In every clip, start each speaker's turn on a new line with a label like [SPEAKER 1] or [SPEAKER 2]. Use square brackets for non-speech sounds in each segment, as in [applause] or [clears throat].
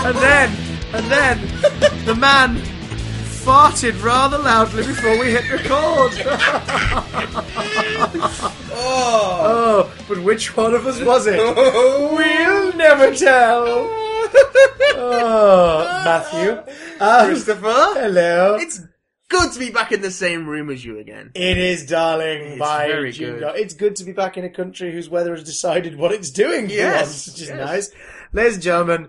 [SPEAKER 1] And then, and
[SPEAKER 2] [laughs]
[SPEAKER 1] then, the man farted rather loudly before we hit
[SPEAKER 2] [laughs]
[SPEAKER 1] record. oh.
[SPEAKER 2] Oh.
[SPEAKER 1] Oh, but which one of us was [laughs] it?
[SPEAKER 2] [laughs]
[SPEAKER 1] We'll never tell. oh,
[SPEAKER 2] [laughs]
[SPEAKER 1] Matthew. Um,
[SPEAKER 2] Christopher,
[SPEAKER 1] hello.
[SPEAKER 2] it's good to be back in the same room as you again.
[SPEAKER 1] It is, darling. by
[SPEAKER 2] very
[SPEAKER 1] June
[SPEAKER 2] good.
[SPEAKER 1] Gar- It's good to be back in a country whose weather has decided what it's doing for
[SPEAKER 2] Yes,
[SPEAKER 1] once, which is
[SPEAKER 2] yes.
[SPEAKER 1] nice. Ladies and gentlemen,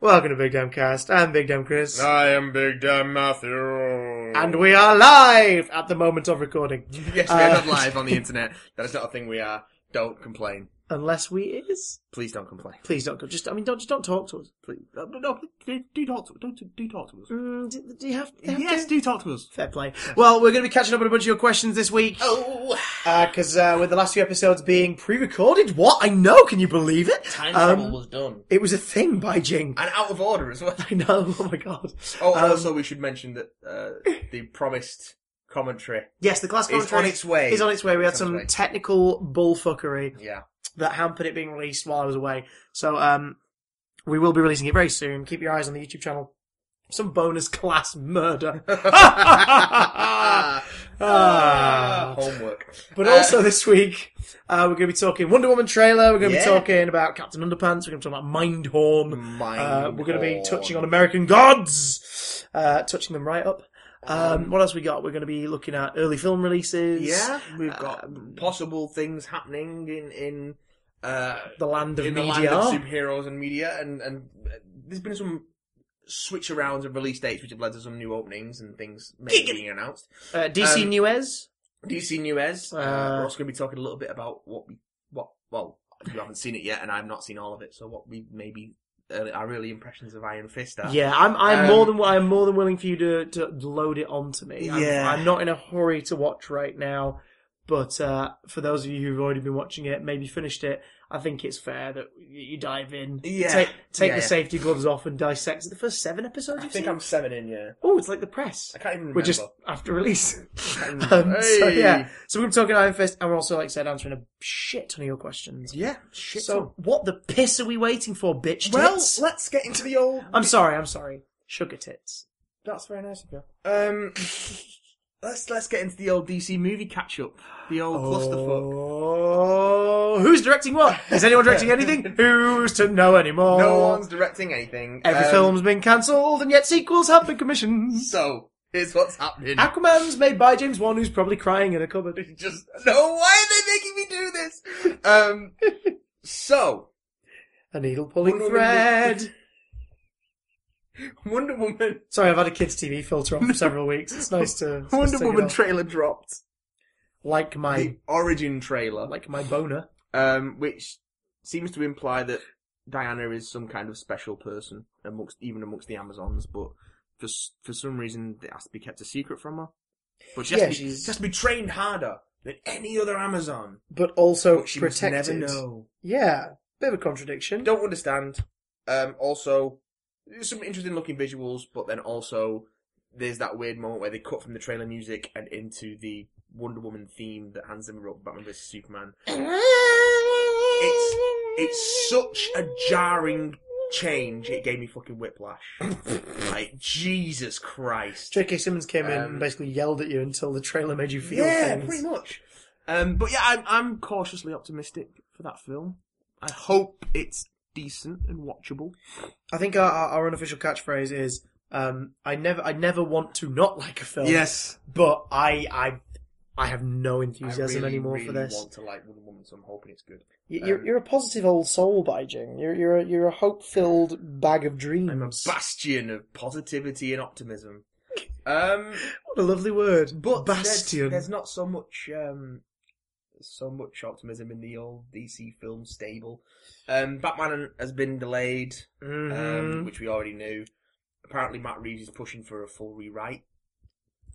[SPEAKER 1] welcome to Big Damn Cast. I'm Big Damn Chris,
[SPEAKER 3] I am Big Damn Matthew.
[SPEAKER 1] and we are live at the moment of recording,
[SPEAKER 2] Yes, we are
[SPEAKER 1] Uh,
[SPEAKER 2] not live on the internet. That is not a thing we are. Don't complain.
[SPEAKER 1] unless we is.
[SPEAKER 2] Please don't complain.
[SPEAKER 1] Please don't go. Just, I mean, don't just don't talk to us.
[SPEAKER 2] Please. No, no, do, do talk to don't, do talk to us.
[SPEAKER 1] Mm, do, do you have? do you have
[SPEAKER 2] Yes,
[SPEAKER 1] to?
[SPEAKER 2] do talk to us.
[SPEAKER 1] Fair play. Well, we're going to be catching up on a bunch of your questions this week.
[SPEAKER 2] Oh,
[SPEAKER 1] Because uh, with the last few episodes being pre-recorded, what I know, can you believe it?
[SPEAKER 2] time
[SPEAKER 1] Um,
[SPEAKER 2] travel was done
[SPEAKER 1] It was a thing by Jing.
[SPEAKER 2] and out of order as well.
[SPEAKER 1] I know. [laughs] Oh my god.
[SPEAKER 2] Oh,
[SPEAKER 1] Um,
[SPEAKER 2] also we should mention that uh, the promised commentary.
[SPEAKER 1] Yes, the class
[SPEAKER 2] It's
[SPEAKER 1] commentary
[SPEAKER 2] on its way.
[SPEAKER 1] Is on its way. We had
[SPEAKER 2] It's on
[SPEAKER 1] some
[SPEAKER 2] its way.
[SPEAKER 1] technical bullfuckery
[SPEAKER 2] Yeah,
[SPEAKER 1] that hampered it being released while I was away. So um, we will be releasing it very soon. Keep your eyes on the YouTube channel. Some bonus class
[SPEAKER 2] [laughs]
[SPEAKER 1] murder. Ah. [laughs]
[SPEAKER 2] [laughs] homework.
[SPEAKER 1] But
[SPEAKER 2] Uh,
[SPEAKER 1] also this week, uh, we're going to be talking Wonder Woman trailer. We're going to
[SPEAKER 2] Yeah.
[SPEAKER 1] be talking about Captain Underpants. We're going to be talking about Mindhorn. Uh, we're going to be
[SPEAKER 2] Mindhorn.
[SPEAKER 1] touching on American Gods, uh, touching them right up. Um, what else we got? We're going to be looking at early film releases.
[SPEAKER 2] Yeah, we've got
[SPEAKER 1] Um,
[SPEAKER 2] possible things happening in in uh,
[SPEAKER 1] the land of
[SPEAKER 2] in the
[SPEAKER 1] media.
[SPEAKER 2] land of superheroes and media, and and uh, there's been some switch arounds of release dates, which have led to some new openings and things maybe
[SPEAKER 1] Giggity.
[SPEAKER 2] being announced.
[SPEAKER 1] uh, DC
[SPEAKER 2] Um,
[SPEAKER 1] News.
[SPEAKER 2] DC News. Uh,
[SPEAKER 1] Uh,
[SPEAKER 2] we're also going to be talking a little bit about what we what well you haven't seen it yet, and I've not seen all of it, so what we maybe uh, our early impressions of Iron Fist are.
[SPEAKER 1] Yeah, I'm. I'm
[SPEAKER 2] um,
[SPEAKER 1] more than. I'm more than willing for you to, to load it onto me. I'm,
[SPEAKER 2] Yeah.
[SPEAKER 1] I'm not in a hurry to watch right now, but uh, for those of you who've already been watching it, maybe finished it, I think it's fair that you you dive in.
[SPEAKER 2] Yeah.
[SPEAKER 1] Take take
[SPEAKER 2] Yeah,
[SPEAKER 1] the
[SPEAKER 2] yeah.
[SPEAKER 1] safety gloves off and dissect Is it the first seven episodes.
[SPEAKER 2] I
[SPEAKER 1] You've
[SPEAKER 2] think
[SPEAKER 1] seen?
[SPEAKER 2] I'm seven in. Yeah,
[SPEAKER 1] Oh, it's like the press.
[SPEAKER 2] I can't even remember.
[SPEAKER 1] We're just after release.
[SPEAKER 2] Can't
[SPEAKER 1] [laughs] um,
[SPEAKER 2] remember.
[SPEAKER 1] So yeah,
[SPEAKER 2] Hey.
[SPEAKER 1] so we're talking Iron Fist, and we're also, like I said, answering a shit ton of your questions.
[SPEAKER 2] yeah, shit.
[SPEAKER 1] So what the piss are we waiting for, bitch?
[SPEAKER 2] well,
[SPEAKER 1] tits?
[SPEAKER 2] let's get into the old.
[SPEAKER 1] I'm sorry, I'm sorry. Sugar tits.
[SPEAKER 2] That's very nice of you. [laughs] Um, let's let's get into the old DC movie catch up. Oh, The old clusterfuck.
[SPEAKER 1] Oh, who's directing what? Is anyone directing
[SPEAKER 2] [laughs]
[SPEAKER 1] anything? Who's to know anymore?
[SPEAKER 2] No one's directing anything.
[SPEAKER 1] Every
[SPEAKER 2] Um,
[SPEAKER 1] film's been cancelled, and yet sequels have been commissioned.
[SPEAKER 2] So here's what's happening.
[SPEAKER 1] Aquaman's made by James Wan, who's probably crying in a cupboard.
[SPEAKER 2] Just no. Why are they making me do this? [laughs] Um. So
[SPEAKER 1] A needle pulling
[SPEAKER 2] Wonder Woman- [laughs]
[SPEAKER 1] thread.
[SPEAKER 2] Wonder Woman.
[SPEAKER 1] Sorry, I've had a kids' TV filter on for several weeks. It's nice to it's nice to
[SPEAKER 2] Wonder
[SPEAKER 1] take it
[SPEAKER 2] Woman
[SPEAKER 1] off.
[SPEAKER 2] trailer dropped.
[SPEAKER 1] like my
[SPEAKER 2] The origin trailer,
[SPEAKER 1] like my boner.
[SPEAKER 2] um, which seems to imply that Diana is some kind of special person amongst even amongst the Amazons, but for s- for some reason it has to be kept a secret from her. But she has,
[SPEAKER 1] Yeah,
[SPEAKER 2] to, be,
[SPEAKER 1] she's-
[SPEAKER 2] she has to be trained harder than any other Amazon.
[SPEAKER 1] But also
[SPEAKER 2] But she must never
[SPEAKER 1] protected.
[SPEAKER 2] know.
[SPEAKER 1] Yeah, bit of a contradiction.
[SPEAKER 2] Don't understand. Um, also, there's some interesting looking visuals, but then also there's that weird moment where they cut from the trailer music and into the Wonder Woman theme that Hans Zimmer wrote for Batman vs Superman. It's it's such a jarring change. It gave me
[SPEAKER 1] [laughs]
[SPEAKER 2] fucking whiplash. like Jesus Christ.
[SPEAKER 1] J.K. Simmons came in
[SPEAKER 2] Um,
[SPEAKER 1] and basically yelled at you until the trailer made you feel
[SPEAKER 2] Yeah,
[SPEAKER 1] things.
[SPEAKER 2] pretty much. Um, but yeah, I'm I'm cautiously optimistic for that film. I hope it's decent and watchable.
[SPEAKER 1] I think our, our our unofficial catchphrase is um, "I never, I never want to not like a film."
[SPEAKER 2] Yes,
[SPEAKER 1] but I, I, I have no enthusiasm
[SPEAKER 2] I really,
[SPEAKER 1] anymore
[SPEAKER 2] really
[SPEAKER 1] for this.
[SPEAKER 2] Want to like Wonder Woman, so I'm hoping it's good.
[SPEAKER 1] Y- You're,
[SPEAKER 2] um,
[SPEAKER 1] you're a positive old soul, Beijing. You're you're a, you're a hope-filled bag of dreams.
[SPEAKER 2] I'm a bastion of positivity and optimism. Um,
[SPEAKER 1] what a lovely word,
[SPEAKER 2] but there's-
[SPEAKER 1] bastion.
[SPEAKER 2] There's, not so much, um, so much optimism in the old DC film stable. Um, Batman has been delayed, um,
[SPEAKER 1] Mhm.
[SPEAKER 2] which we already knew. Apparently, Matt Reeves is pushing for a full rewrite.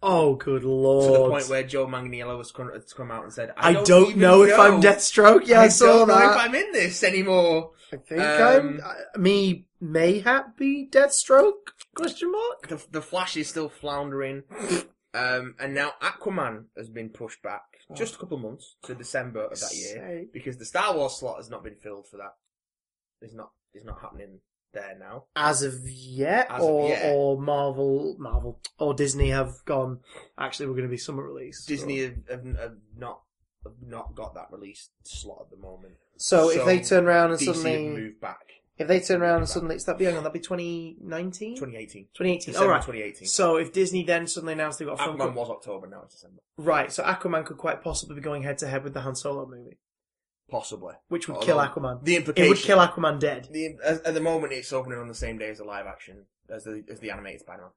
[SPEAKER 1] Oh, good
[SPEAKER 2] to
[SPEAKER 1] lord.
[SPEAKER 2] the point where Joe Manganiello has come, has come out and said,
[SPEAKER 1] I
[SPEAKER 2] "I
[SPEAKER 1] don't,
[SPEAKER 2] don't, even
[SPEAKER 1] know if I'm
[SPEAKER 2] know.
[SPEAKER 1] Deathstroke. Yeah, I, saw
[SPEAKER 2] don't know
[SPEAKER 1] that.
[SPEAKER 2] if I'm in this anymore."
[SPEAKER 1] I think
[SPEAKER 2] Um,
[SPEAKER 1] I'm I- me mayhap be Deathstroke? Question mark.
[SPEAKER 2] The, the Flash is still floundering, um, and now Aquaman has been pushed back
[SPEAKER 1] Oh.
[SPEAKER 2] just a couple of months to December of that year
[SPEAKER 1] Say-
[SPEAKER 2] because the Star Wars slot has not been filled for that. It's not. It's not happening there now.
[SPEAKER 1] As of yet,
[SPEAKER 2] As of
[SPEAKER 1] or
[SPEAKER 2] yet.
[SPEAKER 1] or Marvel, Marvel or Disney have gone. Actually, we're going to be summer release.
[SPEAKER 2] Disney have, have, have not have not got that release slot at the moment.
[SPEAKER 1] So,
[SPEAKER 2] so
[SPEAKER 1] if they turn around and
[SPEAKER 2] DC have
[SPEAKER 1] suddenly,
[SPEAKER 2] moved back.
[SPEAKER 1] if they turn around and
[SPEAKER 2] back.
[SPEAKER 1] suddenly, it's that be hang on, that'd be 2019,
[SPEAKER 2] 2018.
[SPEAKER 1] 2018. All
[SPEAKER 2] December
[SPEAKER 1] right.
[SPEAKER 2] 2018.
[SPEAKER 1] So if Disney then suddenly announced they have got a film
[SPEAKER 2] Aquaman
[SPEAKER 1] called-
[SPEAKER 2] was October, now it's December.
[SPEAKER 1] right, so Aquaman could quite possibly be going head to head with the Han Solo movie,
[SPEAKER 2] Possibly.
[SPEAKER 1] which would
[SPEAKER 2] Although,
[SPEAKER 1] kill Aquaman.
[SPEAKER 2] The
[SPEAKER 1] It
[SPEAKER 2] implication.
[SPEAKER 1] would kill Aquaman dead.
[SPEAKER 2] The, as- at the moment, it's opening on the same day as the live action, as the, as the animated Spider-Man.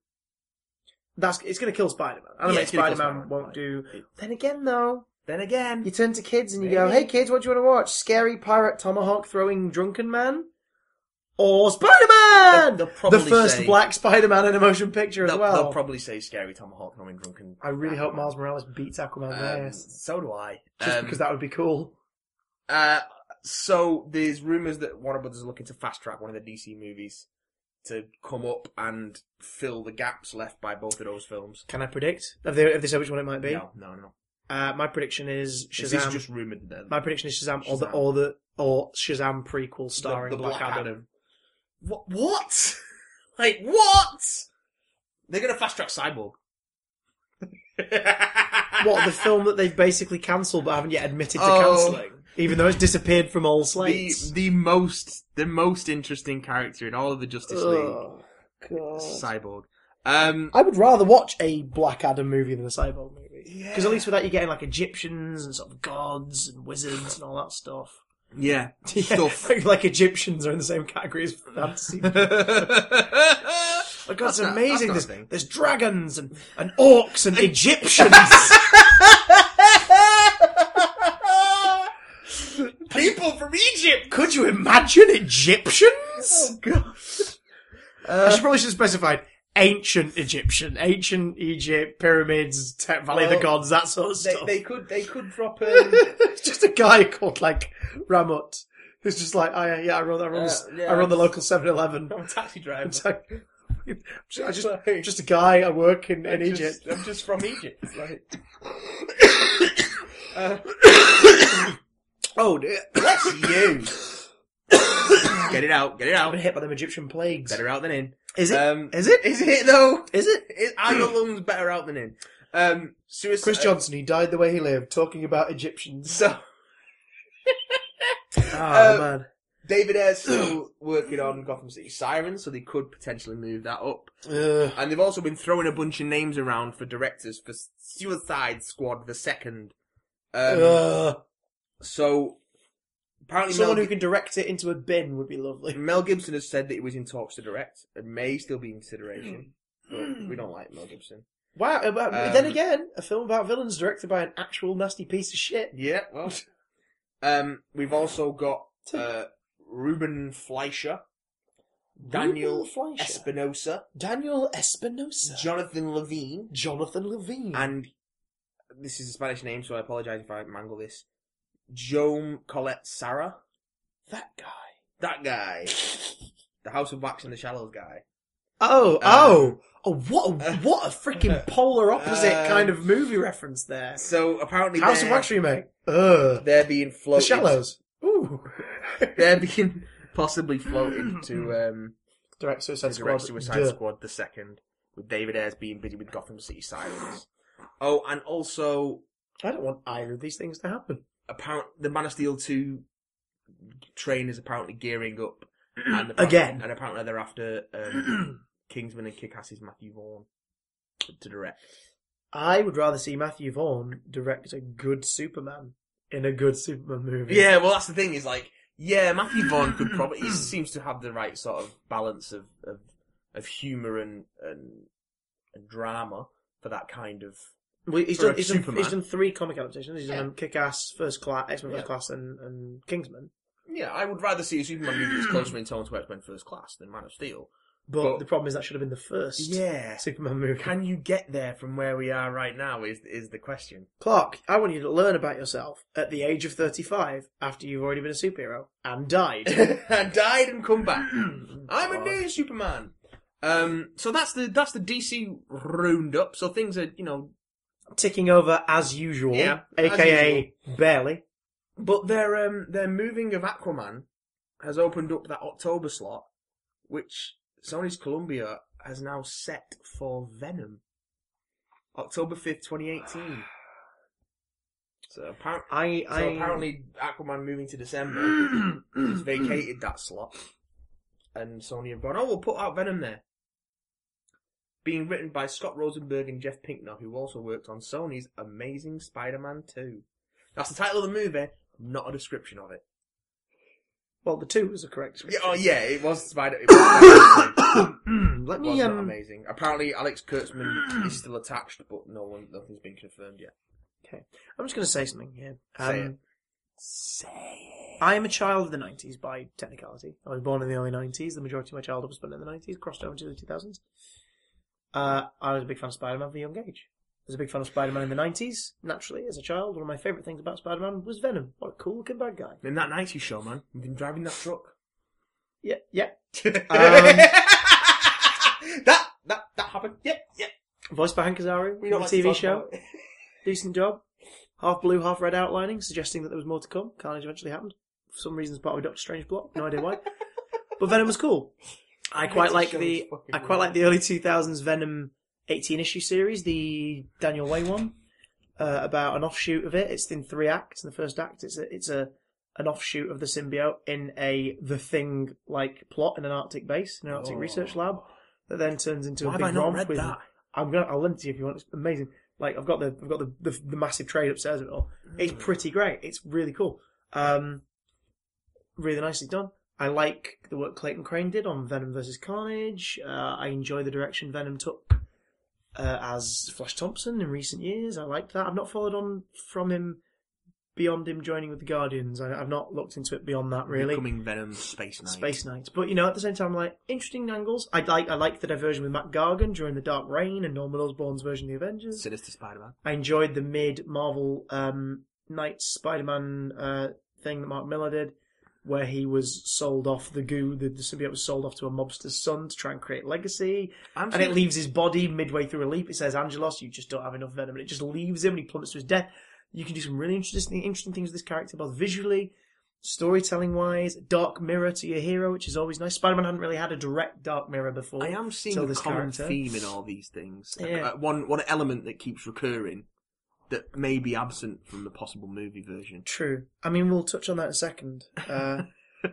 [SPEAKER 1] That's it's going to kill Spider-Man.
[SPEAKER 2] Yeah,
[SPEAKER 1] Animated
[SPEAKER 2] it's gonna kill
[SPEAKER 1] Spider-Man
[SPEAKER 2] Spider-Man.
[SPEAKER 1] won't do.
[SPEAKER 2] It-
[SPEAKER 1] Then again, though,
[SPEAKER 2] Then again,
[SPEAKER 1] you turn to kids and you go,
[SPEAKER 2] Maybe.
[SPEAKER 1] "Hey, kids, what do you want to watch? Scary pirate tomahawk throwing drunken man, or Spider-Man?
[SPEAKER 2] They'll- they'll probably
[SPEAKER 1] the first
[SPEAKER 2] say-
[SPEAKER 1] black Spider-Man in a motion picture as
[SPEAKER 2] they'll,
[SPEAKER 1] well."
[SPEAKER 2] they'll probably say Scary Tomahawk Knowing Drunken.
[SPEAKER 1] I really hope
[SPEAKER 2] Aquaman.
[SPEAKER 1] Miles Morales beats Aquaman
[SPEAKER 2] Um,
[SPEAKER 1] there, just
[SPEAKER 2] So do I. Um,
[SPEAKER 1] because that would be cool.
[SPEAKER 2] Uh, so there's rumors that Warner Brothers is looking to fast track one of the DC movies to come up and fill the gaps left by both of those films.
[SPEAKER 1] Can I predict? Have they, have they said which one it might be?
[SPEAKER 2] No, no, no.
[SPEAKER 1] Uh, my prediction is
[SPEAKER 2] These are
[SPEAKER 1] Shazam.
[SPEAKER 2] just rumored. Then.
[SPEAKER 1] My prediction is Shazam, or the
[SPEAKER 2] Shazam.
[SPEAKER 1] or the or Shazam prequel starring Black, Adam.
[SPEAKER 2] What? What? [laughs] like what? They're gonna fast track Cyborg.
[SPEAKER 1] [laughs] What
[SPEAKER 2] [laughs] what
[SPEAKER 1] the film that they've basically cancelled but haven't yet admitted to
[SPEAKER 2] Oh.
[SPEAKER 1] cancelling, even though it's disappeared from all
[SPEAKER 2] The,
[SPEAKER 1] slates.
[SPEAKER 2] the most the most interesting character in all of the Justice League,
[SPEAKER 1] Ugh, Oh, God.
[SPEAKER 2] Cyborg. Um,
[SPEAKER 1] I would rather watch a Black Adam movie than a Cyborg movie because at
[SPEAKER 2] Yeah.
[SPEAKER 1] least with that you're getting like Egyptians and sort of gods and wizards and all that stuff.
[SPEAKER 2] yeah,
[SPEAKER 1] [laughs] Yeah,
[SPEAKER 2] stuff.
[SPEAKER 1] like, like Egyptians are in the same category as
[SPEAKER 2] [laughs]
[SPEAKER 1] fantasy.
[SPEAKER 2] oh [laughs]
[SPEAKER 1] Oh
[SPEAKER 2] God,
[SPEAKER 1] God, it's amazing.
[SPEAKER 2] This
[SPEAKER 1] There's, there's dragons and, and orcs and Egyptians.
[SPEAKER 2] [laughs] Ah! People from Egypt.
[SPEAKER 1] Could you imagine Egyptians?
[SPEAKER 2] Oh, God.
[SPEAKER 1] I should probably should specify ancient Egyptian, ancient Egypt, pyramids, Te- Valley of the
[SPEAKER 2] Well,
[SPEAKER 1] Gods, that sort of
[SPEAKER 2] They,
[SPEAKER 1] stuff.
[SPEAKER 2] they could they could drop um,
[SPEAKER 1] [laughs] It's just a guy called like Ramut who's just like, I yeah, I run, I run,
[SPEAKER 2] Uh,
[SPEAKER 1] this-
[SPEAKER 2] yeah,
[SPEAKER 1] I run the
[SPEAKER 2] it's-
[SPEAKER 1] local [laughs] 7-Eleven.
[SPEAKER 2] I'm a taxi driver.
[SPEAKER 1] It's like, I just,
[SPEAKER 2] Like,
[SPEAKER 1] just a guy. I work in,
[SPEAKER 2] I'm
[SPEAKER 1] in
[SPEAKER 2] just-
[SPEAKER 1] Egypt.
[SPEAKER 2] I'm just from Egypt. Like,
[SPEAKER 1] Oh, dear. [coughs]
[SPEAKER 2] [laughs] you. get it out. Get it
[SPEAKER 1] I've
[SPEAKER 2] out.
[SPEAKER 1] been hit by them Egyptian plagues.
[SPEAKER 2] Better out than in.
[SPEAKER 1] Is it?
[SPEAKER 2] Um,
[SPEAKER 1] Is it?
[SPEAKER 2] is it though?
[SPEAKER 1] Is it?
[SPEAKER 2] Is, are your lungs better out than in? Um, suicide.
[SPEAKER 1] Chris Johnson, he died the way he lived, talking about
[SPEAKER 2] [laughs]
[SPEAKER 1] Egyptians.
[SPEAKER 2] So
[SPEAKER 1] Oh,
[SPEAKER 2] Uh,
[SPEAKER 1] man.
[SPEAKER 2] David Ayer's still working on Gotham City Sirens, so they could potentially move that up.
[SPEAKER 1] Ugh.
[SPEAKER 2] And they've also been throwing a bunch of names around for directors for Suicide Squad the second. Um,
[SPEAKER 1] Ugh.
[SPEAKER 2] So apparently
[SPEAKER 1] Someone
[SPEAKER 2] Mel,
[SPEAKER 1] who can direct it into a bin would be lovely.
[SPEAKER 2] Mel Gibson has said that he was in talks to direct and may still be in consideration. but we don't like Mel Gibson.
[SPEAKER 1] Wow. uh, but then
[SPEAKER 2] Um,
[SPEAKER 1] again, a film about villains directed by an actual nasty piece of shit.
[SPEAKER 2] Yeah, [laughs] well, um, we've also got uh, Ruben Fleischer, Daniel
[SPEAKER 1] Ruben Fleischer.
[SPEAKER 2] Espinosa,
[SPEAKER 1] Daniel Espinosa.
[SPEAKER 2] Jonathan Levine,
[SPEAKER 1] Jonathan Levine.
[SPEAKER 2] and this is a Spanish name, so I apologise if I mangle this. Jome Colette Sarah,
[SPEAKER 1] that guy.
[SPEAKER 2] [laughs] that guy, the House of Wax and the Shallows guy.
[SPEAKER 1] Oh, oh. Oh, what a,
[SPEAKER 2] um, uh,
[SPEAKER 1] what a freaking
[SPEAKER 2] [laughs]
[SPEAKER 1] polar opposite
[SPEAKER 2] um,
[SPEAKER 1] kind of movie reference there.
[SPEAKER 2] So apparently,
[SPEAKER 1] House
[SPEAKER 2] they're,
[SPEAKER 1] of Wax remake. Ugh.
[SPEAKER 2] they're being
[SPEAKER 1] The
[SPEAKER 2] floated.
[SPEAKER 1] Shallows.
[SPEAKER 2] [laughs]
[SPEAKER 1] Ooh.
[SPEAKER 2] They're being possibly floated to um,
[SPEAKER 1] Direct Suicide
[SPEAKER 2] to direct
[SPEAKER 1] Squad.
[SPEAKER 2] Suicide
[SPEAKER 1] Duh.
[SPEAKER 2] Squad the second, with David Ayres being busy with Gotham City Sirens. oh, and also
[SPEAKER 1] I don't want either of these things to happen.
[SPEAKER 2] apparent the Man of Steel two train is apparently gearing up, and apparently,
[SPEAKER 1] Again.
[SPEAKER 2] and apparently they're after um, Kingsman and Kick-Ass's Matthew Vaughn to direct.
[SPEAKER 1] I would rather see Matthew Vaughn direct a good Superman in a good Superman movie.
[SPEAKER 2] Yeah, well that's the thing is like, yeah, Matthew Vaughn [clears throat] could probably he seems to have the right sort of balance of of, of humor and, and and drama for that kind of.
[SPEAKER 1] Well, he's,
[SPEAKER 2] For
[SPEAKER 1] done,
[SPEAKER 2] a
[SPEAKER 1] he's, done,
[SPEAKER 2] Superman.
[SPEAKER 1] he's done three comic adaptations. He's
[SPEAKER 2] Yeah.
[SPEAKER 1] done Kick Ass, First Class, X Men
[SPEAKER 2] Yeah.
[SPEAKER 1] First Class, and, and Kingsman.
[SPEAKER 2] Yeah, I would rather see a Superman movie that's closer in tone to X Men First Class than Man of Steel.
[SPEAKER 1] But,
[SPEAKER 2] But-
[SPEAKER 1] the problem is that should have been the first
[SPEAKER 2] Yeah.
[SPEAKER 1] Superman movie.
[SPEAKER 2] Can you get there from where we are right now? Is is the question?
[SPEAKER 1] Clark, I want you to learn about yourself at the age of 35 after you've already been a superhero and died.
[SPEAKER 2] [laughs] I died [laughs] and come [clears throat] back. I'm a
[SPEAKER 1] God.
[SPEAKER 2] new Superman. Um, so that's the that's the DC roundup. So things are you know,
[SPEAKER 1] Ticking over as usual,
[SPEAKER 2] Yeah, as
[SPEAKER 1] aka barely.
[SPEAKER 2] but their um their moving of Aquaman has opened up that October slot, which Sony's Columbia has now set for Venom, October fifth, twenty eighteen. So apparently.
[SPEAKER 1] I,
[SPEAKER 2] So
[SPEAKER 1] I
[SPEAKER 2] apparently, Aquaman moving
[SPEAKER 1] [clears throat]
[SPEAKER 2] to December has vacated that slot, and Sony have gone, "Oh, we'll put out Venom there." Being written by Scott Rosenberg and Jeff Pinkner, who also worked on Sony's Amazing Spider-Man 2. That's the title of the movie, not a description of it.
[SPEAKER 1] well, the two was the
[SPEAKER 2] [coughs]
[SPEAKER 1] correct.
[SPEAKER 2] Yeah, oh yeah, it was Spider. It was,
[SPEAKER 1] [coughs] Let
[SPEAKER 2] it
[SPEAKER 1] me
[SPEAKER 2] was not
[SPEAKER 1] um,
[SPEAKER 2] amazing. Apparently, Alex
[SPEAKER 1] [clears throat]
[SPEAKER 2] Kurtzman is still attached, but no one, nothing's been confirmed yet.
[SPEAKER 1] I'm just going to say something here.
[SPEAKER 2] Say it.
[SPEAKER 1] Say it. I am a child of the 90s by technicality. I was born in the early 90s. The majority of my childhood was spent in the 90s, crossed over to the 2000s. Uh, I was a big fan of Spider-Man from a young age. I was a big fan of Spider-Man in the 90s, naturally, as a child. One of my favourite things about Spider-Man was Venom. What a cool looking bad guy.
[SPEAKER 2] In that night you show, man, we've been driving that truck.
[SPEAKER 1] Yeah, yeah.
[SPEAKER 2] [laughs] that that that happened. Yep, yep.
[SPEAKER 1] Voiced by Hank Azaria
[SPEAKER 2] We
[SPEAKER 1] in the
[SPEAKER 2] don't like to
[SPEAKER 1] TV
[SPEAKER 2] talk
[SPEAKER 1] show.
[SPEAKER 2] about it.
[SPEAKER 1] Decent job. Half blue, half red outlining, suggesting that there was more to come. Carnage eventually happened. For some reason, it's part of a Doctor Strange block. No idea
[SPEAKER 2] [laughs]
[SPEAKER 1] why. but Venom was cool. I
[SPEAKER 2] hate
[SPEAKER 1] quite
[SPEAKER 2] to
[SPEAKER 1] like
[SPEAKER 2] show
[SPEAKER 1] the
[SPEAKER 2] this fucking
[SPEAKER 1] I quite
[SPEAKER 2] world.
[SPEAKER 1] like the early 2000s Venom 18 issue series, the Daniel Way one, uh, about an offshoot of it. It's in three acts. In the first act, it's a, it's a an offshoot of the symbiote in a the thing like plot in an Arctic base, in an Arctic
[SPEAKER 2] Oh.
[SPEAKER 1] research lab, that then turns into
[SPEAKER 2] Why
[SPEAKER 1] a
[SPEAKER 2] have
[SPEAKER 1] big
[SPEAKER 2] I not
[SPEAKER 1] romp
[SPEAKER 2] read
[SPEAKER 1] with
[SPEAKER 2] that?
[SPEAKER 1] I'm gonna. I'll lend it to you if you want. It's amazing. Like I've got the I've got the the, the massive trade upstairs of it all. It's pretty great. It's really cool. Um, really nicely done. I like the work Clayton Crane did on Venom versus Carnage. Uh, I enjoy the direction Venom took uh, as Flash Thompson in recent years. I liked that. I've not followed on from him beyond him joining with the Guardians. I, I've not looked into it beyond that really.
[SPEAKER 2] Becoming Venom Space Knight.
[SPEAKER 1] Space Knight. But you know, at the same time, like interesting angles. I like I like the diversion with Matt Gargan during the Dark Reign and Norman Osborn's version of the Avengers.
[SPEAKER 2] Sinister Spider-Man.
[SPEAKER 1] I enjoyed the mid Marvel um, Knight Spider-Man uh, thing that Mark Miller did, where he was sold off the goo. The, the symbiote was sold off to a mobster's son to try and create legacy,
[SPEAKER 2] I'm
[SPEAKER 1] and it leaves his body midway through a leap. It says, "Angelos, you just don't have enough venom," and it just leaves him, and he plummets to his death. You can do some really interesting, interesting things with this character, both visually, storytelling wise. Dark mirror to your hero, which is always nice. Spider-Man hadn't really had a direct dark mirror before.
[SPEAKER 2] I am seeing
[SPEAKER 1] till
[SPEAKER 2] a
[SPEAKER 1] this
[SPEAKER 2] common
[SPEAKER 1] character.
[SPEAKER 2] theme in all these things. Like,
[SPEAKER 1] Yeah.
[SPEAKER 2] uh, one one element that keeps recurring that may be absent from the possible movie version.
[SPEAKER 1] True. I mean, we'll touch on that in a second. Uh,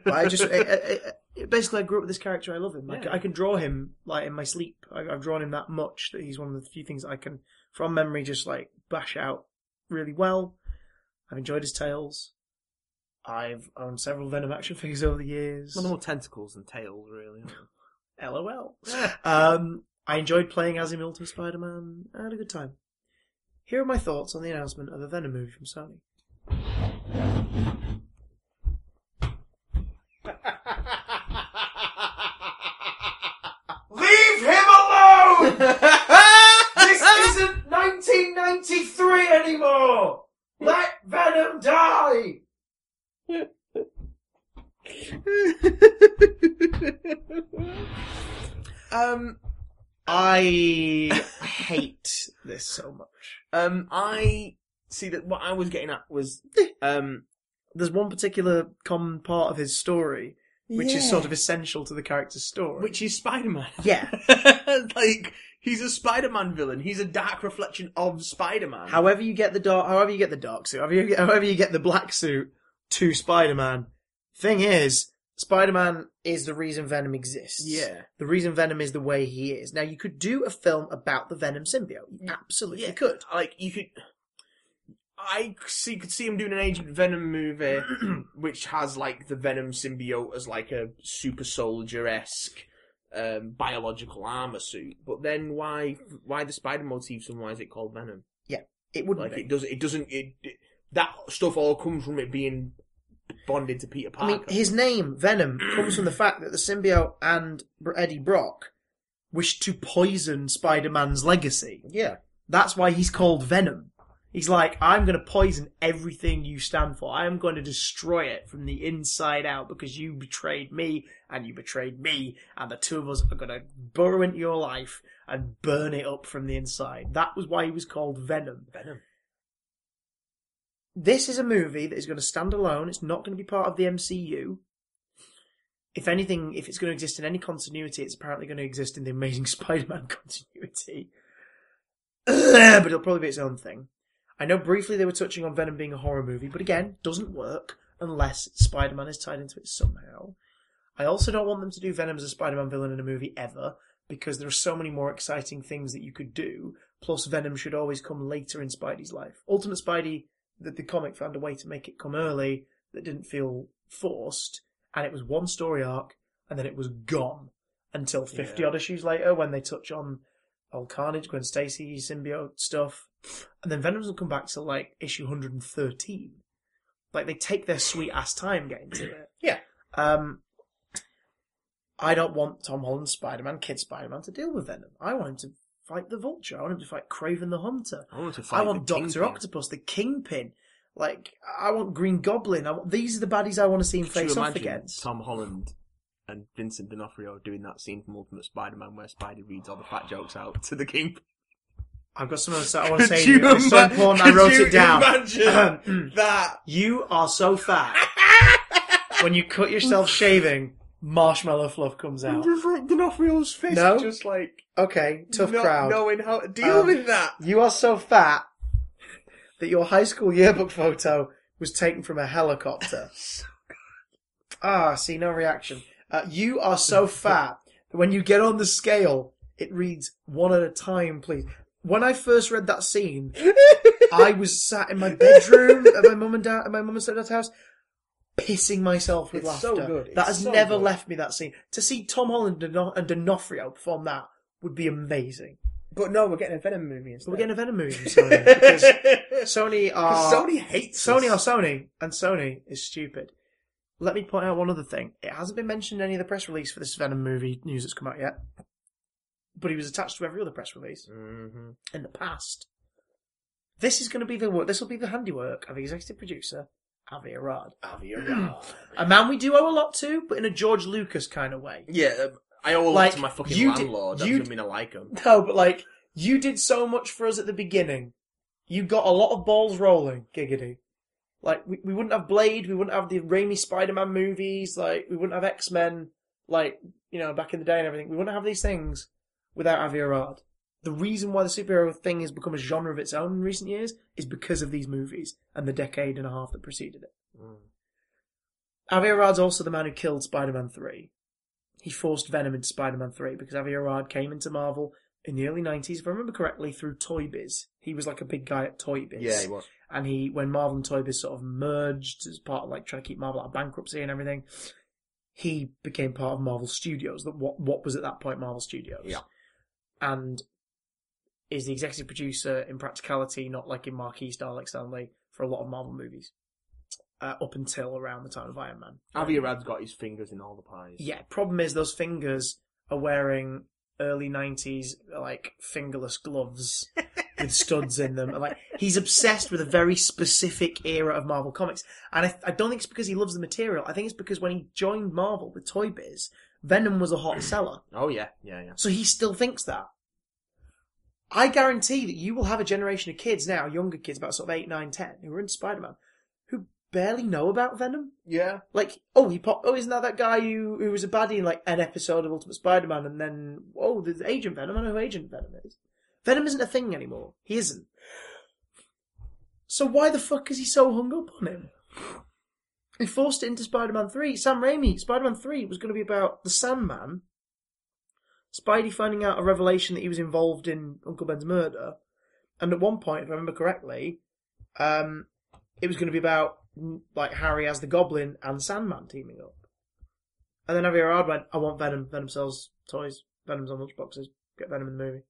[SPEAKER 1] but I
[SPEAKER 2] [laughs]
[SPEAKER 1] just I, I, I, basically I grew up with this character. I love him. I, c-
[SPEAKER 2] Yeah.
[SPEAKER 1] I can draw him like in my sleep. I, I've drawn him that much that he's one of the few things I can, from memory, just like bash out really well. I've enjoyed his tales. I've owned several Venom action figures over the years.
[SPEAKER 2] Well, they're more tentacles and tails, really.
[SPEAKER 1] [laughs]
[SPEAKER 2] aren't they?
[SPEAKER 1] LOL. [laughs] Um, I enjoyed playing as him in Ultimate Spider-Man. I had a good time. Here are my thoughts on the announcement of a Venom movie from Sony.
[SPEAKER 4] Leave him alone!
[SPEAKER 1] [laughs]
[SPEAKER 4] This isn't 1993 anymore! Let Venom die!
[SPEAKER 2] um,
[SPEAKER 1] I hate this so much.
[SPEAKER 2] um, I see that what I was getting at was um,
[SPEAKER 1] There's one particular common part of his story which is
[SPEAKER 2] Yeah.
[SPEAKER 1] sort of essential to the character's story.
[SPEAKER 2] which is Spider-Man.
[SPEAKER 1] yeah.
[SPEAKER 2] [laughs] like he's a Spider-Man villain. He's a dark reflection of Spider-Man.
[SPEAKER 1] However you get the dark, however you get the dark suit, however you get, however you get the black suit to Spider-Man. Thing is, Spider-Man is the reason Venom exists.
[SPEAKER 2] yeah,
[SPEAKER 1] The reason Venom is the way he is. Now you could do a film about the Venom symbiote. You absolutely
[SPEAKER 2] Yeah.
[SPEAKER 1] could.
[SPEAKER 2] like you could. I see, could see him doing an Agent Venom movie, [clears throat] which has like the Venom symbiote as like a super soldier esque um, biological armor suit. But then why why the spider motifs and why is it called Venom?
[SPEAKER 1] It wouldn't
[SPEAKER 2] Like
[SPEAKER 1] be.
[SPEAKER 2] it does it doesn't it, it that stuff all comes from it being bonded to Peter
[SPEAKER 1] I
[SPEAKER 2] Parker.
[SPEAKER 1] mean, his name, Venom, comes from the fact that the symbiote and Br- Eddie Brock wish to poison Spider Man's legacy.
[SPEAKER 2] yeah.
[SPEAKER 1] That's why he's called Venom. He's like, I'm going to poison everything you stand for. I am going to destroy it from the inside out because you betrayed me and you betrayed me, and the two of us are going to burrow into your life and burn it up from the inside. That was why he was called Venom.
[SPEAKER 2] Venom.
[SPEAKER 1] This is a movie that is going to stand alone. It's not going to be part of the MCU. If anything, if it's going to exist in any continuity, it's apparently going to exist in the Amazing [laughs] Spider-Man continuity. [clears throat] but it'll probably be its own thing. I know briefly they were touching on Venom being a horror movie, but again, doesn't work unless Spider-Man is tied into it somehow. I also don't want them to do Venom as a Spider-Man villain in a movie ever, because there are so many more exciting things that you could do. Plus, Venom should always come later in Spidey's life. Ultimate Spidey, the, the comic found a way to make it come early that didn't feel forced, and it was one story arc, and then it was gone until 50
[SPEAKER 2] Yeah.
[SPEAKER 1] odd issues later when they touch on old Carnage, Gwen Stacy, symbiote stuff. And then Venom doesn't come back till like issue 113. Like they take their sweet ass time getting to it.
[SPEAKER 2] Yeah.
[SPEAKER 1] Um, I don't want Tom Holland's Spider-Man, Kid Spider-Man, to deal with Venom. I want him to fight the Vulture. I want him to fight Craven the Hunter.
[SPEAKER 2] I want to
[SPEAKER 1] I want Doctor Octopus, the Kingpin. Like I want Green Goblin. I want, these are the baddies I want to see him face off against.
[SPEAKER 2] Tom Holland and Vincent D'Onofrio doing that scene from Ultimate Spider-Man where Spidey reads all the fat jokes out to the king.
[SPEAKER 1] I've got something
[SPEAKER 2] [laughs]
[SPEAKER 1] else I want to say.
[SPEAKER 2] Could
[SPEAKER 1] to you. It's so
[SPEAKER 2] ima-
[SPEAKER 1] important. I
[SPEAKER 2] could
[SPEAKER 1] wrote
[SPEAKER 2] you
[SPEAKER 1] it down.
[SPEAKER 2] Imagine
[SPEAKER 1] [clears throat]
[SPEAKER 2] that.
[SPEAKER 1] You are so fat. when you cut
[SPEAKER 2] [laughs]
[SPEAKER 1] yourself shaving, marshmallow fluff comes out.
[SPEAKER 2] Just like D'Onofrio's fist,
[SPEAKER 1] No.
[SPEAKER 2] just like
[SPEAKER 1] Okay, tough
[SPEAKER 2] not
[SPEAKER 1] crowd.
[SPEAKER 2] knowing how to deal
[SPEAKER 1] Um,
[SPEAKER 2] with that.
[SPEAKER 1] You are so fat that your high school yearbook photo was taken from a
[SPEAKER 2] [laughs]
[SPEAKER 1] helicopter. ah, I see, no reaction. Uh, you are so fat that when you get on the scale, it reads one at a time, please. When I first read that scene, I
[SPEAKER 2] [laughs]
[SPEAKER 1] was sat in my bedroom at my mum and dad, at my mum and stepdad's house, pissing myself with
[SPEAKER 2] It's so
[SPEAKER 1] laughter.
[SPEAKER 2] good. It's
[SPEAKER 1] That has
[SPEAKER 2] so
[SPEAKER 1] never
[SPEAKER 2] good.
[SPEAKER 1] left me. That scene to see Tom Holland and D'Ono- and D'Onofrio perform that would be amazing.
[SPEAKER 2] But no, we're getting a Venom movie
[SPEAKER 1] But
[SPEAKER 2] instead.
[SPEAKER 1] we're [laughs] getting a Venom movie from Sony because Sony are
[SPEAKER 2] Sony hates
[SPEAKER 1] Sony are
[SPEAKER 2] [clears throat] us.
[SPEAKER 1] Sony, and Sony is stupid. Let me point out one other thing. It hasn't been mentioned in any of the press release for this Venom movie news that's come out yet, but he was attached to every other press release
[SPEAKER 2] hmm
[SPEAKER 1] in the past. This is going to be the work. This will be the handiwork of executive producer Avi Arad,
[SPEAKER 2] Oh,
[SPEAKER 1] [clears throat] a man we do owe a lot to, but in a George Lucas kind of way.
[SPEAKER 2] Yeah, um, I owe a
[SPEAKER 1] Like,
[SPEAKER 2] lot to my fucking
[SPEAKER 1] you did-
[SPEAKER 2] landlord.
[SPEAKER 1] you
[SPEAKER 2] that doesn't
[SPEAKER 1] d-
[SPEAKER 2] mean I like him.
[SPEAKER 1] No, but like you did so much for us at the beginning. You got a lot of balls rolling, giggity. Like we, we wouldn't have Blade, we wouldn't have the Raimi Spider-Man movies, like we wouldn't have X-Men, like you know back in the day and everything. We wouldn't have these things without Avi Arad. The reason why the superhero thing has become a genre of its own in recent years is because of these movies and the decade and a half that preceded it. Avi Arad's also the man who killed Spider-Man three. He forced Venom into Spider-Man three because Avi Arad came into Marvel in the early 90s, if I remember correctly, through Toy Biz. He was like a big guy at Toy Biz.
[SPEAKER 2] Yeah, he was.
[SPEAKER 1] And he, when Marvel and Toy Biz sort of merged as part of like trying to keep Marvel out of bankruptcy and everything, he became part of Marvel Studios, that what, what was at that point Marvel Studios.
[SPEAKER 2] Yeah.
[SPEAKER 1] And is the executive producer in practicality, not like in marquee star like Stanley, for a lot of Marvel movies. Uh, up until around the time of Iron Man.
[SPEAKER 2] Avi Arad's got his fingers in all the pies.
[SPEAKER 1] Um, Yeah, problem is those fingers are wearing early '90s like fingerless gloves with studs in them. And, like he's obsessed with a very specific era of Marvel comics, and I, I don't think it's because he loves the material. I think it's because when he joined Marvel, the Toy Biz, Venom was a hot seller,
[SPEAKER 2] Oh yeah, yeah, yeah.
[SPEAKER 1] so he still thinks that. I guarantee that you will have a generation of kids now, younger kids, about sort of eight, nine, ten, who are into Spider-Man, who barely know about Venom.
[SPEAKER 2] Yeah.
[SPEAKER 1] Like, oh, he popped. Oh, isn't that that guy who who was a baddie in like an episode of Ultimate Spider-Man, and then oh, there's Agent Venom. I know who Agent Venom is. Venom isn't a thing anymore. He isn't. So why the fuck is he so hung up on him? He forced it into Spider-Man Three. Sam Raimi, Spider-Man Three was going to be about the Sandman, Spidey finding out a revelation that he was involved in Uncle Ben's murder, and at one point, if I remember correctly, um, it was going to be about mm, like Harry as the Goblin and Sandman teaming up. And then Avi Arad went, "I want Venom. Venom sells toys. Venom's on lunchboxes. Get Venom in the movie."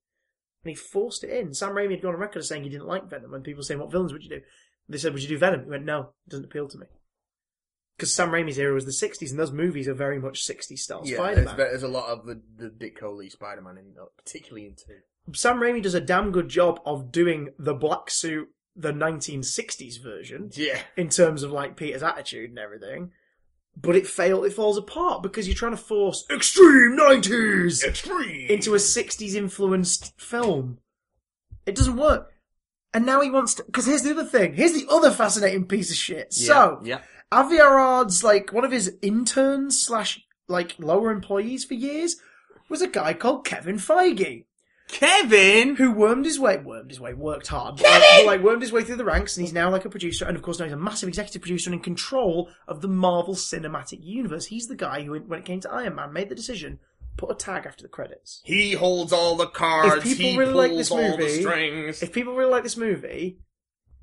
[SPEAKER 1] And he forced it in. Sam Raimi had gone on record as saying he didn't like Venom. When people say, "What villains would you do?" They said, "Would you do Venom?" He went, "No, it doesn't appeal to me." because Sam Raimi's era was the 60s, and those movies are very much 60s style
[SPEAKER 2] Yeah, there's,
[SPEAKER 1] Spider-Man.
[SPEAKER 2] there's a lot of the, the Dick Coley Spider-Man, in, uh, particularly in two.
[SPEAKER 1] Sam Raimi does a damn good job of doing the black suit, the 1960s version,
[SPEAKER 2] Yeah,
[SPEAKER 1] in terms of like Peter's attitude and everything. But it fail, it falls apart because you're trying to force extreme 90s
[SPEAKER 2] extreme.
[SPEAKER 1] into a 60s influenced film. It doesn't work. And now he wants to, because here's the other thing. Here's the other fascinating piece of shit. So,
[SPEAKER 2] yeah,
[SPEAKER 1] Avi Arard's like one of his interns slash like lower employees for years was a guy called Kevin Feige
[SPEAKER 2] Kevin.
[SPEAKER 1] who wormed his way, wormed his way, worked hard, like, like wormed his way through the ranks, and he's now like a producer, and of course now he's a massive executive producer and in control of the Marvel Cinematic Universe. He's the guy who, when it came to Iron Man, made the decision, put a tag after the credits.
[SPEAKER 2] He holds all the cards.
[SPEAKER 1] If people
[SPEAKER 2] he
[SPEAKER 1] really
[SPEAKER 2] pulls
[SPEAKER 1] like this
[SPEAKER 2] all the
[SPEAKER 1] movie-
[SPEAKER 2] strings.
[SPEAKER 1] If people really like this movie,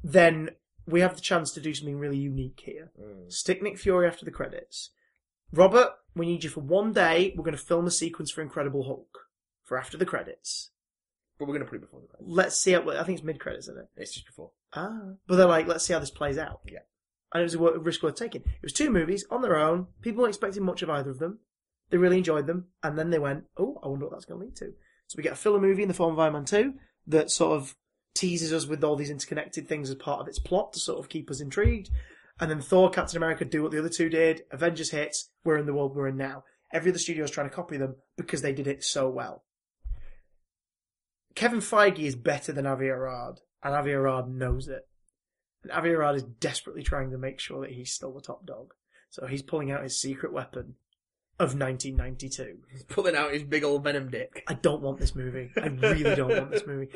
[SPEAKER 1] then we have the chance to do something really unique here.
[SPEAKER 2] Mm.
[SPEAKER 1] Stick Nick Fury after the credits. Robert, we need you for one day. We're going to film a sequence for Incredible Hulk for after the credits.
[SPEAKER 2] But we're gonna put it before the credits.
[SPEAKER 1] Let's see how. I think it's mid credits, isn't it?
[SPEAKER 2] It's just before.
[SPEAKER 1] Ah. But they're like, let's see how this plays out.
[SPEAKER 2] Yeah.
[SPEAKER 1] And it was a wor- risk worth taking. It was two movies on their own. People weren't expecting much of either of them. They really enjoyed them. And then they went, oh, I wonder what that's going to lead to. So we get a filler movie in the form of Iron Man 2 that sort of teases us with all these interconnected things as part of its plot to sort of keep us intrigued. And then Thor, Captain America do what the other two did. Avengers hits. We're in the world we're in now. Every other studio is trying to copy them because they did it so well. Kevin Feige is better than Avi Arad, and Avi Arad knows it. And Avi Arad is desperately trying to make sure that he's still the top dog. So he's pulling out his secret weapon of 1992.
[SPEAKER 2] He's pulling out his big old venom dick.
[SPEAKER 1] I don't want this movie. I really don't want this movie.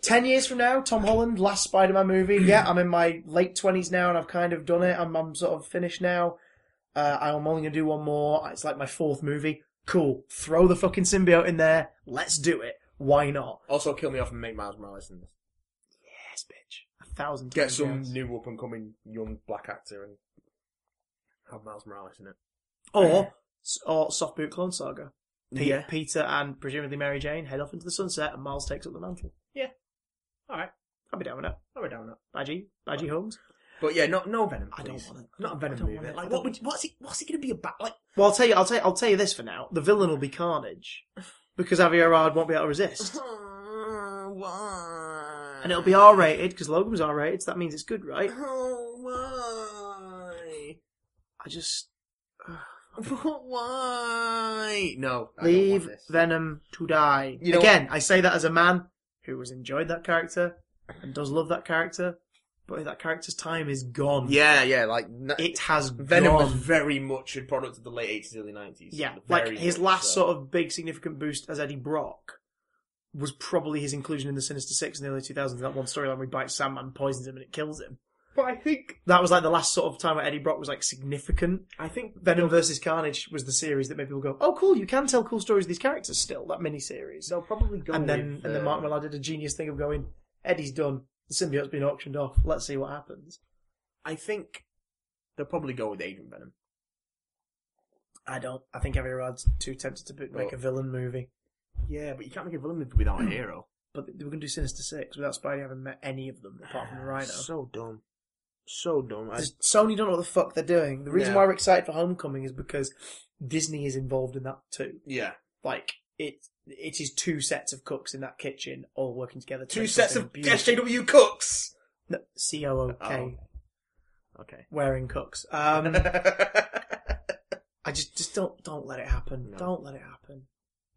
[SPEAKER 1] Ten years from now, Tom Holland, last Spider-Man movie. Yeah, I'm in my late twenties now, and I've kind of done it. I'm, I'm sort of finished now. Uh, I'm only gonna do one more. It's like my fourth movie. Cool. Throw the fucking symbiote in there. Let's do it. Why not?
[SPEAKER 2] Also, kill me off and make Miles Morales in this.
[SPEAKER 1] Yes, bitch. A thousand times.
[SPEAKER 2] Get some
[SPEAKER 1] yes.
[SPEAKER 2] new up and coming young black actor and have Miles Morales in it.
[SPEAKER 1] or or oh, soft boot clone saga. Pe-
[SPEAKER 2] Yeah.
[SPEAKER 1] Peter and presumably Mary Jane head off into the sunset, and Miles takes up the mantle.
[SPEAKER 2] Yeah. All right.
[SPEAKER 1] I'll be down with that.
[SPEAKER 2] I would down that.
[SPEAKER 1] Badgie, Badgie Holmes.
[SPEAKER 2] But yeah, not no Venom.
[SPEAKER 1] I don't
[SPEAKER 2] please.
[SPEAKER 1] want it.
[SPEAKER 2] Not a
[SPEAKER 1] I
[SPEAKER 2] Venom
[SPEAKER 1] don't
[SPEAKER 2] movie.
[SPEAKER 1] want it. I
[SPEAKER 2] Like,
[SPEAKER 1] don't-
[SPEAKER 2] what would, what's it? What's it going to be about? [laughs] Like,
[SPEAKER 1] Well, I'll tell you, I'll tell you, I'll tell you this for now. The villain will be Carnage because Avi Arad won't be able to resist,
[SPEAKER 2] why?
[SPEAKER 1] and it'll be R rated because Logan was R rated, so that means it's good, right?
[SPEAKER 2] Oh, why?
[SPEAKER 1] I just
[SPEAKER 2] But [laughs] why? No, I don't want
[SPEAKER 1] leave
[SPEAKER 2] this.
[SPEAKER 1] Venom to die.
[SPEAKER 2] You know-
[SPEAKER 1] Again, I say that as a man who has enjoyed that character and does love that character, but that character's time is gone.
[SPEAKER 2] Yeah, yeah, like n-
[SPEAKER 1] it has
[SPEAKER 2] Venom
[SPEAKER 1] gone.
[SPEAKER 2] was very much a product of the late eighties, early nineties.
[SPEAKER 1] Yeah, like his last sort of big significant boost as Eddie Brock was probably his inclusion in the Sinister Six in the early 2000s. That one storyline where he bites Sandman, poisons him, and it kills him.
[SPEAKER 2] But I think
[SPEAKER 1] That was like the last sort of time where Eddie Brock was like significant.
[SPEAKER 2] I think
[SPEAKER 1] Venom versus Carnage was the series that made people go, "Oh, cool! You can tell cool stories of these characters still." That mini series,
[SPEAKER 2] they'll probably go
[SPEAKER 1] and then
[SPEAKER 2] with,
[SPEAKER 1] and then
[SPEAKER 2] Oh, uh,
[SPEAKER 1] Mark Millar did a genius thing of going, "Eddie's done. The symbiote's been auctioned off. Let's see what happens."
[SPEAKER 2] I think they'll probably go with Agent Venom.
[SPEAKER 1] I don't. I think Everard's too tempted to make a
[SPEAKER 2] Well-
[SPEAKER 1] villain movie.
[SPEAKER 2] Yeah, but you can't make a villain [clears throat] movie without a hero.
[SPEAKER 1] But they were going to do Sinister Six without Spidey having met any of them apart
[SPEAKER 2] [sighs]
[SPEAKER 1] from the Rhino.
[SPEAKER 2] So dumb. So dumb. I,
[SPEAKER 1] Does- Sony don't know what the fuck they're doing. The reason
[SPEAKER 2] No.
[SPEAKER 1] why we're excited for Homecoming is because Disney is involved in that too.
[SPEAKER 2] yeah.
[SPEAKER 1] Like it, it is two sets of cooks in that kitchen all working together. to
[SPEAKER 2] Two
[SPEAKER 1] make
[SPEAKER 2] sets
[SPEAKER 1] something
[SPEAKER 2] of
[SPEAKER 1] beautiful.
[SPEAKER 2] SJW cooks.
[SPEAKER 1] No, C O O K
[SPEAKER 2] Oh. [laughs] Okay.
[SPEAKER 1] wearing cooks. Um, I just, just don't, don't let it happen.
[SPEAKER 2] No.
[SPEAKER 1] Don't let it happen.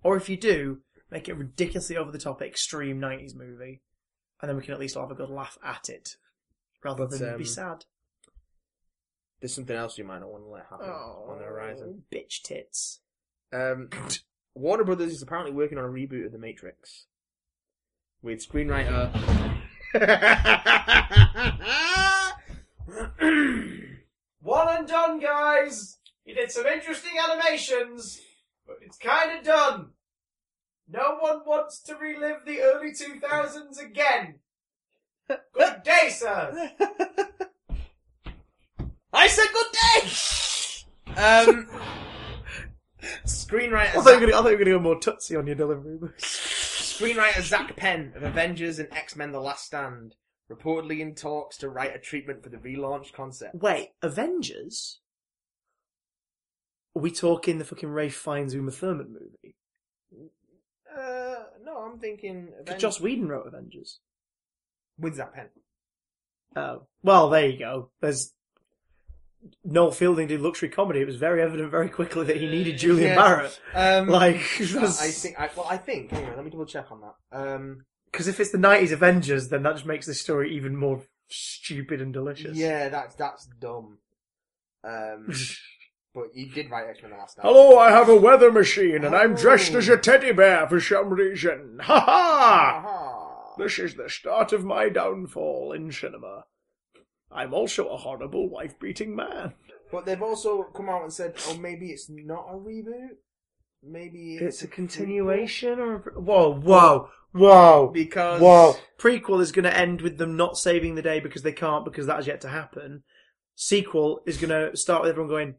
[SPEAKER 1] Or if you do, make it a ridiculously over the top, extreme nineties movie, and then we can at least all have a good laugh at it, rather
[SPEAKER 2] But,
[SPEAKER 1] than be
[SPEAKER 2] um,
[SPEAKER 1] sad.
[SPEAKER 2] There's something else you might not want to let happen
[SPEAKER 1] Oh.
[SPEAKER 2] on the horizon.
[SPEAKER 1] bitch tits.
[SPEAKER 2] Um, Warner Brothers is apparently working on a reboot of The Matrix with screenwriter.
[SPEAKER 4] One and done, guys. He did some interesting animations, but it's kind of done. No one wants to relive the early 2000s
[SPEAKER 2] [laughs]
[SPEAKER 4] again. Good day, sir.
[SPEAKER 2] I said good day. [laughs] Um, screenwriter.
[SPEAKER 1] I thought you
[SPEAKER 2] Zach-
[SPEAKER 1] were going to go more Tootsie on your delivery. [laughs]
[SPEAKER 2] Screenwriter Zach Penn of Avengers and X Men The Last Stand reportedly in talks to write a treatment for the relaunched concept.
[SPEAKER 1] Wait, Avengers? Are we talking the fucking Ray finds Uma Thurman movie?
[SPEAKER 2] Uh, no, I'm thinking.
[SPEAKER 1] 'Cause
[SPEAKER 2] Avengers.
[SPEAKER 1] Joss Whedon wrote Avengers.
[SPEAKER 2] with that pen.
[SPEAKER 1] Oh, well, there you go. There's Noel Fielding did luxury comedy. It was very evident very quickly that he needed Julian
[SPEAKER 2] Uh, Yeah.
[SPEAKER 1] Barrett.
[SPEAKER 2] Um,
[SPEAKER 1] Like,
[SPEAKER 2] I I think. I, well, I think. Anyway, let me double check on that. Um,
[SPEAKER 1] because if it's the '90s Avengers, then that just makes this story even more stupid and delicious.
[SPEAKER 2] yeah, that's that's dumb.
[SPEAKER 1] [laughs]
[SPEAKER 2] Um, but you did write X Men the last night.
[SPEAKER 3] Hello, I have a weather machine and I'm
[SPEAKER 2] Oh.
[SPEAKER 3] dressed as a teddy bear for some reason. Ha ha!
[SPEAKER 2] Aha.
[SPEAKER 3] This is the start of my downfall in cinema. I'm also a horrible wife beating man.
[SPEAKER 2] But they've also come out and said, "Oh, maybe it's not a reboot. Maybe it's,
[SPEAKER 1] It's a continuation or a pre- whoa, whoa, whoa,
[SPEAKER 2] Because
[SPEAKER 1] whoa. Prequel is going to end with them not saving the day because they can't because that has yet to happen. Sequel is going to start with everyone going,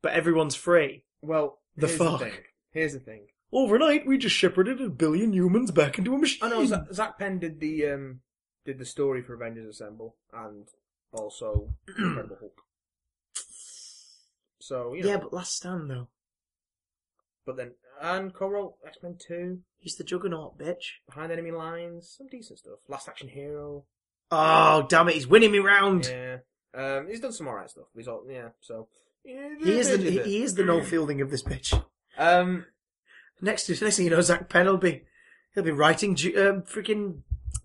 [SPEAKER 1] but everyone's free.
[SPEAKER 2] Well,
[SPEAKER 1] The
[SPEAKER 2] here's
[SPEAKER 1] fuck?
[SPEAKER 2] The thing. Here's the thing.
[SPEAKER 1] Overnight, we just shepherded a billion humans back into a machine.
[SPEAKER 2] I know Zach, Oh, Zach Penn did the um did the story for Avengers Assemble and
[SPEAKER 1] [clears throat]
[SPEAKER 2] also Incredible Hulk. So you know,
[SPEAKER 1] Yeah, but Last Stand though,
[SPEAKER 2] but then and co-wrote X Men Two,
[SPEAKER 1] he's the Juggernaut, bitch.
[SPEAKER 2] Behind Enemy Lines, some decent stuff. Last Action Hero,
[SPEAKER 1] Oh damn it, he's winning me round.
[SPEAKER 2] yeah. Um, he's done some alright stuff. He's all yeah. So yeah,
[SPEAKER 1] He is the
[SPEAKER 2] did
[SPEAKER 1] he,
[SPEAKER 2] it.
[SPEAKER 1] he is the Noel Fielding of this bitch.
[SPEAKER 2] Um,
[SPEAKER 1] Next to next thing you know, Zach Penn will be he'll be writing Ju- um, freaking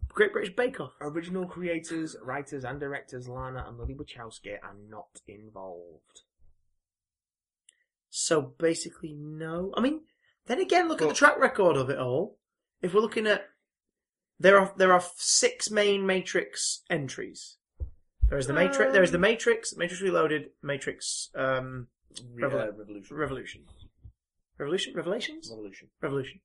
[SPEAKER 1] Great British Bake Off.
[SPEAKER 2] original creators, writers, and directors Lana and Lily Wachowski are not involved.
[SPEAKER 1] So basically, no. I mean, then again, look at
[SPEAKER 2] But-
[SPEAKER 1] the track record of it all. If we're looking at there are there are six main Matrix entries. There is the Matrix. There is the
[SPEAKER 2] Um,
[SPEAKER 1] Matrix. Matrix Reloaded. Matrix um,
[SPEAKER 2] Re- uh,
[SPEAKER 1] Revol-
[SPEAKER 2] Revolution.
[SPEAKER 1] Revolution. Revolution. Revelations.
[SPEAKER 2] Revolution.
[SPEAKER 1] Revolution.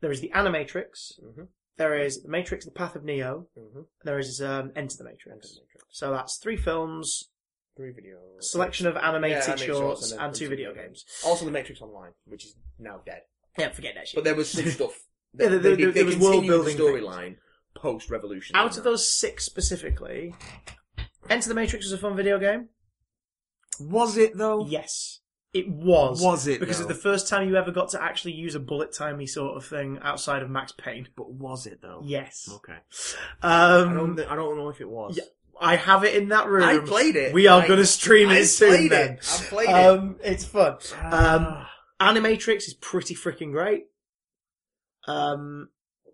[SPEAKER 1] There is the Animatrix.
[SPEAKER 2] Mhm.
[SPEAKER 1] There is the Matrix: The Path of Neo.
[SPEAKER 2] Mhm.
[SPEAKER 1] There is um, Enter the
[SPEAKER 2] Enter the
[SPEAKER 1] Matrix.
[SPEAKER 2] Matrix.
[SPEAKER 1] So that's three films,
[SPEAKER 2] Three videos.
[SPEAKER 1] selection of animated
[SPEAKER 2] Yeah, animated
[SPEAKER 1] shorts,
[SPEAKER 2] shorts
[SPEAKER 1] and,
[SPEAKER 2] and then
[SPEAKER 1] two video games.
[SPEAKER 2] Also, The Matrix Online, which is now dead.
[SPEAKER 1] Yeah, forget that shit.
[SPEAKER 2] But there was some [laughs] stuff.
[SPEAKER 1] Yeah, there- there- there was
[SPEAKER 2] continued
[SPEAKER 1] world-building
[SPEAKER 2] the storyline post Revolution.
[SPEAKER 1] out of those six specifically, Enter the Matrix was a fun video game.
[SPEAKER 2] was it though?
[SPEAKER 1] Yes, it was.
[SPEAKER 2] Was it,
[SPEAKER 1] because
[SPEAKER 2] though?
[SPEAKER 1] it's the first time you ever got to actually use a bullet timey sort of thing outside of Max Payne.
[SPEAKER 2] But was it though?
[SPEAKER 1] Yes,
[SPEAKER 2] Okay. I don't.
[SPEAKER 1] um,
[SPEAKER 2] thi- I don't know if it was.
[SPEAKER 1] yeah, I have it in that room.
[SPEAKER 2] I played it.
[SPEAKER 1] We are
[SPEAKER 2] I-
[SPEAKER 1] going to stream
[SPEAKER 2] I
[SPEAKER 1] it soon.
[SPEAKER 2] played
[SPEAKER 1] Then
[SPEAKER 2] it. I played it.
[SPEAKER 1] um, it's fun. Um,
[SPEAKER 2] Ah.
[SPEAKER 1] Animatrix is pretty freaking great. Um,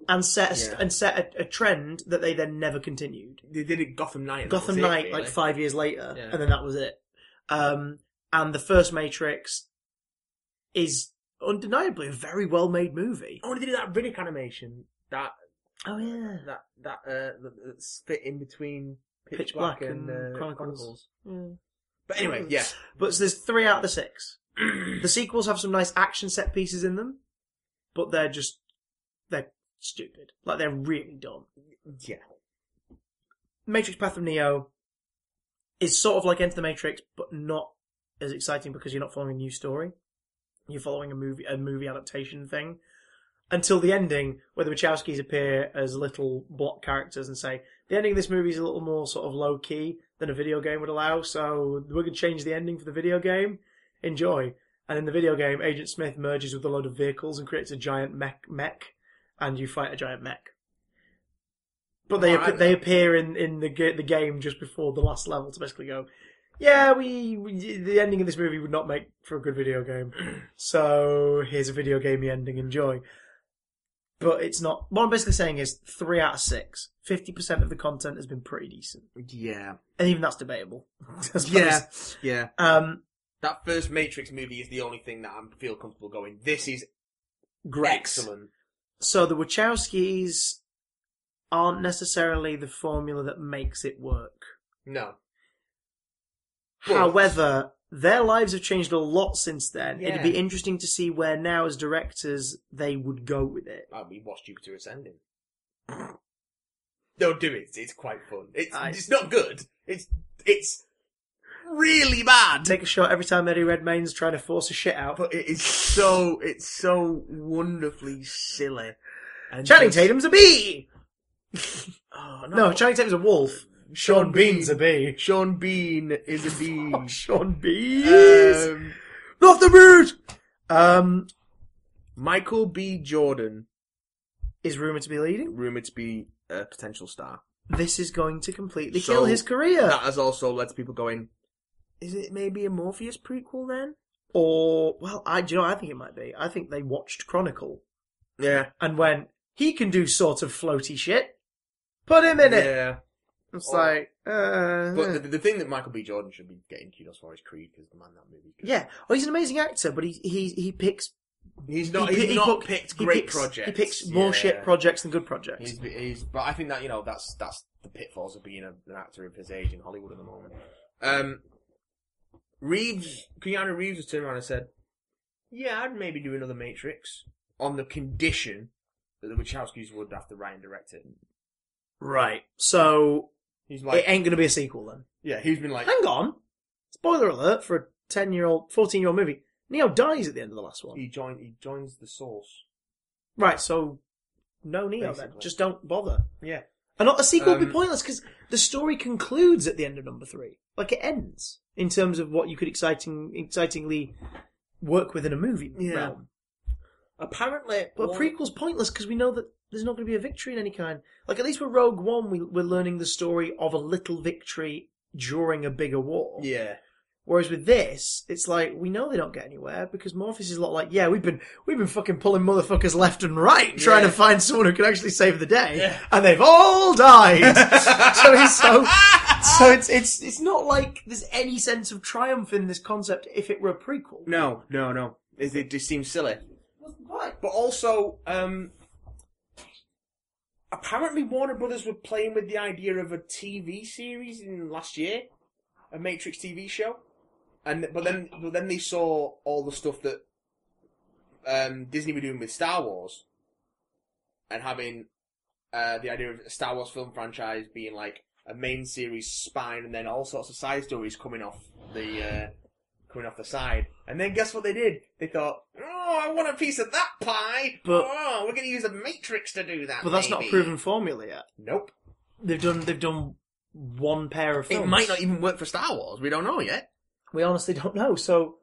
[SPEAKER 1] and set a, st-
[SPEAKER 2] Yeah.
[SPEAKER 1] and set a, a trend that they then never continued.
[SPEAKER 2] they did it Gotham Knight. and that
[SPEAKER 1] Gotham
[SPEAKER 2] was it,
[SPEAKER 1] Knight
[SPEAKER 2] really.
[SPEAKER 1] like five years later,
[SPEAKER 2] Yeah.
[SPEAKER 1] and then that was it. Um, and the first Matrix is undeniably a very well made movie.
[SPEAKER 2] Oh, they did that Riddick animation. That
[SPEAKER 1] Oh yeah,
[SPEAKER 2] that that uh, that- that split in between Pitch,
[SPEAKER 1] Pitch
[SPEAKER 2] Black,
[SPEAKER 1] Black
[SPEAKER 2] and,
[SPEAKER 1] and
[SPEAKER 2] uh,
[SPEAKER 1] Chronicles.
[SPEAKER 2] Chronicles.
[SPEAKER 1] Hmm.
[SPEAKER 2] But anyway, yeah. [laughs]
[SPEAKER 1] But so there's three out of the six. the sequels have some nice action set pieces in them, but they're just they're stupid. Like they're really dumb.
[SPEAKER 2] Yeah.
[SPEAKER 1] Matrix Path of Neo is sort of like Enter the Matrix, but not as exciting because you're not following a new story. You're following a movie, a movie adaptation thing. Until the ending, where the Wachowskis appear as little block characters and say, the ending of this movie is a little more sort of low key than a video game would allow, so we're going to change the ending for the video game. Enjoy. And in the video game, Agent Smith merges with a load of vehicles and creates a giant mech, mech and you fight a giant mech. But they
[SPEAKER 2] Alright,
[SPEAKER 1] appe- they appear in in the ga- the game just before the last level to basically go, yeah, we, we the ending of this movie would not make for a good video
[SPEAKER 2] [clears throat]
[SPEAKER 1] game, so here's a video gamey ending. Enjoy. But it's not. What I'm basically saying is three out of six. Fifty percent of the content has been pretty decent,
[SPEAKER 2] Yeah.
[SPEAKER 1] and even that's debatable. [laughs] I suppose.
[SPEAKER 2] Yeah. Yeah.
[SPEAKER 1] Um.
[SPEAKER 2] That first Matrix movie is the only thing that I feel comfortable going. This is excellent.
[SPEAKER 1] So the Wachowskis aren't necessarily the formula that makes it work.
[SPEAKER 2] No. But-
[SPEAKER 1] However, their lives have changed a lot since then. It'd be
[SPEAKER 2] Yeah.
[SPEAKER 1] interesting to see where now, as directors, they would go with it.
[SPEAKER 2] Oh, we watched Jupiter Ascending. Don't do it. It's quite fun. It's
[SPEAKER 1] I-
[SPEAKER 2] it's not good. It's it's really bad.
[SPEAKER 1] Take a shot every time Eddie Redmayne's trying to force a shit out.
[SPEAKER 2] But it is so it's so wonderfully silly. And
[SPEAKER 1] Channing
[SPEAKER 2] just-
[SPEAKER 1] Tatum's a bee.
[SPEAKER 2] [laughs] Oh,
[SPEAKER 1] No, Channing Tatum's a wolf. Sean Bean's a bee. [laughs] Oh,
[SPEAKER 2] Sean Bean is a bee.
[SPEAKER 1] Sean Bean.
[SPEAKER 2] um,
[SPEAKER 1] Not the root! Um,
[SPEAKER 2] Michael B. Jordan,
[SPEAKER 1] is rumored to be leading.
[SPEAKER 2] rumored to be a potential star.
[SPEAKER 1] This is going to completely
[SPEAKER 2] So-
[SPEAKER 1] kill his career.
[SPEAKER 2] That has also led to people going, is it maybe a Morpheus prequel then?
[SPEAKER 1] Or, well, I, do you know, what I think it might be. I think they watched Chronicle
[SPEAKER 2] Yeah.
[SPEAKER 1] and went, he can do sort of floaty shit. Put him in it.
[SPEAKER 2] Yeah.
[SPEAKER 1] It's
[SPEAKER 2] Or-
[SPEAKER 1] like, uh,
[SPEAKER 2] But the, the thing that Michael B. Jordan should be getting kudos for is Creed, because man, that movie.
[SPEAKER 1] yeah. Well, he's an amazing actor, but he, he, he picks,
[SPEAKER 2] He's not.
[SPEAKER 1] he,
[SPEAKER 2] he's
[SPEAKER 1] pi- he
[SPEAKER 2] not
[SPEAKER 1] pick-
[SPEAKER 2] picked
[SPEAKER 1] he
[SPEAKER 2] great
[SPEAKER 1] picks-
[SPEAKER 2] projects.
[SPEAKER 1] He picks more
[SPEAKER 2] Yeah.
[SPEAKER 1] shit projects than good projects.
[SPEAKER 2] He's, he's, but I think that you know that's that's the pitfalls of being a, an actor of his age in Hollywood at the moment. Um, Reeves, Keanu Reeves, has turned around and said, "Yeah, I'd maybe do another Matrix on the condition that the Wachowskis would have to write and direct it."
[SPEAKER 1] right. So,
[SPEAKER 2] He's like,
[SPEAKER 1] it ain't gonna be a sequel then.
[SPEAKER 2] "Yeah," he's been like,
[SPEAKER 1] Hang on. Spoiler alert for a 10 year old, 14 year old movie. Neo dies at the end of the last one.
[SPEAKER 2] "He joined. He joins the Source."
[SPEAKER 1] Right, so no Neo then.
[SPEAKER 2] Basically.
[SPEAKER 1] Just don't bother.
[SPEAKER 2] Yeah.
[SPEAKER 1] And not a sequel would be
[SPEAKER 2] Um,
[SPEAKER 1] pointless because the story concludes at the end of number three. Like it ends in terms of what you could exciting, excitingly work with in a movie
[SPEAKER 2] Yeah.
[SPEAKER 1] realm.
[SPEAKER 2] Apparently,
[SPEAKER 1] But
[SPEAKER 2] one-
[SPEAKER 1] prequel's pointless because we know that there's not going to be a victory in any kind. Like at least with Rogue One, we, we're learning the story of a little victory during a bigger war.
[SPEAKER 2] Yeah.
[SPEAKER 1] Whereas with this, it's like we know they don't get anywhere because Morpheus is a lot like, yeah, we've been we've been fucking pulling motherfuckers left and right trying to find someone who can actually save the day,
[SPEAKER 2] Yeah.
[SPEAKER 1] and they've all
[SPEAKER 2] [laughs]
[SPEAKER 1] died. so it's so so it's it's it's not like there's any sense of triumph in this concept if it were a prequel.
[SPEAKER 2] No, no, no. It, it just seems silly.
[SPEAKER 1] Why?
[SPEAKER 2] But also, um, apparently Warner Brothers were playing with the idea of a TV series in last year, a Matrix TV show, and but then but then they saw all the stuff that um, Disney were doing with Star Wars, and having uh, the idea of a Star Wars film franchise being like a main series spine, and then all sorts of side stories coming off the. Uh, coming off the side. And then guess what they did? They thought, oh, I want a piece of that pie.
[SPEAKER 1] But-
[SPEAKER 2] oh, we're going to use a matrix to do that.
[SPEAKER 1] But that's not a
[SPEAKER 2] maybe."
[SPEAKER 1] proven formula yet.
[SPEAKER 2] Nope.
[SPEAKER 1] They've done they've done one pair of films.
[SPEAKER 2] It might not even work for Star Wars. We don't know yet.
[SPEAKER 1] We honestly don't know. So,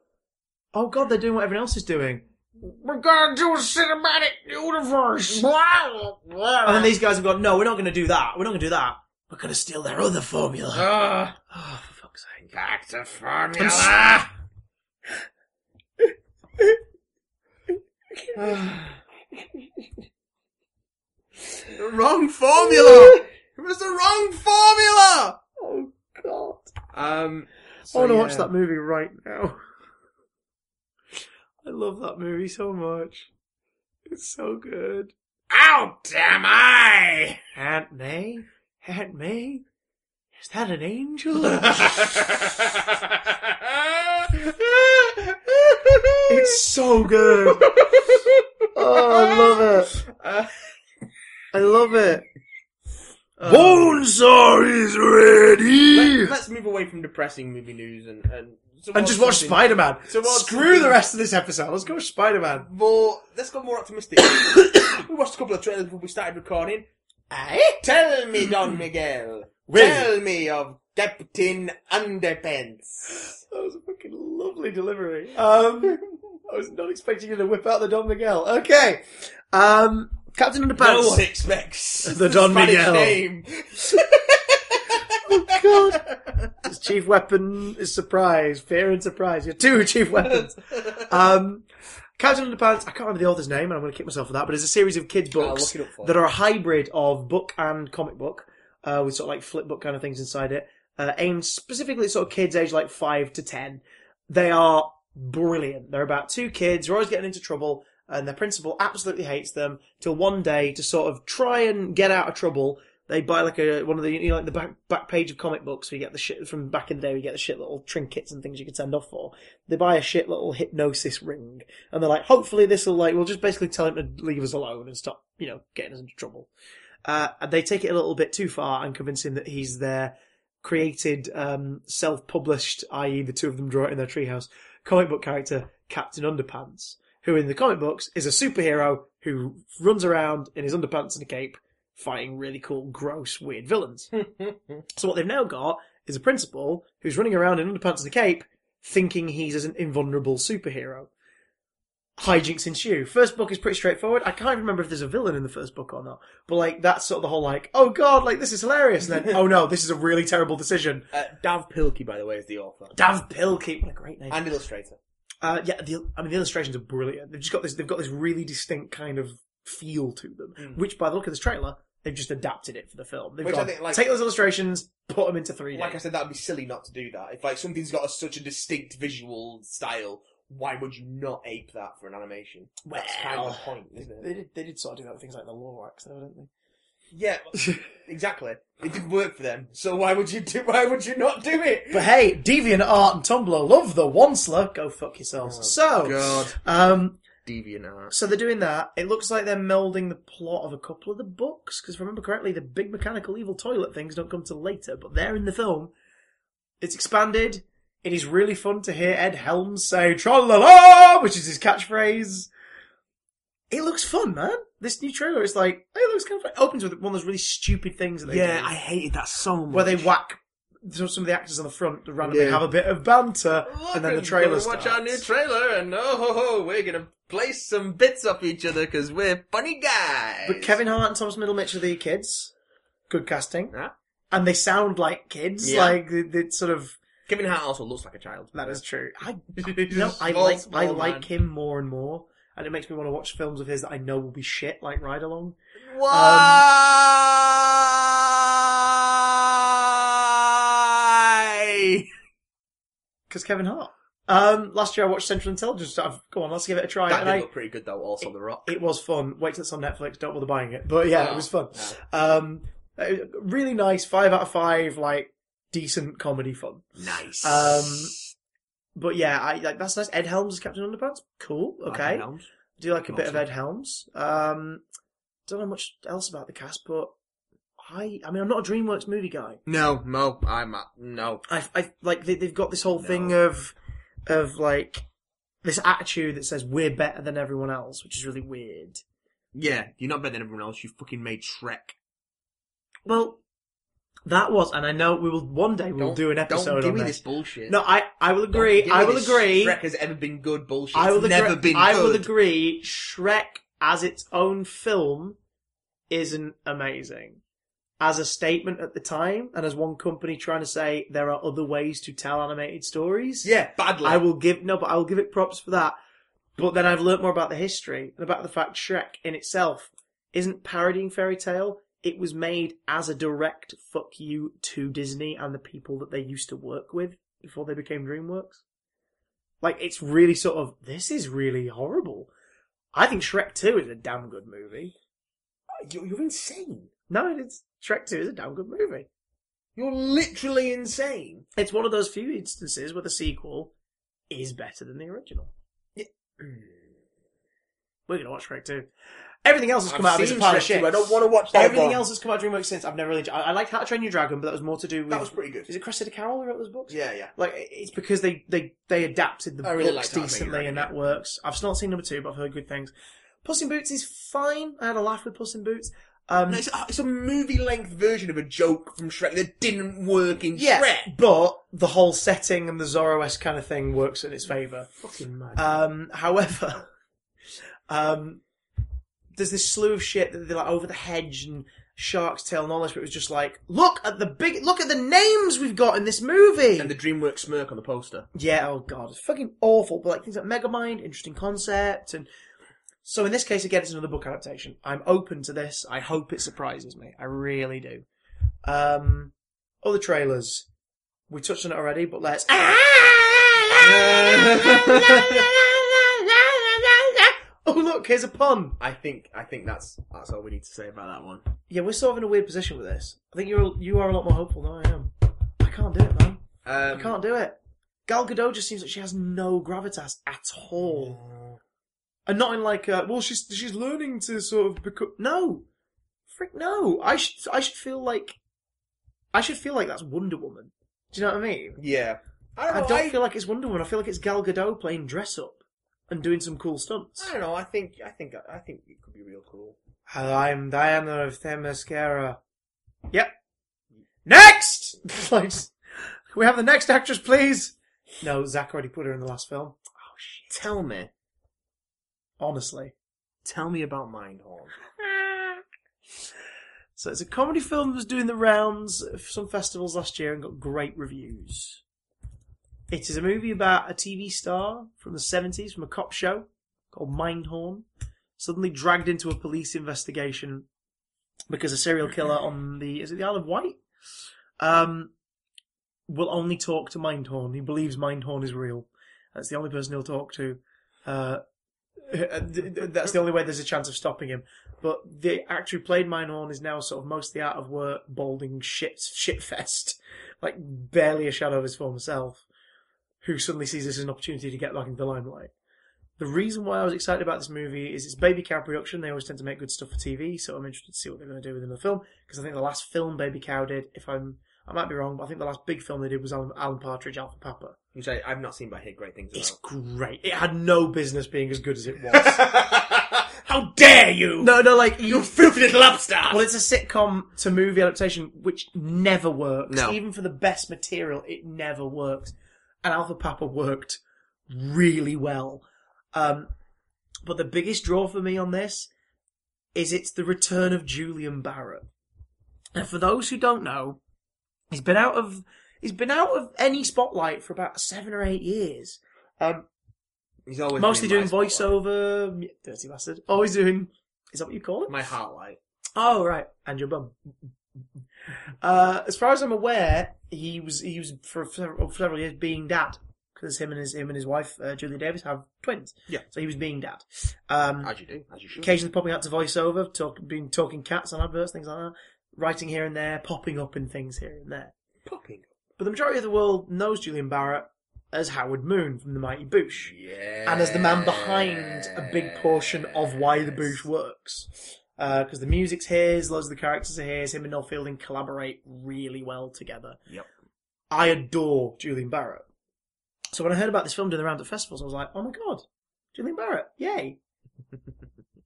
[SPEAKER 1] oh god, they're doing what everyone else is doing.
[SPEAKER 3] We're gonna do a cinematic universe.
[SPEAKER 1] And then these guys have gone, no, we're not going to do that. We're not going to do that. We're going to steal their other formula.
[SPEAKER 2] Uh,
[SPEAKER 1] Oh, for fuck's sake.
[SPEAKER 2] back to formula. the [sighs] wrong formula.
[SPEAKER 3] Oh
[SPEAKER 2] it was the wrong formula.
[SPEAKER 1] Oh, God.
[SPEAKER 2] Um,
[SPEAKER 1] I want to
[SPEAKER 2] yeah.
[SPEAKER 1] watch that movie right now. [laughs] I love that movie so much. It's so good.
[SPEAKER 2] Out am I?
[SPEAKER 1] Aunt May? Aunt May? Is that an angel? [laughs] it's so [laughs] good. Oh, I love it.
[SPEAKER 2] Uh,
[SPEAKER 1] I love it. Um,
[SPEAKER 3] Bonesaw is ready.
[SPEAKER 2] let, us move away from depressing movie news and and,
[SPEAKER 1] and just watch
[SPEAKER 2] something-
[SPEAKER 1] Spider Man.
[SPEAKER 2] So what's-
[SPEAKER 1] Screw the rest of this episode. Let's go Spider Man.
[SPEAKER 2] More, let's go more optimistic. [coughs] we watched a couple of trailers before we started recording.
[SPEAKER 1] Aye?
[SPEAKER 2] Tell me, Don Miguel.
[SPEAKER 1] Well-
[SPEAKER 2] Tell me of Captain Underpants.
[SPEAKER 1] That was a fucking lovely delivery. Um, I was not expecting you to whip out the Don Miguel. Okay. Um, Captain
[SPEAKER 2] No one
[SPEAKER 1] Underpants.
[SPEAKER 2] expects
[SPEAKER 1] The Don
[SPEAKER 2] Spanish
[SPEAKER 1] Miguel. [laughs]
[SPEAKER 2] name.
[SPEAKER 1] God. His chief weapon is surprise. Fear and surprise. You're two chief
[SPEAKER 2] [laughs]
[SPEAKER 1] weapons. Um, Captain Underpants, I can't remember the author's name and I'm going to kick myself for that, but it's a series of kids'
[SPEAKER 2] I'll
[SPEAKER 1] books
[SPEAKER 2] look it up for
[SPEAKER 1] that
[SPEAKER 2] you.
[SPEAKER 1] are a hybrid of book and comic book, uh, with sort of like flip book kind of things inside it, uh, aimed specifically at sort of kids aged like five to ten. They are brilliant. They're about two kids who are always getting into trouble, and their principal absolutely hates them. Till one day, to sort of try and get out of trouble, they buy like a one of the you know like the back back page of comic books. We get the shit from back in the day. We get the shit little trinkets and things you could send off for. They buy a shit little hypnosis ring, and they're like, hopefully this will like we'll just basically tell him to leave us alone and stop you know getting us into trouble. Uh, and they take it a little bit too far and convince him that he's their created, um, self-published, i.e., the two of them draw it in their treehouse comic book character Captain Underpants, who in the comic books is a superhero who runs around in his underpants and a cape fighting really cool, gross, weird villains. so what they've now got is a principal who's running around in underpants and a cape thinking he's an invulnerable superhero. Hijinks ensue. First book is pretty straightforward. I can't remember if there's a villain in the first book or not, but like that's sort of the whole like, oh god, like this is hilarious. And then, oh no, this is a really terrible decision.
[SPEAKER 2] Uh, Dav Pilkey, by the way, is the author
[SPEAKER 1] Dav Pilkey, what a great name.
[SPEAKER 2] and illustrator.
[SPEAKER 1] Uh, yeah, the, I mean the illustrations are brilliant. They've just got this. They've got this really distinct kind of feel to them, which, by the look of this trailer, they've just adapted it for the film. They've
[SPEAKER 2] Hmm. Which I
[SPEAKER 1] gone,
[SPEAKER 2] think, like-
[SPEAKER 1] take those illustrations, put them into three D.
[SPEAKER 2] Like I said, that'd be silly not to do that. If like something's got a, such a distinct visual style, why would you not ape that for an animation? That's kind of the point, isn't
[SPEAKER 1] [laughs]
[SPEAKER 2] it?
[SPEAKER 1] They did, they did sort of do that with things like the Lorax, though, didn't
[SPEAKER 2] Yeah,
[SPEAKER 1] they?
[SPEAKER 2] exactly. It didn't work for them, so why would you do? Why would you not do it?
[SPEAKER 1] but hey, Deviant Art and Tumblr love the Onceler. Go fuck yourselves. so,
[SPEAKER 2] Oh, God,
[SPEAKER 1] um,
[SPEAKER 2] deviant art.
[SPEAKER 1] so they're doing that. It looks like they're melding the plot of a couple of the books because, if I remember correctly, the big mechanical evil toilet things don't come till later, but they're in the film. It's expanded. It is really fun to hear Ed Helms say "tra la la," which is his catchphrase. It looks fun, man. This new trailer is like it looks kind of it opens with one of those really stupid things that they
[SPEAKER 2] Yeah,
[SPEAKER 1] do,
[SPEAKER 2] I hated that so much.
[SPEAKER 1] where they whack some some of the actors on the front to randomly
[SPEAKER 2] Yeah.
[SPEAKER 1] have a bit of banter, and then the trailer
[SPEAKER 2] Watch
[SPEAKER 1] starts.
[SPEAKER 2] our new trailer, and oh ho ho, we're gonna place some bits off each other because we're funny guys.
[SPEAKER 1] But Kevin Hart and Thomas Middlemitch are the kids. Good casting.
[SPEAKER 2] Huh?
[SPEAKER 1] And they sound like kids.
[SPEAKER 2] Yeah.
[SPEAKER 1] Like they, they sort of
[SPEAKER 2] Kevin Hart also looks like a child.
[SPEAKER 1] that is true.
[SPEAKER 2] [laughs]
[SPEAKER 1] I
[SPEAKER 2] He's
[SPEAKER 1] no,
[SPEAKER 2] a
[SPEAKER 1] I
[SPEAKER 2] small,
[SPEAKER 1] like I
[SPEAKER 2] small man.
[SPEAKER 1] like him more and more, and it makes me want to watch films of his that I know will be shit, like Ride Along.
[SPEAKER 2] Why?
[SPEAKER 1] Because Kevin Hart. Um, last year I watched Central Intelligence. I've, go on, let's give it a try.
[SPEAKER 2] that
[SPEAKER 1] and
[SPEAKER 2] did
[SPEAKER 1] I,
[SPEAKER 2] look pretty good though. Also, The Rock.
[SPEAKER 1] it was fun. Wait till it's on Netflix. Don't bother buying it. But yeah,
[SPEAKER 2] Ah,
[SPEAKER 1] it was fun. Um, uh, really nice. Five out of five. Like decent comedy fun.
[SPEAKER 2] Nice.
[SPEAKER 1] Um, But yeah, I like that's nice. Ed Helms is Captain Underpants. Cool. Okay. do like a bit of
[SPEAKER 2] Awesome.
[SPEAKER 1] Ed Helms. Um, don't know much else about the cast, but I, I mean, I'm not a DreamWorks movie guy.
[SPEAKER 2] No, no, I'm a- no.
[SPEAKER 1] I, I like they, they've got this whole
[SPEAKER 2] No.
[SPEAKER 1] thing of, of like this attitude that says we're better than everyone else, which is really weird.
[SPEAKER 2] Yeah, you're not better than everyone else. You fucking made Shrek.
[SPEAKER 1] Well, that was, and I know we will one day we'll
[SPEAKER 2] Don't-
[SPEAKER 1] do an episode
[SPEAKER 2] Don't give
[SPEAKER 1] on
[SPEAKER 2] me
[SPEAKER 1] this.
[SPEAKER 2] this bullshit.
[SPEAKER 1] No, I, I will
[SPEAKER 2] Don't
[SPEAKER 1] agree.
[SPEAKER 2] give
[SPEAKER 1] I
[SPEAKER 2] me
[SPEAKER 1] will
[SPEAKER 2] this
[SPEAKER 1] agree.
[SPEAKER 2] Shrek has ever been good bullshit.
[SPEAKER 1] I will
[SPEAKER 2] it's never
[SPEAKER 1] agree,
[SPEAKER 2] been
[SPEAKER 1] I
[SPEAKER 2] good.
[SPEAKER 1] will agree. Shrek, as its own film, isn't amazing. As a statement at the time, and as one company trying to say there are other ways to tell animated stories,
[SPEAKER 2] Yeah, badly.
[SPEAKER 1] I will give no, but I will give it props for that. But then I've learnt more about the history and about the fact Shrek in itself isn't parodying fairy tale. It was made as a direct fuck you to Disney and the people that they used to work with before they became DreamWorks. Like it's really sort of this is really horrible. I think Shrek Two is a damn good movie.
[SPEAKER 2] You're, you're insane.
[SPEAKER 1] No, it's Shrek Two is a damn good movie.
[SPEAKER 2] You're literally insane.
[SPEAKER 1] It's one of those few instances where the sequel is better than the original. [clears throat] We're gonna watch Shrek 2. Everything else has come out of
[SPEAKER 2] I've
[SPEAKER 1] this a
[SPEAKER 2] seen
[SPEAKER 1] pile of
[SPEAKER 2] Shrek
[SPEAKER 1] shit.
[SPEAKER 2] 2, I don't want to watch that.
[SPEAKER 1] Everything
[SPEAKER 2] one.
[SPEAKER 1] else that's come out of DreamWorks since I've never really. I, I liked How to Train Your Dragon, but that was more to do with.
[SPEAKER 2] That was pretty good.
[SPEAKER 1] is it Cressida Carroll who wrote those books?
[SPEAKER 2] Yeah, yeah.
[SPEAKER 1] Like it's because they they they adapted the
[SPEAKER 2] I really
[SPEAKER 1] books
[SPEAKER 2] liked How to Train Your
[SPEAKER 1] decently,
[SPEAKER 2] Dragon,
[SPEAKER 1] and
[SPEAKER 2] yeah.
[SPEAKER 1] that works. I've still not seen number two, but I've heard good things. Puss in Boots is fine. I had a laugh with Puss in Boots. Um,
[SPEAKER 2] No, it's, a, it's a movie-length version of a joke from Shrek that didn't work in
[SPEAKER 1] yeah,
[SPEAKER 2] Shrek.
[SPEAKER 1] but the whole setting and the Zoroest kind of thing works in its favour.
[SPEAKER 2] Fucking mad.
[SPEAKER 1] Um, however, um, there's this slew of shit that they're like over the hedge and shark's tail and all this, but it was just like, look at the big, look at the names we've got in this movie.
[SPEAKER 2] and the DreamWorks smirk on the poster.
[SPEAKER 1] yeah, oh god, it's fucking awful. But like things like Megamind, interesting concept, and so in this case again, it's another book adaptation. I'm open to this. I hope it surprises me. I really do. Um, other trailers. We touched on it already, but let's. [laughs] Oh look, here's a pun.
[SPEAKER 2] I think I think that's that's all we need to say about that one.
[SPEAKER 1] Yeah, we're sort of in a weird position with this. I think you're you are a lot more hopeful than I am. I can't do it, man. I
[SPEAKER 2] Um,
[SPEAKER 1] can't do it. Gal Gadot just seems like she has no gravitas at all, and not in like, uh, well, she's she's learning to sort of become. No, frick, no. I should I should feel like, I should feel like that's Wonder Woman. Do you know what I mean?
[SPEAKER 2] Yeah, I don't
[SPEAKER 1] I
[SPEAKER 2] know. I
[SPEAKER 1] don't feel like it's Wonder Woman. I feel like it's Gal Gadot playing dress up and doing some cool stunts.
[SPEAKER 2] I don't know. I think I think I think it could be real cool.
[SPEAKER 1] Hello, I'm Diana of Themyscira. [laughs] Yep. Next! like, can we have the next actress, please? No, Zach already put her in the last film.
[SPEAKER 2] Tell me.
[SPEAKER 1] Honestly.
[SPEAKER 2] Tell me about Mindhorn.
[SPEAKER 1] [laughs] So it's a comedy film that was doing the rounds of some festivals last year and got great reviews. It is a movie about a TV star from the 70s, from a cop show called Mindhorn, suddenly dragged into a police investigation because a serial killer on the, is it the Isle of Wight? Um, will only talk to Mindhorn. He believes Mindhorn is real. That's the only person he'll talk to. Uh, that's the only way there's a chance of stopping him. But the actor who played Minehorn is now sort of mostly out of work, balding shit [laughs] shitfest, like barely a shadow of his former self, who suddenly sees this as an opportunity to get back into the limelight. The reason why I was excited about this movie is it's Baby Cow production. They always tend to make good stuff for TV, so I'm interested to see what they're going to do within the film. Because I think the last film Baby Cow did, if I'm, I might be wrong, but I think the last big film they did was Alan, Alan Partridge, Alpha Papa.
[SPEAKER 2] Which I, I've not seen, but I hear great things
[SPEAKER 1] It's
[SPEAKER 2] [laughs] about.
[SPEAKER 1] great. It had no business being as good as it
[SPEAKER 2] [laughs]
[SPEAKER 1] was. How dare you?
[SPEAKER 2] no, no, like you filthy little upstart.
[SPEAKER 1] Well, it's a sitcom to movie adaptation, which never works.
[SPEAKER 2] No.
[SPEAKER 1] Even for the best material, it never works. And Alpha Papa worked really well. Um, but the biggest draw for me on this is it's the return of Julian Barrett. And for those who don't know, he's been out of he's been out of any spotlight for about seven or eight years. Um,
[SPEAKER 2] He's always
[SPEAKER 1] mostly
[SPEAKER 2] been
[SPEAKER 1] doing
[SPEAKER 2] my spotlight.
[SPEAKER 1] voiceover, m- dirty bastard. Always doing. Is that what you call it?
[SPEAKER 2] My heartlight.
[SPEAKER 1] Oh right, and your bum. Uh, as far as I'm aware, he was he was for several, for several years being dad because him and his him and his wife uh, Julie Davis have twins.
[SPEAKER 2] Yeah.
[SPEAKER 1] so he was being dad. Um,
[SPEAKER 2] As you do, as you should.
[SPEAKER 1] occasionally popping out to voiceover, talk, being talking cats on adverts, things like that, writing here and there, popping up in things here and there.
[SPEAKER 2] Popping.
[SPEAKER 1] But the majority of the world knows Julian Barrett as Howard Moon from The Mighty Boosh
[SPEAKER 2] Yeah.
[SPEAKER 1] and as the man behind a big portion of why the Boosh works. Because the music's his, loads of the characters are his, him and Noel Fielding collaborate really well together.
[SPEAKER 2] Yep.
[SPEAKER 1] I adore Julian Barrett. So when I heard about this film doing the round at festivals, I was like, oh my god, Julian Barrett, yay.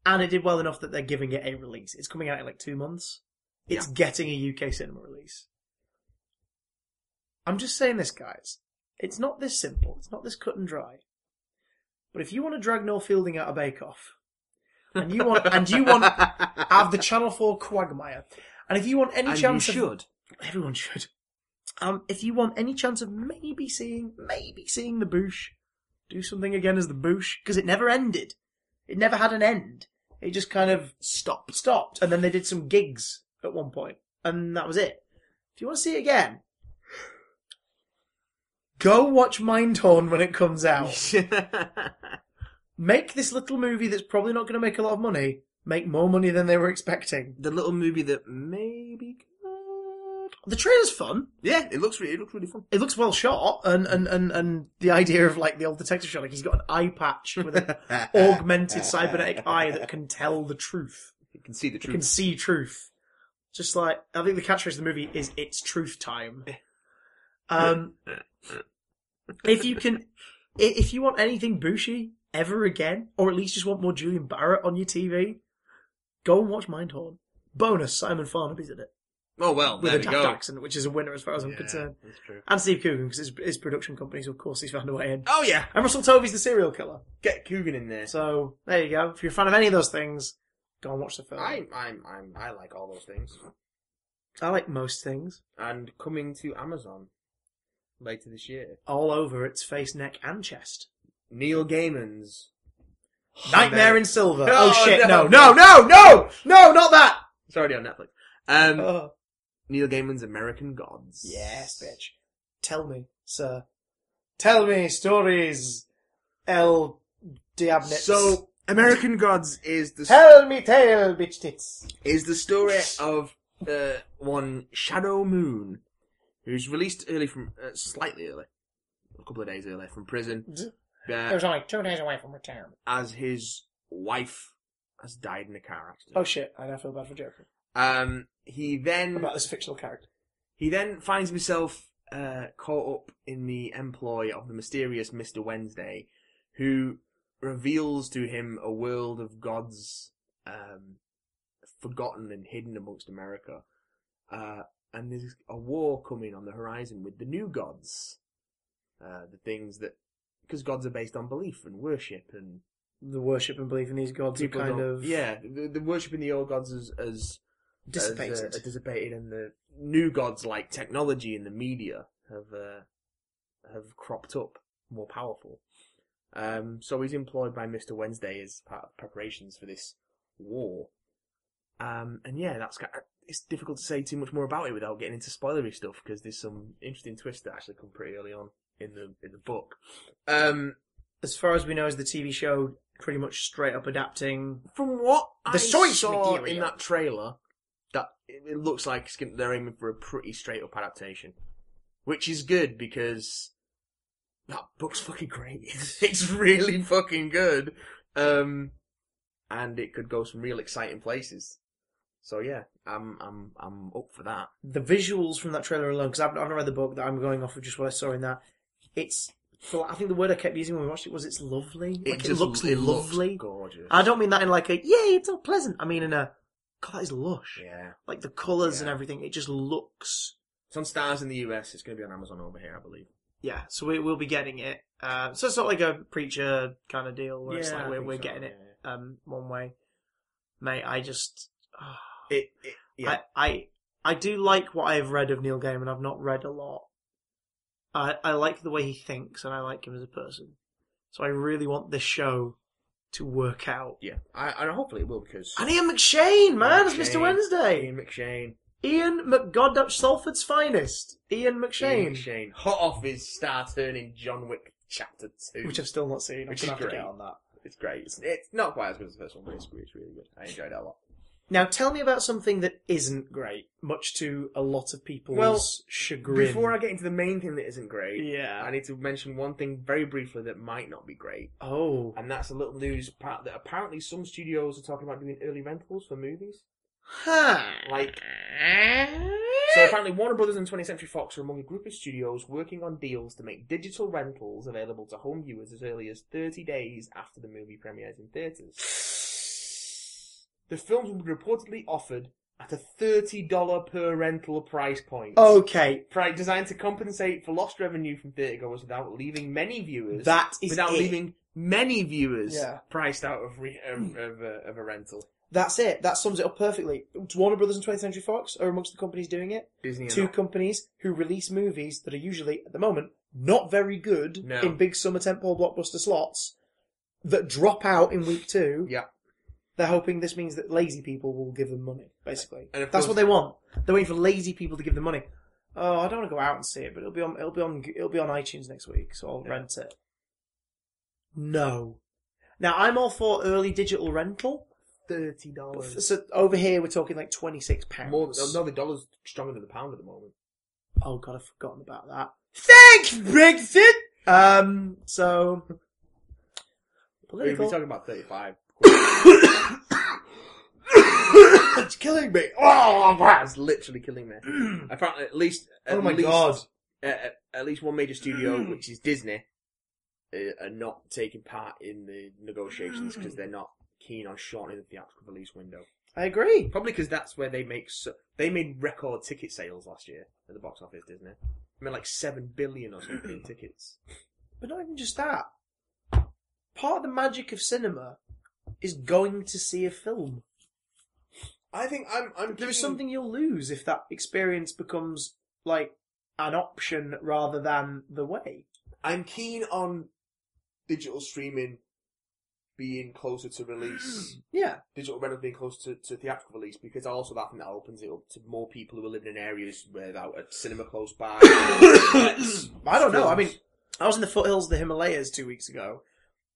[SPEAKER 1] and it did well enough that they're giving it a release. It's coming out in like two months. It's getting a UK cinema release. I'm just saying this, guys. It's not this simple. It's not this cut and dry. But if you want to drag Noel Fielding out of Bake Off, and you want, and you
[SPEAKER 2] [laughs]
[SPEAKER 1] want, have the Channel 4 quagmire, and if you want any
[SPEAKER 2] And you
[SPEAKER 1] chance of
[SPEAKER 2] [laughs] should.
[SPEAKER 1] everyone should. Um, if you want any chance of maybe seeing, maybe seeing the Boosh, do something again as the Boosh, because it never ended. It never had an end. It just kind of stopped, stopped, and then they did some gigs at one point, and that was it. If you want to see it again, go watch Mindhorn when it comes out. Make this little movie that's probably not going to make a lot of money make more money than they were expecting.
[SPEAKER 2] the little movie that maybe could.
[SPEAKER 1] The trailer's fun.
[SPEAKER 2] Yeah, it looks really, it looks
[SPEAKER 1] [laughs]
[SPEAKER 2] really fun.
[SPEAKER 1] it looks well shot, and and and and the idea of like the old detective show, like he's got an eye patch with
[SPEAKER 2] [laughs]
[SPEAKER 1] an augmented cybernetic eye that can tell the truth,
[SPEAKER 2] You can see the
[SPEAKER 1] can
[SPEAKER 2] truth.
[SPEAKER 1] see truth. Just like I think the catchphrase of the movie is "It's truth
[SPEAKER 2] [laughs]
[SPEAKER 1] time." Um, if you can, i- if you want anything Bushy ever again, or at least just want more Julian Barrett on your TV, go and watch Mindhorn. Bonus: Simon Farnaby's in it
[SPEAKER 2] Oh well,
[SPEAKER 1] with
[SPEAKER 2] there
[SPEAKER 1] a
[SPEAKER 2] we
[SPEAKER 1] Daft
[SPEAKER 2] go.
[SPEAKER 1] accent, which is a winner as far as I'm
[SPEAKER 2] Yeah,
[SPEAKER 1] concerned.
[SPEAKER 2] That's true.
[SPEAKER 1] And Steve Coogan, because it's his production company, so of course he's found a way in.
[SPEAKER 2] Oh yeah,
[SPEAKER 1] And Russell Tovey's the serial killer.
[SPEAKER 2] get Coogan in there.
[SPEAKER 1] So there you go. If you're a fan of any of those things, go and watch the film.
[SPEAKER 2] I'm, I'm, I'm, I like all those things.
[SPEAKER 1] I like most things.
[SPEAKER 2] And coming to Amazon later this year,
[SPEAKER 1] All over its face, neck, and chest.
[SPEAKER 2] Neil Gaiman's
[SPEAKER 1] Nightmare
[SPEAKER 2] man.
[SPEAKER 1] in Silver.
[SPEAKER 2] No,
[SPEAKER 1] oh shit,
[SPEAKER 2] no,
[SPEAKER 1] no, no, no, no, no, not that!
[SPEAKER 2] It's already on Netflix.
[SPEAKER 1] [laughs]
[SPEAKER 2] Um,
[SPEAKER 1] Oh.
[SPEAKER 2] Neil Gaiman's American Gods.
[SPEAKER 1] Yes, bitch. Tell me, sir. Tell me stories, El Diabnitz.
[SPEAKER 2] So American Gods is the
[SPEAKER 1] tell me tale, bitch tits.
[SPEAKER 2] is the story of uh, one Shadow Moon, who's released early from uh, slightly early, a couple of days early from prison,
[SPEAKER 1] It Oh,
[SPEAKER 2] uh,
[SPEAKER 1] was only two days away from retirement.
[SPEAKER 2] as his wife has died in a car accident.
[SPEAKER 1] Oh shit, I now feel bad for Joker.
[SPEAKER 2] Um, he then
[SPEAKER 1] About this fictional character.
[SPEAKER 2] he then finds himself uh, caught up in the employ of the mysterious Mister Wednesday, who reveals to him a world of gods um, forgotten and hidden amongst America. Uh, and there's a war coming on the horizon with the new gods. uh, the things that because gods are based on belief and worship and
[SPEAKER 1] The worship and belief in these gods are
[SPEAKER 2] people
[SPEAKER 1] kind
[SPEAKER 2] don't-
[SPEAKER 1] of
[SPEAKER 2] yeah the, the worship in the old gods as as as, uh,
[SPEAKER 1] dissipated.
[SPEAKER 2] dissipated, and the new gods like technology and the media have uh, have cropped up more powerful. Um, so he's employed by Mister Wednesday as part of preparations for this war. Um, and yeah, that's got, it's difficult to say too much more about it without getting into spoilery stuff because there's some interesting twists that actually come pretty early on in the in the book. Um,
[SPEAKER 1] as far as we know, is the TV show pretty much straight up adapting
[SPEAKER 2] from what
[SPEAKER 1] The
[SPEAKER 2] I
[SPEAKER 1] source
[SPEAKER 2] saw
[SPEAKER 1] material.
[SPEAKER 2] in that trailer, that it it looks like it's gonna- they're aiming for a pretty straight up adaptation, which is good because that book's fucking great. [laughs] it's really fucking good, um, and it could go some real exciting places. So yeah, I'm I'm I'm up for that.
[SPEAKER 1] the visuals from that trailer alone? Because I've, I've not read the book, that I'm going off of just what I saw in that. It's, well, I think the word I kept using when we watched it was it's lovely. Like, it
[SPEAKER 2] just-
[SPEAKER 1] looks lovely.
[SPEAKER 2] gorgeous.
[SPEAKER 1] I don't mean that in like a yay, it's all pleasant. I mean in a God, that is lush.
[SPEAKER 2] yeah,
[SPEAKER 1] Like the colours and
[SPEAKER 2] Yeah.
[SPEAKER 1] everything, it just looks.
[SPEAKER 2] it's on Stars in the US. It's going to be on Amazon over here, I believe.
[SPEAKER 1] Yeah, so we, we'll be getting it. Uh, so it's not like a preacher kind of deal where it's
[SPEAKER 2] Yeah,
[SPEAKER 1] like
[SPEAKER 2] I
[SPEAKER 1] we're,
[SPEAKER 2] think
[SPEAKER 1] we're
[SPEAKER 2] so,
[SPEAKER 1] getting it
[SPEAKER 2] yeah, yeah.
[SPEAKER 1] um, one way. Mate, I just. ah.
[SPEAKER 2] It, it yeah.
[SPEAKER 1] I, I I do like what I've read of Neil Gaiman. I've not read a lot. I I like the way he thinks, and I like him as a person. So I really want this show to work out.
[SPEAKER 2] yeah, I, and hopefully it will because
[SPEAKER 1] And Ian McShane, man,
[SPEAKER 2] Ian
[SPEAKER 1] it's Mr.
[SPEAKER 2] McShane.
[SPEAKER 1] Wednesday.
[SPEAKER 2] Ian McShane,
[SPEAKER 1] Ian McGoddamn Salford's finest. Ian McShane,
[SPEAKER 2] Ian McShane, hot off his star turn in John Wick Chapter Two,
[SPEAKER 1] which I've still not seen. I'm
[SPEAKER 2] Which
[SPEAKER 1] gonna
[SPEAKER 2] is
[SPEAKER 1] have to get
[SPEAKER 2] great.
[SPEAKER 1] on that.
[SPEAKER 2] it's great. It's, it's not quite as good as the first one, but it's, it's really good. I enjoyed it a lot.
[SPEAKER 1] Now tell me about something that isn't great, much to a lot of people's
[SPEAKER 2] Well,
[SPEAKER 1] chagrin.
[SPEAKER 2] Before I get into the main thing that isn't great,
[SPEAKER 1] yeah.
[SPEAKER 2] I need to mention one thing very briefly that might not be great,
[SPEAKER 1] oh.
[SPEAKER 2] and that's a little news part that apparently some studios are talking about doing early rentals for movies.
[SPEAKER 1] Huh.
[SPEAKER 2] Like, so apparently Warner Brothers and 20th Century Fox are among a group of studios working on deals to make digital rentals available to home viewers as early as 30 days after the movie premieres in theatres. The films will be reportedly offered at a $30 per rental price point.
[SPEAKER 1] Okay,
[SPEAKER 2] Price designed to compensate for lost revenue from theatregoers without leaving many viewers.
[SPEAKER 1] that is
[SPEAKER 2] without
[SPEAKER 1] it.
[SPEAKER 2] leaving many viewers
[SPEAKER 1] Yeah. Hmm.
[SPEAKER 2] priced out of re- of, of, a, of a rental.
[SPEAKER 1] That's it. That sums it up perfectly. Warner Brothers and 20th Century Fox are amongst the companies doing it.
[SPEAKER 2] Disney and
[SPEAKER 1] Two companies who release movies that are usually, at the moment, not very good
[SPEAKER 2] No.
[SPEAKER 1] in big summer tentpole blockbuster slots that drop out in week two.
[SPEAKER 2] Yeah.
[SPEAKER 1] They're hoping this means that lazy people will give them money, basically.
[SPEAKER 2] And of
[SPEAKER 1] That's what
[SPEAKER 2] course-
[SPEAKER 1] they want. They're waiting for lazy people to give them money. Oh, I don't want to go out and see it, but it'll be on it'll be on it'll be on iTunes next week, so I'll
[SPEAKER 2] Yeah.
[SPEAKER 1] rent it. No. Now I'm all for early digital rental.
[SPEAKER 2] $30.
[SPEAKER 1] So over here, we're talking like twenty six pounds.
[SPEAKER 2] More than, no, the dollar's stronger than the pound at the moment.
[SPEAKER 1] Oh god, I've forgotten about that. Thanks, Brexit. Um, so
[SPEAKER 2] We're
[SPEAKER 1] political.
[SPEAKER 2] talking about [coughs] 35.
[SPEAKER 1] it's
[SPEAKER 2] [coughs]
[SPEAKER 1] killing me.
[SPEAKER 2] oh, that's literally killing me. I found at least, at
[SPEAKER 1] oh my
[SPEAKER 2] least,
[SPEAKER 1] god. Mm.
[SPEAKER 2] uh, at, at least one major studio, which is Disney, uh, are not taking part in the negotiations because they're not keen on shortening the theatrical release window.
[SPEAKER 1] I agree.
[SPEAKER 2] Probably because that's where they make so, they made record ticket sales last year at the box office. Disney I mean, like seven billion or
[SPEAKER 1] [clears throat]
[SPEAKER 2] something in tickets.
[SPEAKER 1] But not even just that. Part of the magic of cinema is going to see a film.
[SPEAKER 2] I think I'm. I'm
[SPEAKER 1] There is something you'll lose if that experience becomes like an option rather than the way.
[SPEAKER 2] I'm keen on digital streaming being closer
[SPEAKER 1] [clears throat]
[SPEAKER 2] to release,
[SPEAKER 1] Yeah.
[SPEAKER 2] digital rental being closer to, to theatrical release, because also that thing that opens it up to more people who are living in areas without a cinema
[SPEAKER 1] [coughs]
[SPEAKER 2] close by.
[SPEAKER 1] I don't know. I mean, I was in the foothills of the Himalayas two weeks ago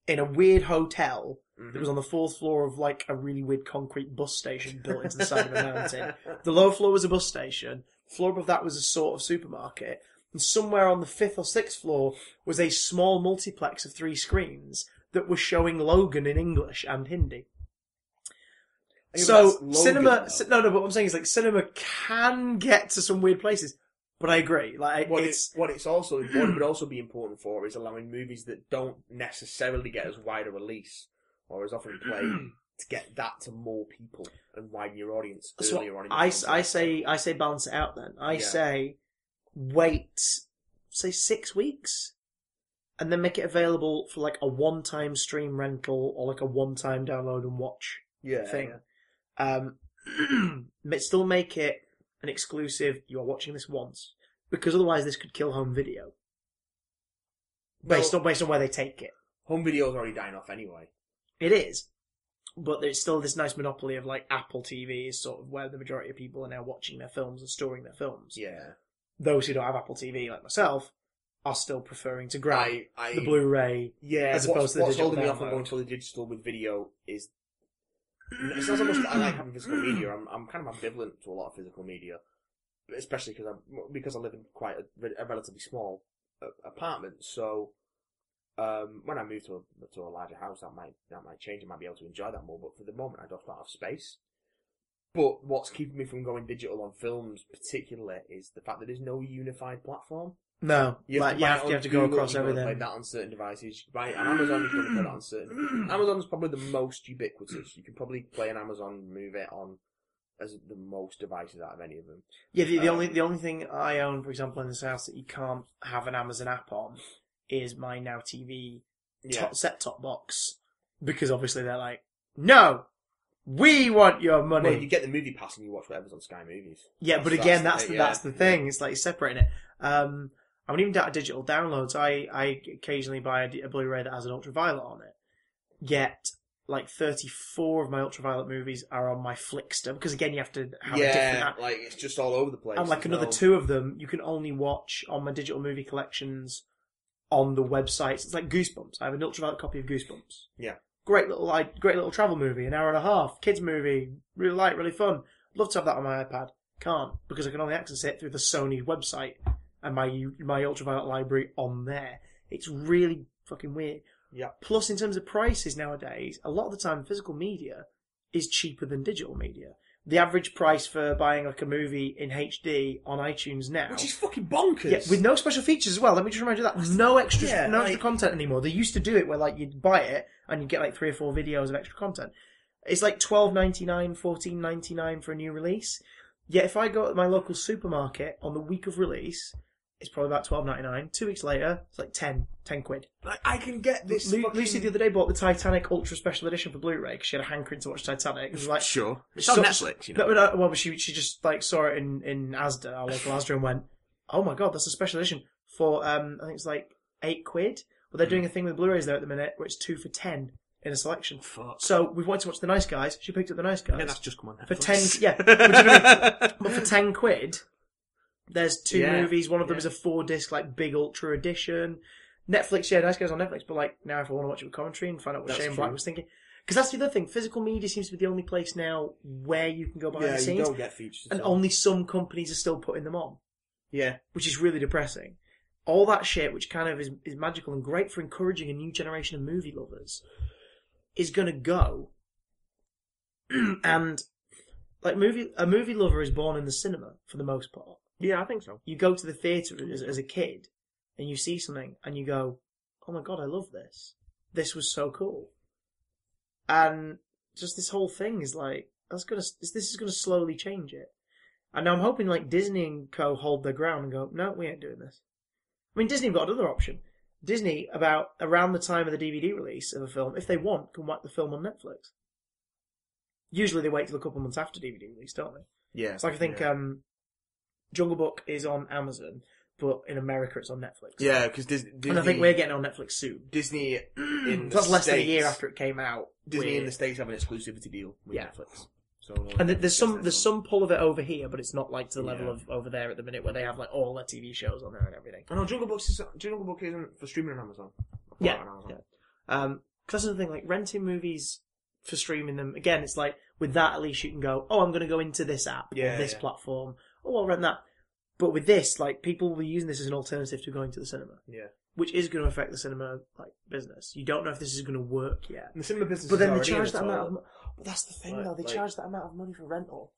[SPEAKER 1] in a weird hotel that was on the fourth floor of like a really weird concrete bus station built into the side of a
[SPEAKER 2] [laughs]
[SPEAKER 1] mountain. The low floor was a bus station. Floor above that was a sort of supermarket. And somewhere on the fifth or sixth floor was a small multiplex of three screens that were showing Logan in English and Hindi. So cinema, ci- no, no. But what I'm saying is like cinema can get to some weird places. But I agree. Like
[SPEAKER 2] what
[SPEAKER 1] it's
[SPEAKER 2] [clears throat] it's what
[SPEAKER 1] [clears throat]
[SPEAKER 2] it's also important would also be important for is allowing movies that don't necessarily get as wide a release or as often
[SPEAKER 1] [clears throat]
[SPEAKER 2] played to get that to more people and widen your audience
[SPEAKER 1] So
[SPEAKER 2] earlier on. In
[SPEAKER 1] I,
[SPEAKER 2] your
[SPEAKER 1] s- I
[SPEAKER 2] content.
[SPEAKER 1] say I say balance it out. Then I
[SPEAKER 2] Yeah.
[SPEAKER 1] say wait, say six weeks and then make it available for like a one-time stream rental or like a one-time download and watch
[SPEAKER 2] Yeah.
[SPEAKER 1] thing. Um, [clears throat] but still make it an exclusive. You are watching this once because otherwise this could kill home video based
[SPEAKER 2] Well-
[SPEAKER 1] on based on where they take it.
[SPEAKER 2] Home video's already dying off anyway.
[SPEAKER 1] It is, but there's still this nice monopoly of like Apple TV is sort of where the majority of people are now watching their films and storing their films.
[SPEAKER 2] Yeah.
[SPEAKER 1] Those who don't have Apple TV, like myself, are still preferring to grab
[SPEAKER 2] I, I,
[SPEAKER 1] the Blu-ray.
[SPEAKER 2] yeah,
[SPEAKER 1] as
[SPEAKER 2] what's,
[SPEAKER 1] opposed to the
[SPEAKER 2] what's
[SPEAKER 1] digital
[SPEAKER 2] holding me off
[SPEAKER 1] download.
[SPEAKER 2] on going fully digital with video is it's not so much that I like having physical media. I'm, I'm kind of ambivalent to a lot of physical media, especially because I'm because I live in quite a, a relatively small uh, apartment. So um, when I move to a to a larger house, that might that might change. I might be able to enjoy that more. But for the moment, I just don't have space. But what's keeping me from going digital on films, particularly, is the fact that there's no unified platform.
[SPEAKER 1] No,
[SPEAKER 2] You have
[SPEAKER 1] like
[SPEAKER 2] to,
[SPEAKER 1] you
[SPEAKER 2] buy
[SPEAKER 1] have
[SPEAKER 2] it
[SPEAKER 1] to,
[SPEAKER 2] on
[SPEAKER 1] you have to go
[SPEAKER 2] Google,
[SPEAKER 1] across
[SPEAKER 2] you've got to
[SPEAKER 1] everything.
[SPEAKER 2] Play that on certain devices. You buy it on Amazon. You're going to play that on certain. [clears throat] Amazon's probably the most ubiquitous. You can probably play an Amazon movie on as the most devices out of any of them.
[SPEAKER 1] Yeah, the, the
[SPEAKER 2] Um,
[SPEAKER 1] only the only thing I own, for example, in this house that you can't have an Amazon app on is my Now TV top set top box because obviously they're like, no, we want your money.
[SPEAKER 2] Well, you get the movie pass and you watch whatever's on Sky Movies.
[SPEAKER 1] yeah, but again, that's the,
[SPEAKER 2] it,
[SPEAKER 1] that's
[SPEAKER 2] yeah.
[SPEAKER 1] the thing. It's like separating it. Um, I mean, even down to digital downloads, I I occasionally buy a, d- a Blu-ray that has an ultraviolet on it. Yet, like thirty four of my ultraviolet movies are on my Flickster because again, you have to have a different
[SPEAKER 2] Yeah,
[SPEAKER 1] app.
[SPEAKER 2] like it's just all over the place.
[SPEAKER 1] and like
[SPEAKER 2] There's
[SPEAKER 1] another
[SPEAKER 2] no-
[SPEAKER 1] two of them you can only watch on my digital movie collections on the websites. It's like Goosebumps. I have an ultraviolet copy of Goosebumps.
[SPEAKER 2] Yeah.
[SPEAKER 1] Great little, like, great little travel movie, an hour and a half, kids movie, really light, really fun. Love to have that on my iPad. Can't because I can only access it through the Sony website and my u- my ultraviolet library on there. It's really fucking weird.
[SPEAKER 2] Yeah.
[SPEAKER 1] Plus, in terms of prices nowadays, a lot of the time physical media is cheaper than digital media. The average price for buying like a movie in HD on iTunes now,
[SPEAKER 2] which is fucking bonkers.
[SPEAKER 1] yeah, with no special features as well. Let me just remind you of that no extra,
[SPEAKER 2] Yeah,
[SPEAKER 1] no extra
[SPEAKER 2] like-
[SPEAKER 1] content anymore. They used to do it where like you'd buy it and you would get like three or four videos of extra content. It's like twelve ninety nine, fourteen ninety nine for a new release. Yet if I go to my local supermarket on the week of release, it's probably about twelve ninety nine. Two weeks later, it's like 10, 10 quid.
[SPEAKER 2] like, I can get this.
[SPEAKER 1] Lu-
[SPEAKER 2] fucking...
[SPEAKER 1] Lucy the other day bought the Titanic Ultra Special Edition for Blu-ray because she had a hankering to watch Titanic. It was like,
[SPEAKER 2] sure, it's
[SPEAKER 1] So-
[SPEAKER 2] on Netflix. You know,
[SPEAKER 1] no, no, well, but she she just like saw it in in ASDA, our local ASDA, and went, "Oh my god, that's a special edition for um, I think it's like eight quid." Well,
[SPEAKER 2] Hmm.
[SPEAKER 1] they're doing a thing with Blu-rays there at the minute where it's two for ten in a selection.
[SPEAKER 2] Fuck.
[SPEAKER 1] So we wanted to watch The Nice Guys. She picked up The Nice
[SPEAKER 2] I think
[SPEAKER 1] Guys
[SPEAKER 2] that's just come on
[SPEAKER 1] for
[SPEAKER 2] Netflix.
[SPEAKER 1] ten.
[SPEAKER 2] [laughs]
[SPEAKER 1] Yeah, but for ten quid, there's two
[SPEAKER 2] Yeah,
[SPEAKER 1] movies. One of them
[SPEAKER 2] yeah.
[SPEAKER 1] is a four disc like big ultra edition. Netflix, yeah, Nice Guys on Netflix. But like now, if I want to watch it with commentary and find out what
[SPEAKER 2] That's
[SPEAKER 1] Shane Black
[SPEAKER 2] true.
[SPEAKER 1] was thinking. Because that's the other thing. Physical media seems to be the only place now where you can go behind
[SPEAKER 2] yeah,
[SPEAKER 1] the
[SPEAKER 2] you
[SPEAKER 1] scenes
[SPEAKER 2] don't get features.
[SPEAKER 1] and
[SPEAKER 2] though.
[SPEAKER 1] only some companies are still putting them on,
[SPEAKER 2] yeah,
[SPEAKER 1] which is really depressing. All that shit, which kind of is, is magical and great for encouraging a new generation of movie lovers, is going to go. [clears throat] and like movie, a movie lover is born in the cinema for the most part.
[SPEAKER 2] yeah, I think so.
[SPEAKER 1] You go to the theater as, as a kid, and you see something, and you go, "Oh my god, I love this! This was so cool!" And just this whole thing is like that's gonna this is gonna slowly change it. And now I'm hoping like Disney and Co hold their ground and go, "No, we ain't doing this." I mean, Disney have got another option. Disney, about around the time of the DVD release of a film, if they want, can whack the film on Netflix. Usually, they wait till a couple months after DVD release, don't they?
[SPEAKER 2] Yeah,
[SPEAKER 1] It's like I think
[SPEAKER 2] yeah.
[SPEAKER 1] um, Jungle Book is on Amazon, but in America it's on Netflix.
[SPEAKER 2] Yeah, because Disney.
[SPEAKER 1] and I think we're getting on Netflix soon.
[SPEAKER 2] Disney
[SPEAKER 1] [clears throat]
[SPEAKER 2] in the
[SPEAKER 1] So that's less than a
[SPEAKER 2] States-
[SPEAKER 1] year after it came out.
[SPEAKER 2] Disney
[SPEAKER 1] We're-
[SPEAKER 2] in the states have an exclusivity deal with
[SPEAKER 1] Yeah.
[SPEAKER 2] Netflix. So
[SPEAKER 1] and th- there's some there's some pull of it over here, but it's not like to the level
[SPEAKER 2] Yeah.
[SPEAKER 1] of over there at the minute where they have like all their TV shows on there and everything.
[SPEAKER 2] I know Jungle Book is Jungle Book isn't for streaming on Amazon. I bought
[SPEAKER 1] Yeah,
[SPEAKER 2] it on Amazon.
[SPEAKER 1] yeah. Um, 'cause that's another thing. Like renting movies for streaming them again, it's like with that at least you can go. Oh, I'm going to go into this app
[SPEAKER 2] Yeah,
[SPEAKER 1] or this
[SPEAKER 2] yeah.
[SPEAKER 1] platform. Oh, I'll rent that. But with this, like people will be using this as an alternative to going to the cinema.
[SPEAKER 2] Yeah.
[SPEAKER 1] which is going to affect the cinema like business. You don't know if this is going to work yet.
[SPEAKER 2] And the cinema business.
[SPEAKER 1] But then
[SPEAKER 2] is
[SPEAKER 1] they
[SPEAKER 2] already
[SPEAKER 1] charge
[SPEAKER 2] in the
[SPEAKER 1] that amount.
[SPEAKER 2] toilet.
[SPEAKER 1] Of, mo- but that's the thing,
[SPEAKER 2] Right,
[SPEAKER 1] though. They
[SPEAKER 2] like-
[SPEAKER 1] charge that amount of money for rental.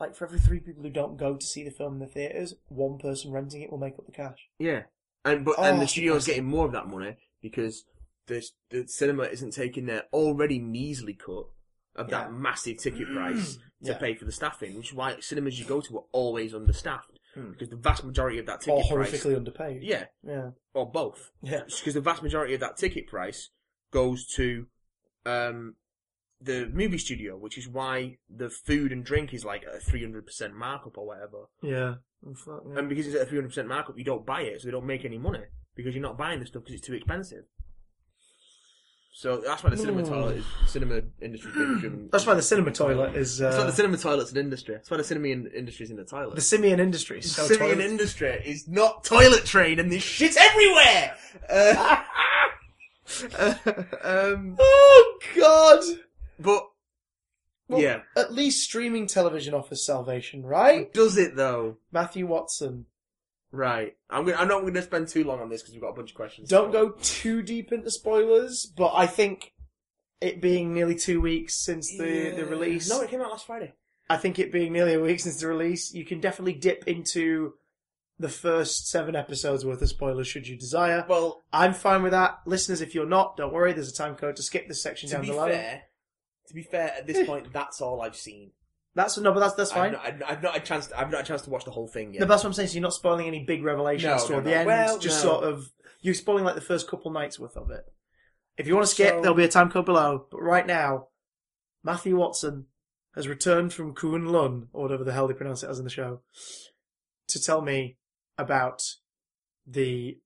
[SPEAKER 1] Like for every three people who don't go to see the film in the theaters, one person renting it will make up the cash.
[SPEAKER 2] Yeah, and but
[SPEAKER 1] Oh,
[SPEAKER 2] and the
[SPEAKER 1] that's
[SPEAKER 2] studio's getting more of that money because the the cinema isn't taking their already measly cut of
[SPEAKER 1] Yeah. Mm-hmm.
[SPEAKER 2] that massive ticket price to
[SPEAKER 1] Yeah.
[SPEAKER 2] pay for the staffing, which is why cinemas you go to are always understaffed.
[SPEAKER 1] Hmm.
[SPEAKER 2] because the vast majority of that
[SPEAKER 1] Or
[SPEAKER 2] ticket price,
[SPEAKER 1] horrifically underpaid.
[SPEAKER 2] yeah,
[SPEAKER 1] Yeah.
[SPEAKER 2] or both,
[SPEAKER 1] Yeah.
[SPEAKER 2] because the vast majority of that ticket price goes to um, the movie studio, which is why the food and drink is like a three hundred percent markup or whatever.
[SPEAKER 1] Yeah. Oh, fuck, yeah.
[SPEAKER 2] And because it's at a three hundred percent markup, you don't buy it, so they don't make any money because you're not buying the stuff because it's too expensive. So that's why the cinema
[SPEAKER 1] Mm.
[SPEAKER 2] toilet, is, cinema industry,
[SPEAKER 1] That's why the cinema toilet is. Uh,
[SPEAKER 2] That's why the cinema toilet's an industry. That's why the cinema in- industry's in the toilet.
[SPEAKER 1] the simian industry. is So
[SPEAKER 2] Syrian
[SPEAKER 1] toilet-
[SPEAKER 2] industry is not toilet trained and there's shit everywhere. [laughs] Uh, um,
[SPEAKER 1] oh God!
[SPEAKER 2] but
[SPEAKER 1] Well,
[SPEAKER 2] yeah,
[SPEAKER 1] At least streaming television offers salvation, right?
[SPEAKER 2] does it though?
[SPEAKER 1] Matthew Watson.
[SPEAKER 2] Right. I'm gonna, I'm not going to spend too long on this because we've got a bunch of questions.
[SPEAKER 1] Don't go too deep into spoilers, but I think it being nearly two weeks since the, the release,
[SPEAKER 2] No, it came out last Friday.
[SPEAKER 1] I think it being nearly a week since the release, you can definitely dip into the first seven episodes worth of spoilers should you desire.
[SPEAKER 2] Well,
[SPEAKER 1] I'm fine with that. Listeners, if you're not, don't worry, there's a time code to skip this section down below.
[SPEAKER 2] to be fair, at this point, that's all I've seen.
[SPEAKER 1] That's no, but that's that's fine.
[SPEAKER 2] I've not, I've, I've not had a chance. I've not had a chance to watch the whole thing yet.
[SPEAKER 1] No, but that's what I'm saying. So you're not spoiling any big revelations
[SPEAKER 2] No,
[SPEAKER 1] toward
[SPEAKER 2] no,
[SPEAKER 1] the
[SPEAKER 2] no.
[SPEAKER 1] end.
[SPEAKER 2] Well,
[SPEAKER 1] just
[SPEAKER 2] no.
[SPEAKER 1] sort of you're spoiling like the first couple nights worth of it. If you want to skip,
[SPEAKER 2] So-
[SPEAKER 1] there'll be a time code below. But right now, Matthew Watson has returned from Kunlun, or whatever the hell they pronounce it as in the show, to tell me about the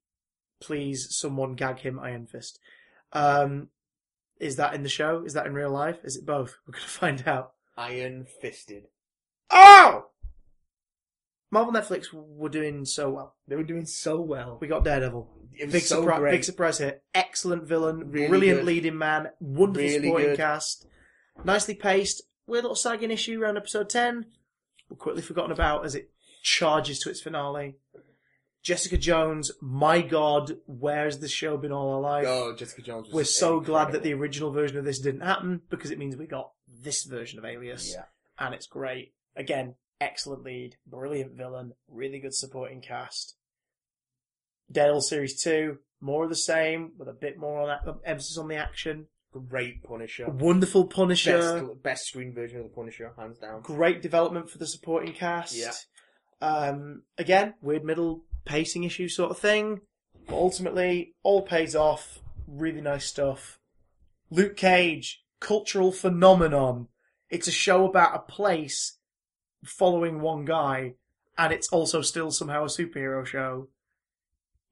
[SPEAKER 1] please someone gag him Iron Fist. Um, is that in the show? Is that in real life? Is it both? We're going to [laughs] find out.
[SPEAKER 2] Iron fisted.
[SPEAKER 1] Oh! Marvel Netflix were doing so well.
[SPEAKER 2] They were doing so well.
[SPEAKER 1] We got Daredevil.
[SPEAKER 2] It was
[SPEAKER 1] Big,
[SPEAKER 2] so
[SPEAKER 1] surpri-
[SPEAKER 2] great.
[SPEAKER 1] big surprise here. Excellent villain,
[SPEAKER 2] Really
[SPEAKER 1] brilliant
[SPEAKER 2] good.
[SPEAKER 1] leading man, wonderful
[SPEAKER 2] Really
[SPEAKER 1] supporting
[SPEAKER 2] good.
[SPEAKER 1] cast, nicely paced. Weird little sagging issue around episode 10. We're quickly forgotten about as it charges to its finale. Jessica Jones, my god, where's the show been all our life?
[SPEAKER 2] Oh, Jessica Jones. Was
[SPEAKER 1] We're so glad that the
[SPEAKER 2] incredible.
[SPEAKER 1] original version of this didn't happen because it means we got this version of Alias
[SPEAKER 2] Yeah.
[SPEAKER 1] and it's great. Again, excellent lead, brilliant villain, really good supporting cast. Daredevil series two, more of the same with a bit more on ac- emphasis on the action.
[SPEAKER 2] Great Punisher.
[SPEAKER 1] Wonderful Punisher,
[SPEAKER 2] Best, best screen version of the Punisher, hands down.
[SPEAKER 1] great development for the supporting cast.
[SPEAKER 2] Yeah.
[SPEAKER 1] Um, again, weird middle pacing issue sort of thing, but ultimately all pays off. Really nice stuff. Luke Cage, cultural phenomenon. It's a show about a place following one guy, and it's also still somehow a superhero show.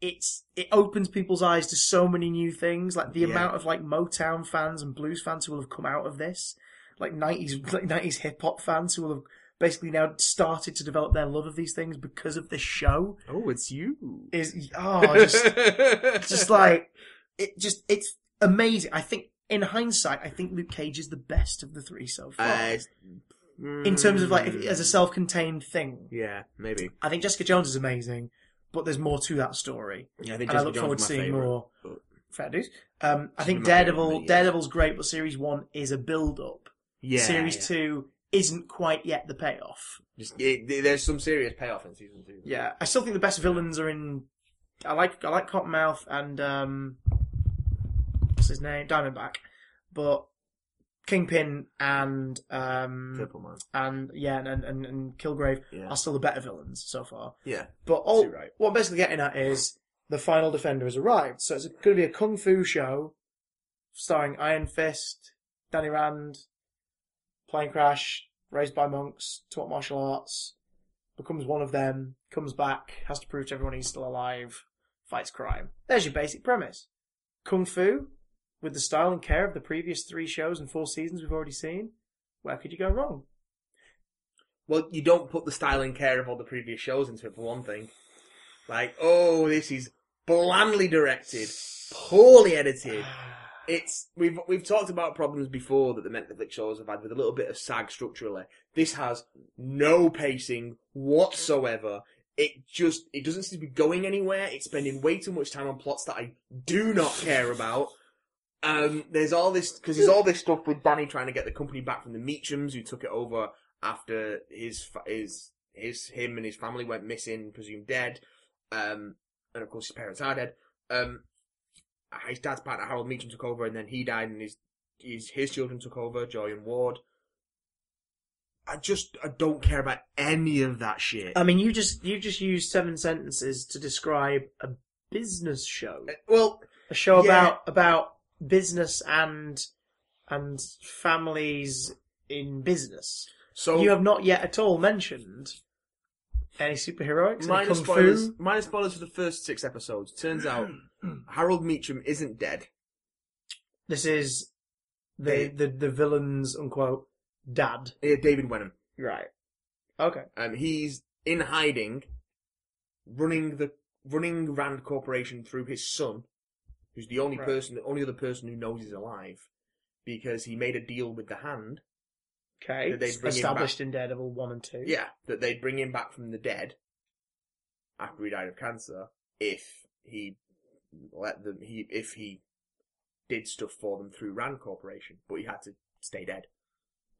[SPEAKER 1] It's it opens people's eyes to so many new things, like the
[SPEAKER 2] Yeah.
[SPEAKER 1] amount of like Motown fans and blues fans who will have come out of this, like nineties [laughs] like nineties hip hop fans who will have basically now started to develop their love of these things because of this show.
[SPEAKER 2] Oh, it's you.
[SPEAKER 1] Is oh [laughs] just
[SPEAKER 2] [laughs]
[SPEAKER 1] just like it just it's amazing. I think in hindsight, I think Luke Cage is the best of the three so far.
[SPEAKER 2] Uh,
[SPEAKER 1] in terms of like if, as a self-contained thing,
[SPEAKER 2] Hmm. Yeah, maybe.
[SPEAKER 1] I think Jessica Jones is amazing, but there's more to that story,
[SPEAKER 2] Yeah, I think
[SPEAKER 1] and I look forward to seeing more. Fair dues. Um, I think
[SPEAKER 2] been my favourite
[SPEAKER 1] Daredevil,
[SPEAKER 2] for me, yeah.
[SPEAKER 1] Daredevil's great, but series one is a build-up.
[SPEAKER 2] Yeah,
[SPEAKER 1] series
[SPEAKER 2] yeah.
[SPEAKER 1] two isn't quite yet the payoff.
[SPEAKER 2] Just, it, there's some serious payoff in season two.
[SPEAKER 1] Yeah, I still think the best villains are in. I like I like Cottonmouth and um, what's his name Diamondback, but Kingpin and um
[SPEAKER 2] Purple Man.
[SPEAKER 1] and yeah and and, and Kilgrave
[SPEAKER 2] Yeah,
[SPEAKER 1] are still the better villains so far.
[SPEAKER 2] yeah.
[SPEAKER 1] But all
[SPEAKER 2] Too right.
[SPEAKER 1] what I'm basically getting at is the final defender has arrived. So it's going to be a kung fu show starring Iron Fist, Danny Rand, plane crash, raised by monks, taught martial arts, becomes one of them, comes back, has to prove to everyone he's still alive, fights crime. There's your basic premise. Kung fu, with the style and care of the previous three shows and four seasons we've already seen, where could you go wrong?
[SPEAKER 2] Well, you don't put the style and care of all the previous shows into it for one thing. Like, oh, this is blandly directed, poorly edited. It's we've we've talked about problems before that the Netflix shows have had with a little bit of sag structurally. This has no pacing whatsoever. It just it doesn't seem to be going anywhere. It's spending way too much time on plots that I do not care about. Um, there's all this because there's all this stuff with Danny trying to get the company back from the Meachums who took it over after his fa- his his him and his family went missing, presumed dead. Um, and of course his parents are dead. Um, his dad's partner Harold Meacham took over, and then he died, and his his, his children took over, Joy and Ward. I just I don't care about any of that shit.
[SPEAKER 1] I mean, you just you just used seven sentences to describe a business show,
[SPEAKER 2] Uh, well,
[SPEAKER 1] a show
[SPEAKER 2] yeah.
[SPEAKER 1] about about business and and families in business.
[SPEAKER 2] so
[SPEAKER 1] you have not yet at all mentioned any superheroics, any kung
[SPEAKER 2] minus spoilers.
[SPEAKER 1] fu.
[SPEAKER 2] Minus spoilers for the first six episodes. Turns
[SPEAKER 1] [clears throat]
[SPEAKER 2] out Harold Meacham isn't dead.
[SPEAKER 1] This is the,
[SPEAKER 2] They-
[SPEAKER 1] the the villain's unquote dad,
[SPEAKER 2] Eh, David Wenham.
[SPEAKER 1] right? Okay,
[SPEAKER 2] Um, he's in hiding, running the running Rand Corporation through his son, who's the only
[SPEAKER 1] Right.
[SPEAKER 2] person, the only other person who knows he's alive, because he made a deal with the Hand.
[SPEAKER 1] okay.
[SPEAKER 2] Did they bring him
[SPEAKER 1] Established in Daredevil one and two.
[SPEAKER 2] Yeah, that they'd bring him back from the dead after he died of cancer if he let them. He if he did stuff for them through Rand Corporation, but he had to stay dead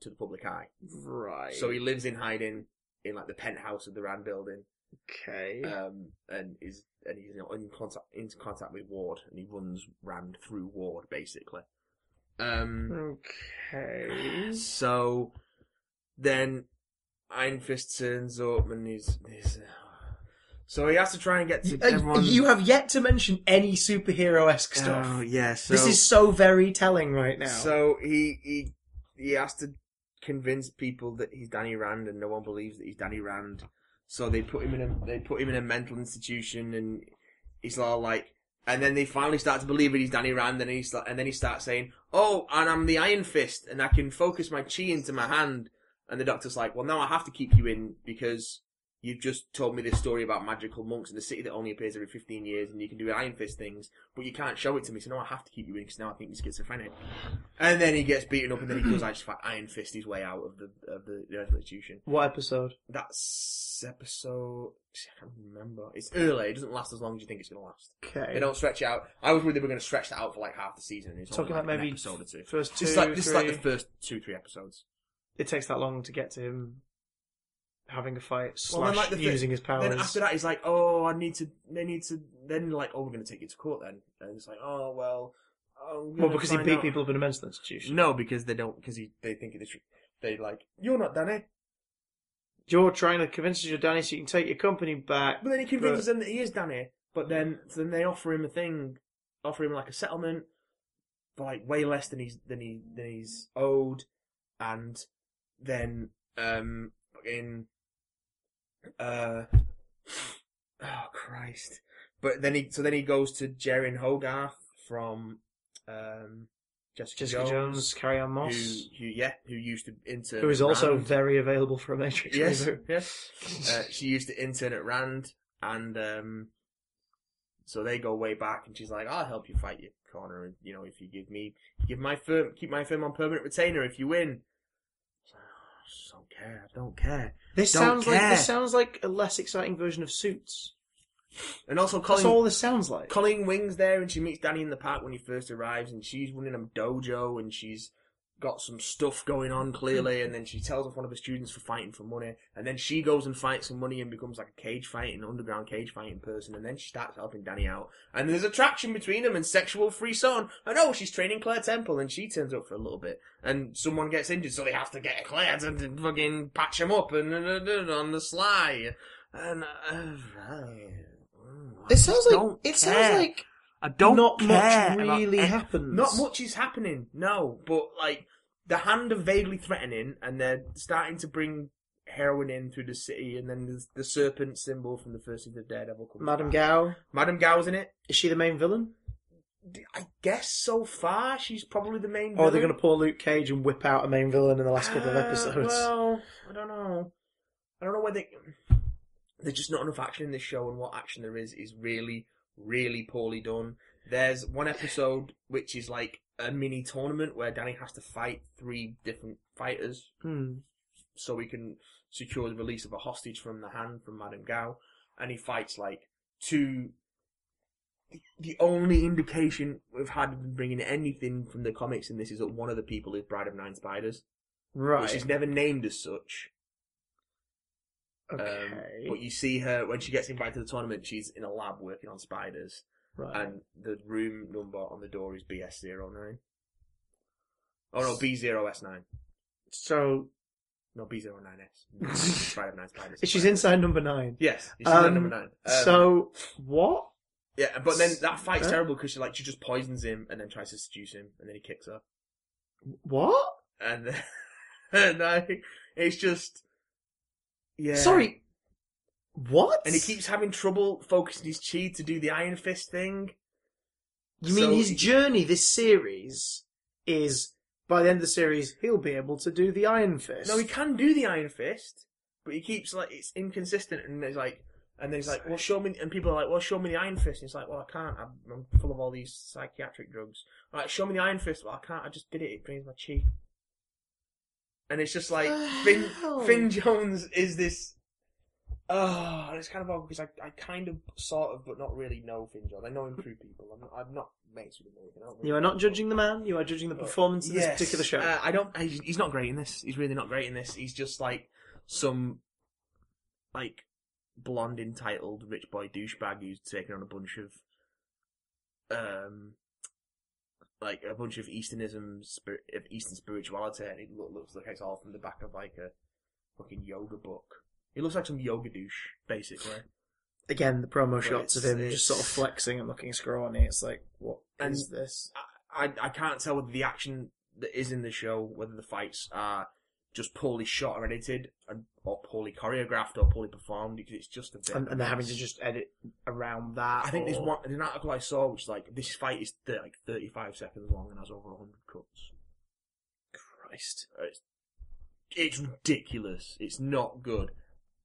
[SPEAKER 2] to the public eye.
[SPEAKER 1] right.
[SPEAKER 2] So he lives in hiding in like the penthouse of the Rand building.
[SPEAKER 1] okay.
[SPEAKER 2] um, and is and he's you know, in contact in contact with Ward, and he runs Rand through Ward basically.
[SPEAKER 1] Hmm.
[SPEAKER 2] Um,
[SPEAKER 1] okay.
[SPEAKER 2] so then Iron Fist turns up, and he's, he's uh, so he has to try and get to
[SPEAKER 1] Uh,
[SPEAKER 2] everyone.
[SPEAKER 1] You have yet to mention any superhero esque stuff.
[SPEAKER 2] oh yeah, so
[SPEAKER 1] this is so very telling right now.
[SPEAKER 2] so he he he has to convince people that he's Danny Rand, and no one believes that he's Danny Rand. So they put him in a they put him in a mental institution, and he's all like, and then they finally start to believe that he's Danny Rand, and he's like, and then he starts saying, "Oh, and I'm the Iron Fist, and I can focus my chi into my hand." And the doctor's like, "Well, now I have to keep you in because." You've just told me this story about magical monks in the city that only appears every 15 years and you can do Iron Fist things, but you can't show it to me, so now I have to keep you in because now I think you're schizophrenic. And then he gets beaten up, and then he goes, "I just like, iron fist his way out of the of the, the institution."
[SPEAKER 1] what episode?
[SPEAKER 2] That's episode. I can't remember. It's early. It doesn't last as long as you think it's going to last. They
[SPEAKER 1] Okay.
[SPEAKER 2] don't stretch it out. I was worried they were going to stretch that out for like half the season. And it's
[SPEAKER 1] Talking
[SPEAKER 2] only,
[SPEAKER 1] about
[SPEAKER 2] like, an
[SPEAKER 1] maybe
[SPEAKER 2] episode or two.
[SPEAKER 1] First two,
[SPEAKER 2] Just like this is like the
[SPEAKER 1] three.
[SPEAKER 2] first two three episodes.
[SPEAKER 1] It takes that long to get to him having a fight
[SPEAKER 2] Well, then,
[SPEAKER 1] slash
[SPEAKER 2] like, the thi-
[SPEAKER 1] using his powers.
[SPEAKER 2] Then after that, he's like, "Oh, I need to. They need to." Then like, "Oh, we're going to take you to court." Then and it's like, "Oh well." I'm
[SPEAKER 1] well,
[SPEAKER 2] gonna
[SPEAKER 1] because he
[SPEAKER 2] find
[SPEAKER 1] beat
[SPEAKER 2] out."
[SPEAKER 1] people up in a mental institution.
[SPEAKER 2] No, because they don't. Because he they think it's they like you're not Danny.
[SPEAKER 1] You're trying to convince us you're Danny so you can take your company back.
[SPEAKER 2] But then he convinces them that he is Danny. But then, so then they offer him a thing, offer him like a settlement for like way less than he's than he than he's owed, and then um in uh oh Christ! But then he so then he goes to Jaren Hogarth from um Jessica,
[SPEAKER 1] Jessica Jones, Carry On Moss,
[SPEAKER 2] who, who yeah who used to intern
[SPEAKER 1] who is
[SPEAKER 2] at
[SPEAKER 1] also
[SPEAKER 2] Rand.
[SPEAKER 1] very available for a Matrix
[SPEAKER 2] [laughs] Yes,
[SPEAKER 1] reboot.
[SPEAKER 2] yes. Uh, she used to intern at Rand, and um, so they go way back. And she's like, "I'll help you fight your corner, and you know, if you give me, give my firm, keep my firm on permanent retainer if you win." I just don't care. I don't care.
[SPEAKER 1] This
[SPEAKER 2] Don't
[SPEAKER 1] sounds like
[SPEAKER 2] care.
[SPEAKER 1] this sounds like a less exciting version of Suits.
[SPEAKER 2] And also,
[SPEAKER 1] That's
[SPEAKER 2] Colin,
[SPEAKER 1] all this sounds like.
[SPEAKER 2] Colleen Wing's there, and she meets Danny in the park when he first arrives, and she's running a dojo, and she's got some stuff going on clearly, and then she tells off one of her students for fighting for money, and then she goes and fights for money and becomes like a cage fighting, underground cage fighting person, and then she starts helping Danny out, and there's attraction between them and sexual free son, and oh, she's training Claire Temple, and she turns up for a little bit, and someone gets injured, so they have to get Claire to, to fucking patch him up, and on the sly, and uh, I
[SPEAKER 1] It sounds
[SPEAKER 2] just
[SPEAKER 1] like
[SPEAKER 2] don't
[SPEAKER 1] it
[SPEAKER 2] care.
[SPEAKER 1] sounds like
[SPEAKER 2] I don't
[SPEAKER 1] not
[SPEAKER 2] care
[SPEAKER 1] much
[SPEAKER 2] about
[SPEAKER 1] really
[SPEAKER 2] any-
[SPEAKER 1] happens.
[SPEAKER 2] Not much is happening, no. But like the hand are vaguely threatening, and they're starting to bring heroin in through the city, and then the, the serpent symbol from the first of the Daredevil. Comes
[SPEAKER 1] Madame
[SPEAKER 2] back.
[SPEAKER 1] Gao
[SPEAKER 2] Madame Gao's in it.
[SPEAKER 1] is she the main villain,
[SPEAKER 2] D- I guess so far she's probably the main.
[SPEAKER 1] or are they
[SPEAKER 2] villain.
[SPEAKER 1] going to pull Luke Cage and whip out a main villain in the last couple of
[SPEAKER 2] Uh,
[SPEAKER 1] episodes?
[SPEAKER 2] well, I don't know. I don't know whether there's just not enough action in this show, and what action there is is really, really poorly done. There's one episode which is like a mini tournament where Danny has to fight three different fighters
[SPEAKER 1] [laughs] Hmm.
[SPEAKER 2] so he can secure the release of a hostage from the hand from Madame Gao, and he fights like two. the- The only indication we've had of them bringing anything from the comics in this is that one of the people is Bride of Nine Spiders
[SPEAKER 1] Right.
[SPEAKER 2] which is never named as such. Um,
[SPEAKER 1] okay.
[SPEAKER 2] but you see her when she gets invited to the tournament. She's in a lab working on spiders,
[SPEAKER 1] right.
[SPEAKER 2] and the room number on the door is BS09. Oh no, B0S9.
[SPEAKER 1] so [laughs]
[SPEAKER 2] No, B09S. Spider Man's
[SPEAKER 1] She's inside number nine.
[SPEAKER 2] Yes, she's
[SPEAKER 1] Um,
[SPEAKER 2] in number nine. Um,
[SPEAKER 1] so what?
[SPEAKER 2] yeah, but then that fight's
[SPEAKER 1] Huh?
[SPEAKER 2] terrible because she like she just poisons him and then tries to seduce him and then he kicks her
[SPEAKER 1] What?
[SPEAKER 2] and then- [laughs] and I, it's just yeah.
[SPEAKER 1] Sorry. What?
[SPEAKER 2] And he keeps having trouble focusing his chi to do the Iron Fist thing.
[SPEAKER 1] You mean
[SPEAKER 2] so
[SPEAKER 1] his
[SPEAKER 2] he-
[SPEAKER 1] journey, this series, is by the end of the series he'll be able to do the Iron Fist.
[SPEAKER 2] No, he can do the Iron Fist, but he keeps like it's inconsistent, and it's like, and then he's like, "Well, show me," and people are like, "Well, show me the Iron Fist." And it's like, "Well, I can't. I'm, I'm full of all these psychiatric drugs." All right, show me the Iron Fist. Well, I can't. I just did it. It drains my chi. And it's just like
[SPEAKER 1] The
[SPEAKER 2] Finn,
[SPEAKER 1] hell?
[SPEAKER 2] Finn Jones is this. Oh, and it's kind of odd because I, I kind of sort of but not really know Finn Jones. I know him through people. I'm not, I'm not mates with him. or anything. I don't really
[SPEAKER 1] You are not
[SPEAKER 2] know.
[SPEAKER 1] judging the man, you are judging the performance of
[SPEAKER 2] Oh, Yes.
[SPEAKER 1] this particular show.
[SPEAKER 2] Uh, I don't. He's, he's not great in this. He's really not great in this. He's just like some like blonde entitled rich boy douchebag who's taken on a bunch of um like a bunch of Easternism spirit of Eastern spirituality, and it loo- looks like it's all from the back of like a fucking yoga book. He looks like some yoga douche, basically.
[SPEAKER 1] Again, the promo
[SPEAKER 2] But
[SPEAKER 1] shots of
[SPEAKER 2] it's-
[SPEAKER 1] him just sort of
[SPEAKER 2] it's-
[SPEAKER 1] flexing and looking scrawny. It's like, what is
[SPEAKER 2] And-
[SPEAKER 1] this?
[SPEAKER 2] I I can't tell whether the action that is in the show, whether the fights are just poorly shot or edited, and, or poorly choreographed or poorly performed, because it's just a bit.
[SPEAKER 1] And, and they're having to Oh. just edit around that.
[SPEAKER 2] I think there's
[SPEAKER 1] or-
[SPEAKER 2] one there's an article I saw which is like this fight is th- like 35 seconds long and has over 100 cuts.
[SPEAKER 1] Christ.
[SPEAKER 2] It's, it's ridiculous. It's not good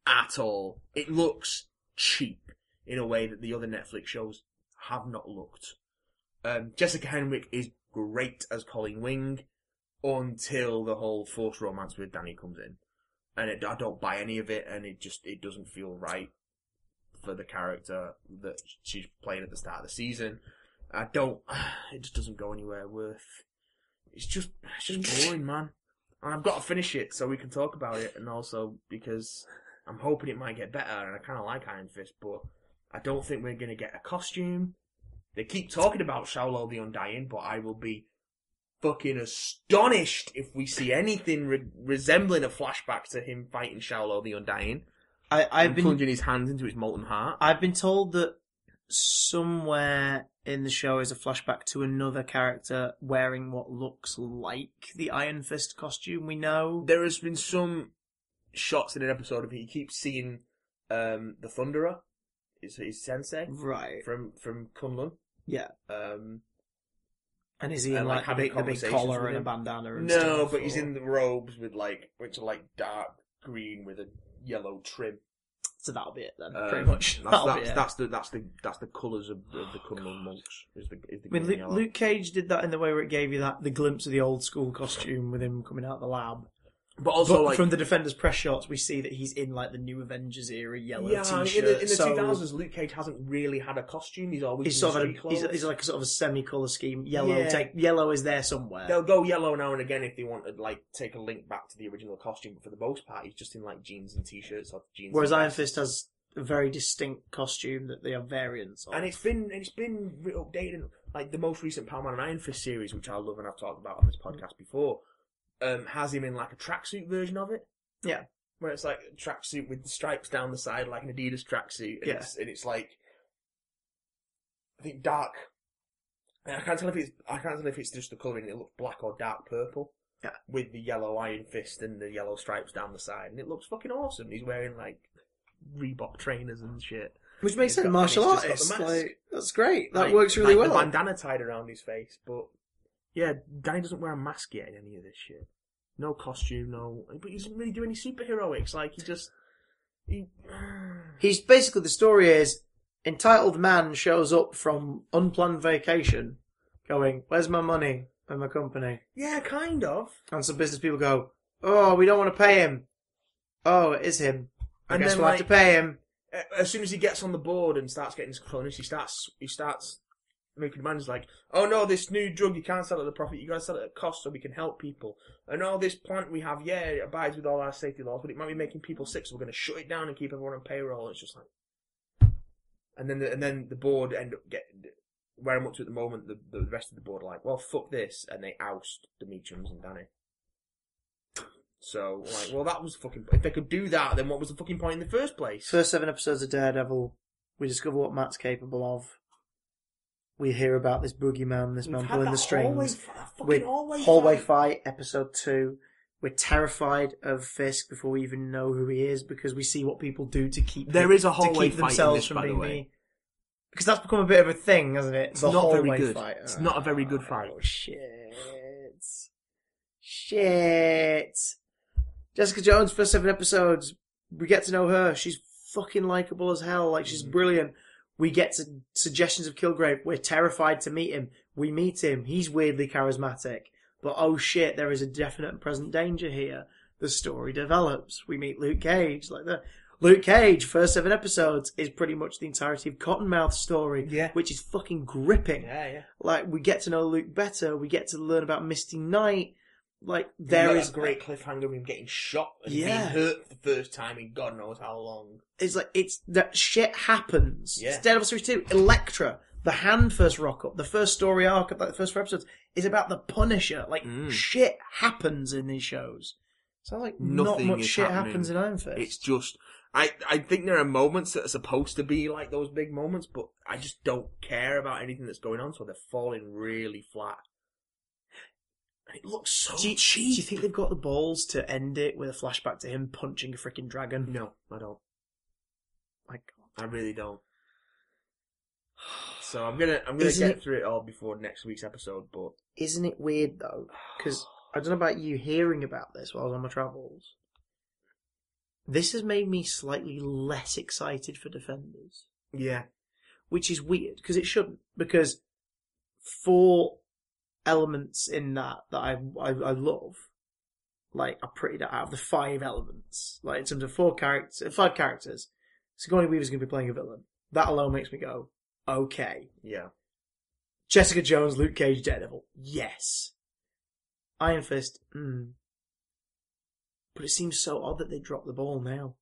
[SPEAKER 2] at all. It looks cheap in a way that the other Netflix shows have not looked. Um, Jessica Henwick is great as Colleen Wing until the whole forced romance with Danny comes in, and it, I don't buy any of it, and it just it doesn't feel right for the character that she's playing at the start of the season. I don't. [sighs] It just doesn't go anywhere worth. It's just it's just boring, man. And I've got to finish it so we can talk about it, and also because I'm hoping it might get better, and I kind of like Iron Fist, but I don't think we're gonna get a costume. They keep talking about Shaolo the Undying, but I will be fucking astonished if we see anything re- resembling a flashback to him fighting Shaolo the Undying.
[SPEAKER 1] I, I've
[SPEAKER 2] and
[SPEAKER 1] been
[SPEAKER 2] plunging his hands into his molten heart.
[SPEAKER 1] I've been told that somewhere in the show is a flashback to another character wearing what looks like the Iron Fist costume we know.
[SPEAKER 2] there has been some shots in an episode of it. You keep seeing um, the Thunderer, his, his sensei
[SPEAKER 1] Right.
[SPEAKER 2] from from Kunlun.
[SPEAKER 1] Yeah.
[SPEAKER 2] Um,
[SPEAKER 1] And is he in
[SPEAKER 2] And, like,
[SPEAKER 1] like, the,
[SPEAKER 2] having
[SPEAKER 1] big, the big
[SPEAKER 2] conversations
[SPEAKER 1] collar
[SPEAKER 2] with
[SPEAKER 1] and a
[SPEAKER 2] him.
[SPEAKER 1] bandana and stuff?
[SPEAKER 2] no, but he's
[SPEAKER 1] or-
[SPEAKER 2] in the robes with like which are like dark green with a yellow trim.
[SPEAKER 1] So that'll be it then,
[SPEAKER 2] Um,
[SPEAKER 1] pretty much.
[SPEAKER 2] That's,
[SPEAKER 1] That'll be
[SPEAKER 2] that's,
[SPEAKER 1] it.
[SPEAKER 2] that's the that's the that's the colours of, of the Kunlun monks. Is the is the
[SPEAKER 1] I mean,
[SPEAKER 2] green
[SPEAKER 1] Luke,
[SPEAKER 2] and yellow.
[SPEAKER 1] Luke Cage did that in the way where it gave you that the glimpse of the old school costume with him coming out of the lab.
[SPEAKER 2] but also
[SPEAKER 1] but
[SPEAKER 2] like
[SPEAKER 1] from the Defenders press shots, we see that he's in like the new Avengers era yellow
[SPEAKER 2] yeah, I mean,
[SPEAKER 1] t-shirt.
[SPEAKER 2] in the, in the
[SPEAKER 1] so
[SPEAKER 2] 2000s, Luke Cage hasn't really had a costume. He's always
[SPEAKER 1] He's
[SPEAKER 2] been
[SPEAKER 1] sort of
[SPEAKER 2] street
[SPEAKER 1] a, he's,
[SPEAKER 2] clothes.
[SPEAKER 1] he's like a sort of a semi-color scheme. Yellow,
[SPEAKER 2] Yeah.
[SPEAKER 1] take, yellow is there somewhere.
[SPEAKER 2] They'll go yellow now and again if they want to, like, take a link back to the original costume, but for the most part, he's just in, like, jeans and t-shirts or jeans.
[SPEAKER 1] Whereas
[SPEAKER 2] and
[SPEAKER 1] Iron Fist has a very distinct costume that they are variants of.
[SPEAKER 2] And it's been, it's been re- updated, in, like, the most recent Power Man and Iron Fist series, which I love and I've talked about on this
[SPEAKER 1] Mm.
[SPEAKER 2] podcast before, um, has him in, like, a tracksuit version of it.
[SPEAKER 1] Yeah.
[SPEAKER 2] Where it's, like, a tracksuit with the stripes down the side, like an Adidas tracksuit. And
[SPEAKER 1] Yeah.
[SPEAKER 2] It's, and it's, like, I think dark. I can't tell if it's, I can't tell if it's just the colouring, it looks black or dark purple. with the yellow iron fist and the yellow stripes down the side, and it looks fucking awesome. He's wearing like Reebok trainers and shit.
[SPEAKER 1] Which makes
[SPEAKER 2] he's
[SPEAKER 1] sense,
[SPEAKER 2] got-
[SPEAKER 1] martial
[SPEAKER 2] and he's
[SPEAKER 1] artist.
[SPEAKER 2] just got the mask.
[SPEAKER 1] Like, that's great. That
[SPEAKER 2] Like-
[SPEAKER 1] works really
[SPEAKER 2] like the
[SPEAKER 1] well.
[SPEAKER 2] bandana tied around his face, but yeah, Danny doesn't wear a mask yet in any of this shit. No costume, no. But he doesn't really do any superheroics. Like he just he. [sighs]
[SPEAKER 1] He's basically the story is entitled man shows up from unplanned vacation, going, "Where's my money and my company?"
[SPEAKER 2] Yeah, kind of.
[SPEAKER 1] And some business people go, "Oh, we don't want to pay him. Oh, it is him. I
[SPEAKER 2] And
[SPEAKER 1] guess
[SPEAKER 2] then,
[SPEAKER 1] we'll have
[SPEAKER 2] like-
[SPEAKER 1] to pay him."
[SPEAKER 2] A- As soon as he gets on the board and starts getting his cloners, he starts he starts making demands like, "Oh no, this new drug you can't sell at a profit. You got to sell it at a cost so we can help people. And all this plant we have, yeah, it abides with all our safety laws, but it might be making people sick, so we're going to shut it down and keep everyone on payroll." It's just like, and then the, and then the board end up get where I'm up to at the moment. The, the rest of the board are like, "Well, fuck this," and they oust Demetrius and Danny. So, like, well, that was fucking. If they could do that, then what was the fucking point in the first place?
[SPEAKER 1] First seven episodes of Daredevil, we discover what Matt's capable of. We hear about this boogeyman, this man
[SPEAKER 2] We've had
[SPEAKER 1] pulling
[SPEAKER 2] that
[SPEAKER 1] the strings.
[SPEAKER 2] hallway- that uh, fucking
[SPEAKER 1] We
[SPEAKER 2] hallway
[SPEAKER 1] hallway
[SPEAKER 2] fight.
[SPEAKER 1] fight episode two. We're terrified of Fisk before we even know who he is because we see what people do to keep
[SPEAKER 2] There is a hallway
[SPEAKER 1] to keep
[SPEAKER 2] fight in
[SPEAKER 1] themselves
[SPEAKER 2] this,
[SPEAKER 1] from
[SPEAKER 2] by the
[SPEAKER 1] being
[SPEAKER 2] way.
[SPEAKER 1] because that's become a bit of a thing, hasn't it?
[SPEAKER 2] It's
[SPEAKER 1] The
[SPEAKER 2] not very
[SPEAKER 1] hallway
[SPEAKER 2] good.
[SPEAKER 1] fight.
[SPEAKER 2] It's not a very good
[SPEAKER 1] Oh,
[SPEAKER 2] fight.
[SPEAKER 1] Shit. Shit. Jessica Jones, first seven episodes. We get to know her. She's fucking likable as hell. Like she's
[SPEAKER 2] Mm.
[SPEAKER 1] brilliant. We get to suggestions of Kilgrave. We're terrified to meet him. We meet him. He's weirdly charismatic. But oh shit, there is a definite and present danger here. The story develops. We meet Luke Cage. Like that. Luke Cage, first seven episodes, is pretty much the entirety of Cottonmouth's story,
[SPEAKER 2] Yeah.
[SPEAKER 1] which is fucking gripping
[SPEAKER 2] Yeah, yeah.
[SPEAKER 1] like we get to know Luke better, we get to learn about Misty Knight. Like there
[SPEAKER 2] Another
[SPEAKER 1] is
[SPEAKER 2] great cliffhanger of him getting shot and
[SPEAKER 1] Yeah.
[SPEAKER 2] being hurt for the first time in God knows how long.
[SPEAKER 1] It's like it's that shit happens.
[SPEAKER 2] Yeah.
[SPEAKER 1] It's Daredevil series two, Elektra, the hand first rock up, the first story arc of like, the first four episodes is about the Punisher. Like
[SPEAKER 2] Mm.
[SPEAKER 1] shit happens in these shows. So like
[SPEAKER 2] Nothing
[SPEAKER 1] not much
[SPEAKER 2] is
[SPEAKER 1] shit
[SPEAKER 2] happening.
[SPEAKER 1] happens in Iron Fist.
[SPEAKER 2] It's just, I, I think there are moments that are supposed to be like those big moments, but I just don't care about anything that's going on, so they're falling really flat. And it looks so
[SPEAKER 1] do, you, do
[SPEAKER 2] cheap.
[SPEAKER 1] you think they've got the balls to end it with a flashback to him punching a freaking dragon?
[SPEAKER 2] No, I don't.
[SPEAKER 1] Like
[SPEAKER 2] I really don't. [sighs] So I'm gonna, I'm gonna
[SPEAKER 1] Isn't
[SPEAKER 2] get
[SPEAKER 1] it-
[SPEAKER 2] through it all before next week's episode, but
[SPEAKER 1] isn't it weird though? Because I don't know about you hearing about this while I was on my travels. This has made me slightly less excited for Defenders,
[SPEAKER 2] yeah,
[SPEAKER 1] which is weird because it shouldn't. Because four elements in that that I, I I love, like are pretty out of the five elements, like in terms of four characters, uh, five characters, Sigourney Weaver's going to be playing a villain. That alone makes me go, okay.
[SPEAKER 2] yeah.
[SPEAKER 1] Jessica Jones, Luke Cage, Daredevil. Yes. Iron Fist. Mm. But it seems so odd that they dropped the ball now.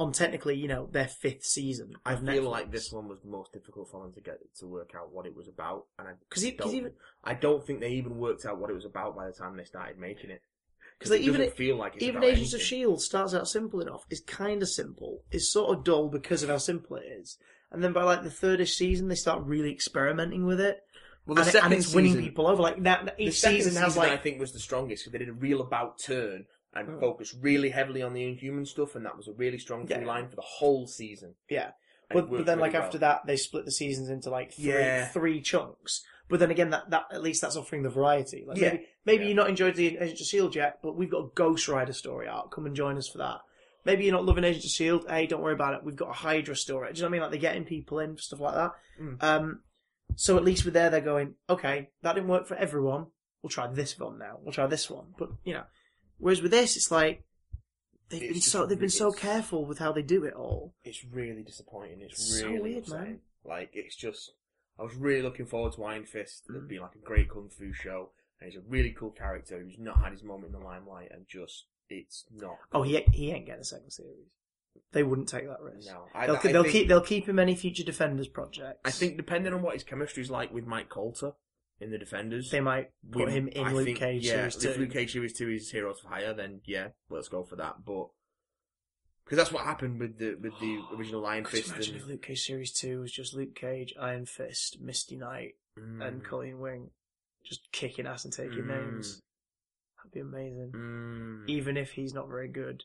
[SPEAKER 1] On technically, you know, their fifth season.
[SPEAKER 2] I feel like this one was the most difficult for them to get to work out what it was about, and I
[SPEAKER 1] 'Cause e- 'cause
[SPEAKER 2] don't-
[SPEAKER 1] even-
[SPEAKER 2] I don't think they even worked out what it was about by the time they started making it.
[SPEAKER 1] 'Cause like
[SPEAKER 2] it
[SPEAKER 1] even
[SPEAKER 2] doesn't
[SPEAKER 1] it-
[SPEAKER 2] feel like it's
[SPEAKER 1] Even
[SPEAKER 2] about
[SPEAKER 1] Agents of
[SPEAKER 2] anything.
[SPEAKER 1] Shield E starts out simple enough. It's kind of simple. It's sort of dull because of how simple it is. And then by like the thirdish season, they start really experimenting with it.
[SPEAKER 2] Well, the
[SPEAKER 1] and, it-
[SPEAKER 2] second
[SPEAKER 1] and it's winning
[SPEAKER 2] season-
[SPEAKER 1] people over. Like now,
[SPEAKER 2] The
[SPEAKER 1] each
[SPEAKER 2] second
[SPEAKER 1] season has like
[SPEAKER 2] I think was the strongest because they did a real about turn and
[SPEAKER 1] Mm.
[SPEAKER 2] focused really heavily on the Inhuman stuff, and that was a really strong
[SPEAKER 1] Yeah.
[SPEAKER 2] through line for the whole season.
[SPEAKER 1] Yeah.
[SPEAKER 2] And
[SPEAKER 1] But,
[SPEAKER 2] it
[SPEAKER 1] but
[SPEAKER 2] worked
[SPEAKER 1] then,
[SPEAKER 2] really
[SPEAKER 1] like
[SPEAKER 2] well.
[SPEAKER 1] after that, they split the seasons into like three
[SPEAKER 2] Yeah.
[SPEAKER 1] three chunks. But then again, that, that at least that's offering the variety. Like
[SPEAKER 2] Yeah.
[SPEAKER 1] maybe maybe
[SPEAKER 2] Yeah.
[SPEAKER 1] you're not enjoyed the Agent of Shield E yet, but we've got a Ghost Rider story arc. Come and join us for that. Maybe you're not loving Agent of Shield. E Hey, don't worry about it. We've got a Hydra story. Do you know what I mean? Like they're getting people in for stuff like that.
[SPEAKER 2] Mm.
[SPEAKER 1] Um, so at least with there, they're going okay. That didn't work for everyone. We'll try this one now. We'll try this one. But you know, whereas with this, it's like they've
[SPEAKER 2] It's
[SPEAKER 1] been
[SPEAKER 2] just
[SPEAKER 1] so they've been so
[SPEAKER 2] it's-
[SPEAKER 1] careful with how they do it all.
[SPEAKER 2] it's really disappointing. It's
[SPEAKER 1] It's so
[SPEAKER 2] really
[SPEAKER 1] weird,
[SPEAKER 2] upsetting.
[SPEAKER 1] man.
[SPEAKER 2] Like it's just, I was really looking forward to Iron Fist. It'd
[SPEAKER 1] Mm.
[SPEAKER 2] be like a great kung fu show, and he's a really cool character who's not had his moment in the limelight, and just it's not.
[SPEAKER 1] Oh, he he ain't getting a second series. They wouldldn't take that risk.
[SPEAKER 2] No, I,
[SPEAKER 1] they'll
[SPEAKER 2] I
[SPEAKER 1] they'll
[SPEAKER 2] think,
[SPEAKER 1] keep they'll keep him any future defenders projects.
[SPEAKER 2] I think depending on what his chemistry's like with Mike Coulter in the Defenders,
[SPEAKER 1] they might
[SPEAKER 2] we-
[SPEAKER 1] put him in
[SPEAKER 2] I
[SPEAKER 1] Luke
[SPEAKER 2] think,
[SPEAKER 1] Cage
[SPEAKER 2] yeah,
[SPEAKER 1] series
[SPEAKER 2] If
[SPEAKER 1] two.
[SPEAKER 2] Luke Cage series two is Heroes for Hire, then yeah, let's go for that. But because that's what happened with the with the
[SPEAKER 1] [sighs]
[SPEAKER 2] original Iron
[SPEAKER 1] Could you
[SPEAKER 2] Fist
[SPEAKER 1] imagine
[SPEAKER 2] and,
[SPEAKER 1] if Luke Cage series two was just Luke Cage, Iron Fist, Misty Knight, and
[SPEAKER 2] Mm.
[SPEAKER 1] Colleen Wing, just kicking ass and taking
[SPEAKER 2] Mm.
[SPEAKER 1] names? That'd be amazing.
[SPEAKER 2] Mm.
[SPEAKER 1] Even if he's not very good,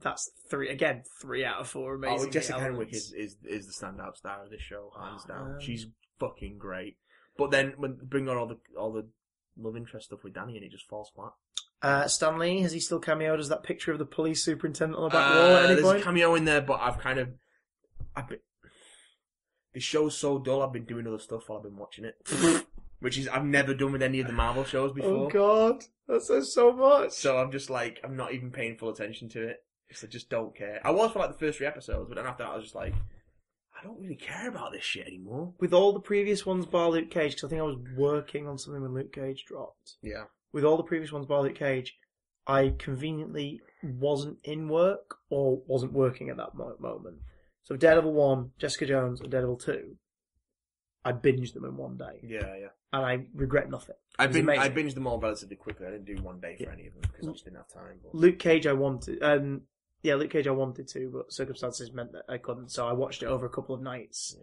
[SPEAKER 1] that's three again. Three out of four amazing.
[SPEAKER 2] Oh, Jessica
[SPEAKER 1] elements.
[SPEAKER 2] Henwick is, is is the standout star of this show, hands
[SPEAKER 1] Oh,
[SPEAKER 2] down.
[SPEAKER 1] man.
[SPEAKER 2] She's fucking great. But then when bring on all the all the love interest stuff with Danny, and it just falls flat.
[SPEAKER 1] Uh, Stanley has he still cameoed as that picture of the police superintendent on the back wall at
[SPEAKER 2] Uh,
[SPEAKER 1] any
[SPEAKER 2] there's
[SPEAKER 1] point?
[SPEAKER 2] a cameo in there, but I've kind of, I've been, the show's so dull. I've been doing other stuff while I've been
[SPEAKER 1] [laughs]
[SPEAKER 2] watching it, which is I've never done with any of the Marvel shows before.
[SPEAKER 1] Oh God, that says so much.
[SPEAKER 2] So I'm just like, I'm not even paying full attention to it. Because I just don't care. I was for like the first three episodes, but then after that, I was just like, I don't really care about this shit anymore.
[SPEAKER 1] with all the previous ones bar Luke Cage, because I think I was working on something when Luke Cage dropped.
[SPEAKER 2] Yeah.
[SPEAKER 1] With all the previous ones bar Luke Cage, I conveniently wasn't in work or wasn't working at that mo- moment. So Daredevil 1, Jessica Jones, and Daredevil 2. I binged them in one day,
[SPEAKER 2] Yeah, yeah.
[SPEAKER 1] and I regret nothing.
[SPEAKER 2] I
[SPEAKER 1] was
[SPEAKER 2] bin- I
[SPEAKER 1] amazing.
[SPEAKER 2] binged them all relatively quickly. I didn't do one day for
[SPEAKER 1] Yeah.
[SPEAKER 2] any of them because I just didn't have time. But
[SPEAKER 1] Luke Cage, I wanted. Um, yeah, Luke Cage, I wanted to, but circumstances meant that I couldn't. So I watched it over a couple of nights.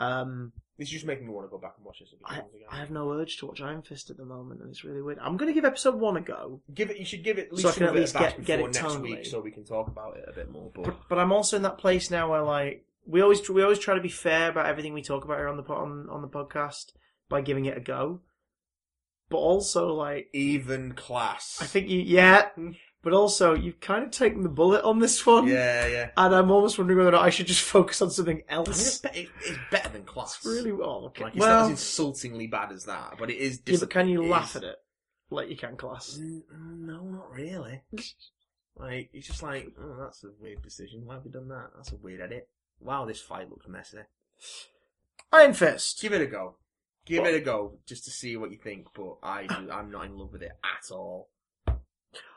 [SPEAKER 1] Um,
[SPEAKER 2] this is just making me want to go back and watch this a few
[SPEAKER 1] I,
[SPEAKER 2] times again.
[SPEAKER 1] I have no urge to watch Iron Fist at the moment, and it's really weird. I'm going to give episode one a go,
[SPEAKER 2] give it. You should give it at least
[SPEAKER 1] So I
[SPEAKER 2] some
[SPEAKER 1] can
[SPEAKER 2] of
[SPEAKER 1] at
[SPEAKER 2] it
[SPEAKER 1] least
[SPEAKER 2] a bash
[SPEAKER 1] get- get
[SPEAKER 2] before
[SPEAKER 1] it
[SPEAKER 2] next
[SPEAKER 1] tonally.
[SPEAKER 2] week, so we can talk about it a bit more. But
[SPEAKER 1] but, but I'm also in that place now where like we always we always try to be fair about everything we talk about here on the po- on on the podcast by giving it a go, but also like
[SPEAKER 2] even class.
[SPEAKER 1] I think you yeah, but also you've kind of taken the bullet on this one,
[SPEAKER 2] Yeah, yeah.
[SPEAKER 1] and I'm almost wondering whether or not I should just focus on something
[SPEAKER 2] I mean, it's,
[SPEAKER 1] else.
[SPEAKER 2] be- it- it's better than class.
[SPEAKER 1] It's really oh, okay.
[SPEAKER 2] Like, it's not
[SPEAKER 1] well,
[SPEAKER 2] as insultingly bad as that, but it is.
[SPEAKER 1] yeah,
[SPEAKER 2] Dis-
[SPEAKER 1] but can you laugh
[SPEAKER 2] is-
[SPEAKER 1] at it like you can class?
[SPEAKER 2] Mm, No,
[SPEAKER 1] [laughs]
[SPEAKER 2] not really. Like, it's just like, oh, that's a weird decision. Why have we done that? That's a weird edit. Wow, this fight looks messy.
[SPEAKER 1] Iron Fist.
[SPEAKER 2] Give it a go. Give it a go, just to see what you think. But I, [coughs] I'm not in love with it at all,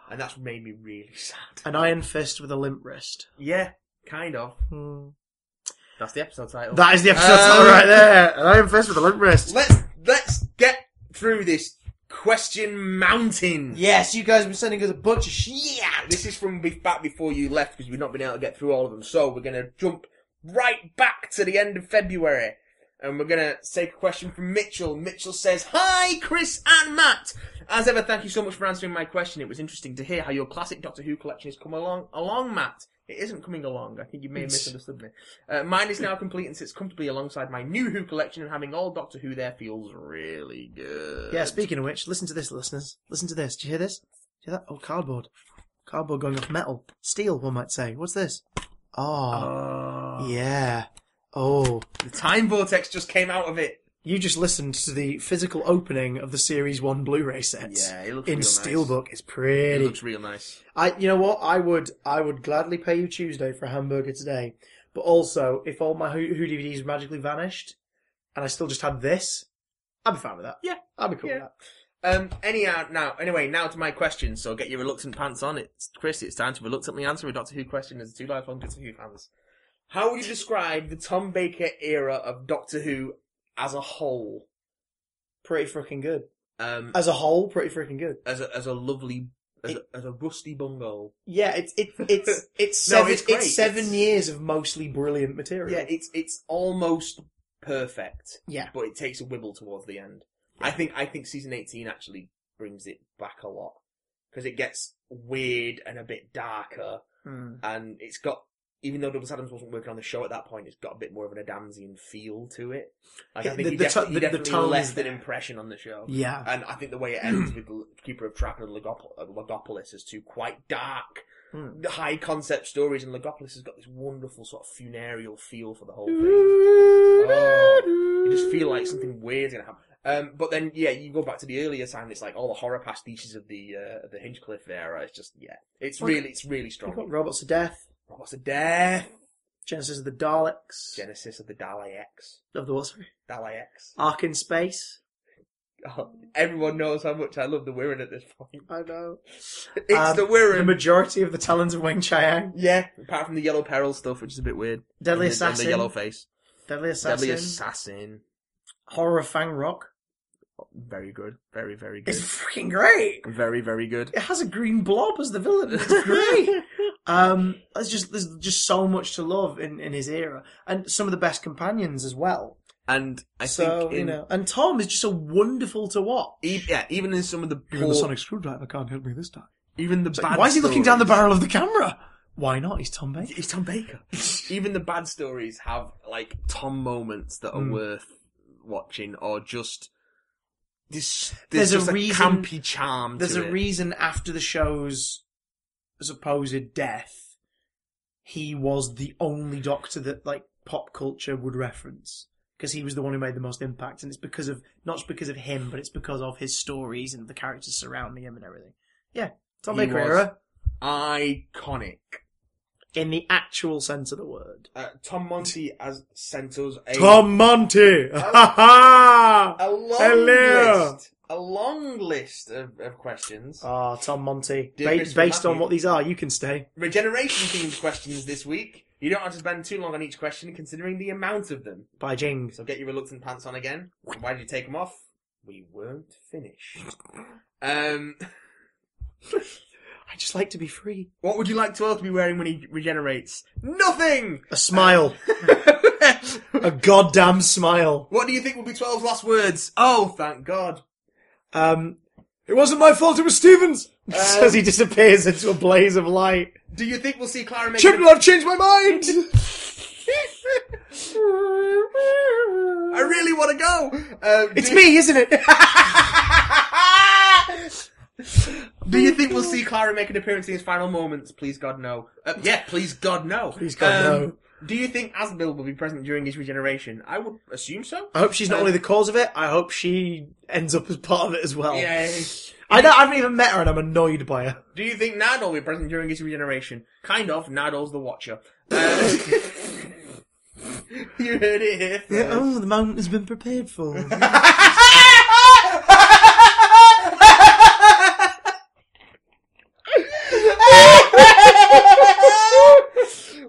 [SPEAKER 2] and that's made me really [laughs] sad.
[SPEAKER 1] An Iron Fist with a limp wrist.
[SPEAKER 2] Yeah, kind of.
[SPEAKER 1] Hmm.
[SPEAKER 2] That's the episode title.
[SPEAKER 1] That is the episode title
[SPEAKER 2] Um,
[SPEAKER 1] right there. And I'm first with the limp wrist.
[SPEAKER 2] let's let's get through this question mountain.
[SPEAKER 1] Yes, you guys have been sending us a bunch of shit.
[SPEAKER 2] This is from be- back before you left because we've not been able to get through all of them. So we're going to jump right back to the end of February. And we're going to take a question from Mitchell. Mitchell says, Hi, Chris and Matt. As ever, thank you so much for answering my question. It was interesting to hear how your classic Doctor Who collection has come along, along Matt. It isn't coming along. I think you may have misunderstood me. Uh, mine is now complete and sits comfortably alongside my new Who collection, and having all Doctor Who there feels really good.
[SPEAKER 1] Yeah, speaking of which, listen to this, listeners. Listen to this. Do you hear this? Do you hear that? Oh, cardboard. Cardboard going off metal. Steel, one might say. What's this? Oh,
[SPEAKER 2] Oh,
[SPEAKER 1] yeah. Oh.
[SPEAKER 2] the time vortex just came out of it.
[SPEAKER 1] You just listened to the physical opening of the Series 1 Blu-ray sets.
[SPEAKER 2] Yeah, it looks
[SPEAKER 1] In
[SPEAKER 2] real nice.
[SPEAKER 1] Steelbook. It's
[SPEAKER 2] It
[SPEAKER 1] pretty
[SPEAKER 2] looks real nice.
[SPEAKER 1] I, you know what? I would, I would gladly pay you Tuesday for a hamburger today. But also, if all my Who, Who DVDs magically vanished, and I still just had this, I'd be fine with that.
[SPEAKER 2] Yeah.
[SPEAKER 1] I'd be cool
[SPEAKER 2] Yeah.
[SPEAKER 1] with that.
[SPEAKER 2] Um. Anyhow, now, anyway, now to my question. So get your reluctant pants on. It's Chris. It's time to reluctantly answer a Doctor Who question as two lifelong Doctor Who fans. How would you describe the Tom Baker era of Doctor Who as a whole?
[SPEAKER 1] Pretty freaking good.
[SPEAKER 2] Um.
[SPEAKER 1] As a whole, pretty freaking good.
[SPEAKER 2] As a, as a lovely as a, as a rusty bungle.
[SPEAKER 1] Yeah, it's
[SPEAKER 2] [laughs]
[SPEAKER 1] it, it's it's
[SPEAKER 2] No,
[SPEAKER 1] seven
[SPEAKER 2] it's
[SPEAKER 1] it's,
[SPEAKER 2] great.
[SPEAKER 1] seven
[SPEAKER 2] It's-
[SPEAKER 1] years of mostly brilliant material.
[SPEAKER 2] Yeah. It's it's almost perfect,
[SPEAKER 1] yeah,
[SPEAKER 2] but it takes a wibble towards the end. I think I think season eighteen actually brings it back a lot because it gets weird and a bit darker.
[SPEAKER 1] Mm.
[SPEAKER 2] and it's got even though Douglas Adams wasn't working on the show at that point, it's got a bit more of an Adamsian feel to it. Like, I
[SPEAKER 1] Yeah,
[SPEAKER 2] think
[SPEAKER 1] the-
[SPEAKER 2] he,
[SPEAKER 1] the
[SPEAKER 2] def-
[SPEAKER 1] to-
[SPEAKER 2] he
[SPEAKER 1] the- the
[SPEAKER 2] definitely
[SPEAKER 1] tone is
[SPEAKER 2] left an
[SPEAKER 1] there.
[SPEAKER 2] impression on the show.
[SPEAKER 1] yeah.
[SPEAKER 2] And I think the way it ends with the Keeper of Trap and Logop- uh, Logopolis is two quite dark,
[SPEAKER 1] Mm.
[SPEAKER 2] high concept stories, and Logopolis has got this wonderful sort of funereal feel for the whole
[SPEAKER 1] Mm-hmm.
[SPEAKER 2] thing. Oh,
[SPEAKER 1] You
[SPEAKER 2] You just feel like something weird's gonna happen. Um, but then, yeah, you go back to the earlier time. It's like all the horror pastiches of the uh, the Hinchcliffe era. It's just, yeah, it's
[SPEAKER 1] Well,
[SPEAKER 2] really, it's really
[SPEAKER 1] You've got
[SPEAKER 2] strong.
[SPEAKER 1] robots of death,
[SPEAKER 2] What's a death?
[SPEAKER 1] Genesis of the Daleks,
[SPEAKER 2] Genesis of the Dalai X.
[SPEAKER 1] of the what? Sorry,
[SPEAKER 2] Dalai X.
[SPEAKER 1] Ark in space.
[SPEAKER 2] Oh, everyone knows how much I love the Wirren at this point.
[SPEAKER 1] I know.
[SPEAKER 2] [laughs] It's
[SPEAKER 1] Uh, Um,
[SPEAKER 2] the Wirren.
[SPEAKER 1] The majority of the talents of Wang Chiang.
[SPEAKER 2] yeah, apart from the Yellow Peril stuff, which is a bit weird.
[SPEAKER 1] Deadly
[SPEAKER 2] and the, and
[SPEAKER 1] Assassin.
[SPEAKER 2] the Yellow Face.
[SPEAKER 1] Deadly Assassin.
[SPEAKER 2] Deadly Assassin.
[SPEAKER 1] Horror of Fang Rock.
[SPEAKER 2] Very good. Very, very good.
[SPEAKER 1] It's freaking great.
[SPEAKER 2] very, very good.
[SPEAKER 1] It has a green blob as the villain.
[SPEAKER 2] [laughs]
[SPEAKER 1] It's great. um, there's just there's just so much to love in, in his era, and some of the best companions as well.
[SPEAKER 2] And I
[SPEAKER 1] so
[SPEAKER 2] think in,
[SPEAKER 1] you know, and Tom is just so wonderful to watch.
[SPEAKER 2] e- yeah, even in some of the poor,
[SPEAKER 1] screwdriver can't help me this time.
[SPEAKER 2] even the bad
[SPEAKER 1] Why is he looking down the
[SPEAKER 2] stories-
[SPEAKER 1] barrel of the camera? Why not? He's Tom Baker.
[SPEAKER 2] [laughs] It's Tom Baker.
[SPEAKER 1] [laughs]
[SPEAKER 2] Even the bad stories have like Tom moments that are
[SPEAKER 1] Mm.
[SPEAKER 2] worth watching, or just this.
[SPEAKER 1] There's
[SPEAKER 2] There's, just
[SPEAKER 1] a
[SPEAKER 2] a,
[SPEAKER 1] reason-
[SPEAKER 2] campy charm.
[SPEAKER 1] There's
[SPEAKER 2] to
[SPEAKER 1] a
[SPEAKER 2] it.
[SPEAKER 1] reason after the show's supposed death, he was the only doctor that like pop culture would reference because he was the one who made the most impact, and it's because of not just because of him, but it's because of his stories and the characters surrounding him and everything. Yeah, Tom
[SPEAKER 2] He
[SPEAKER 1] Baker
[SPEAKER 2] was-
[SPEAKER 1] era
[SPEAKER 2] iconic.
[SPEAKER 1] in the actual sense of the word.
[SPEAKER 2] Uh, Tom Monty has sent us a
[SPEAKER 1] [laughs] Monty, ha ha!
[SPEAKER 2] a long
[SPEAKER 1] Hello.
[SPEAKER 2] list, a long list of, of questions.
[SPEAKER 1] Ah, Tom Monty.
[SPEAKER 2] Dear
[SPEAKER 1] Ba-
[SPEAKER 2] Christopher
[SPEAKER 1] based on
[SPEAKER 2] Matthew.
[SPEAKER 1] what these are, you can stay.
[SPEAKER 2] Regeneration themed questions this week. You don't have to spend too long on each question, considering the amount of them.
[SPEAKER 1] By Jing.
[SPEAKER 2] So get your reluctant pants on again. Why did you take them off? We weren't finished. Um,
[SPEAKER 1] I just like to be free.
[SPEAKER 2] what would you like Twirl to be wearing when he regenerates? Nothing! [laughs]
[SPEAKER 1] A smile. a goddamn smile.
[SPEAKER 2] what do you think will be Twirl's last words? Oh, thank God.
[SPEAKER 1] Um,
[SPEAKER 3] It wasn't my fault, it was Stevens!
[SPEAKER 2] Um,
[SPEAKER 1] [laughs] as he disappears into a blaze of light.
[SPEAKER 2] Do you think we'll see Clara
[SPEAKER 1] [laughs]
[SPEAKER 2] make
[SPEAKER 3] Chibnall, I've changed my mind!
[SPEAKER 2] [laughs] I really want to go! Uh,
[SPEAKER 1] It's
[SPEAKER 2] do-
[SPEAKER 1] me, isn't it? [laughs]
[SPEAKER 2] [laughs] Do you think we'll see Clara make an appearance in his final moments? Please God, no. Uh, yeah, please God, no. Please
[SPEAKER 1] God, no.
[SPEAKER 2] Do you think Asbil will be present during his regeneration? I would assume so.
[SPEAKER 1] I hope she's not only the cause of it, I hope she ends up as part of it as well.
[SPEAKER 2] Yay.
[SPEAKER 1] I, don't, I haven't even met her and I'm annoyed by her.
[SPEAKER 2] Do you think Nadal will be present during his regeneration? Kind of. Nadal's the Watcher. Uh, [laughs] you heard it here. first.
[SPEAKER 1] Oh, the moment has been prepared for.
[SPEAKER 2] [laughs] [laughs]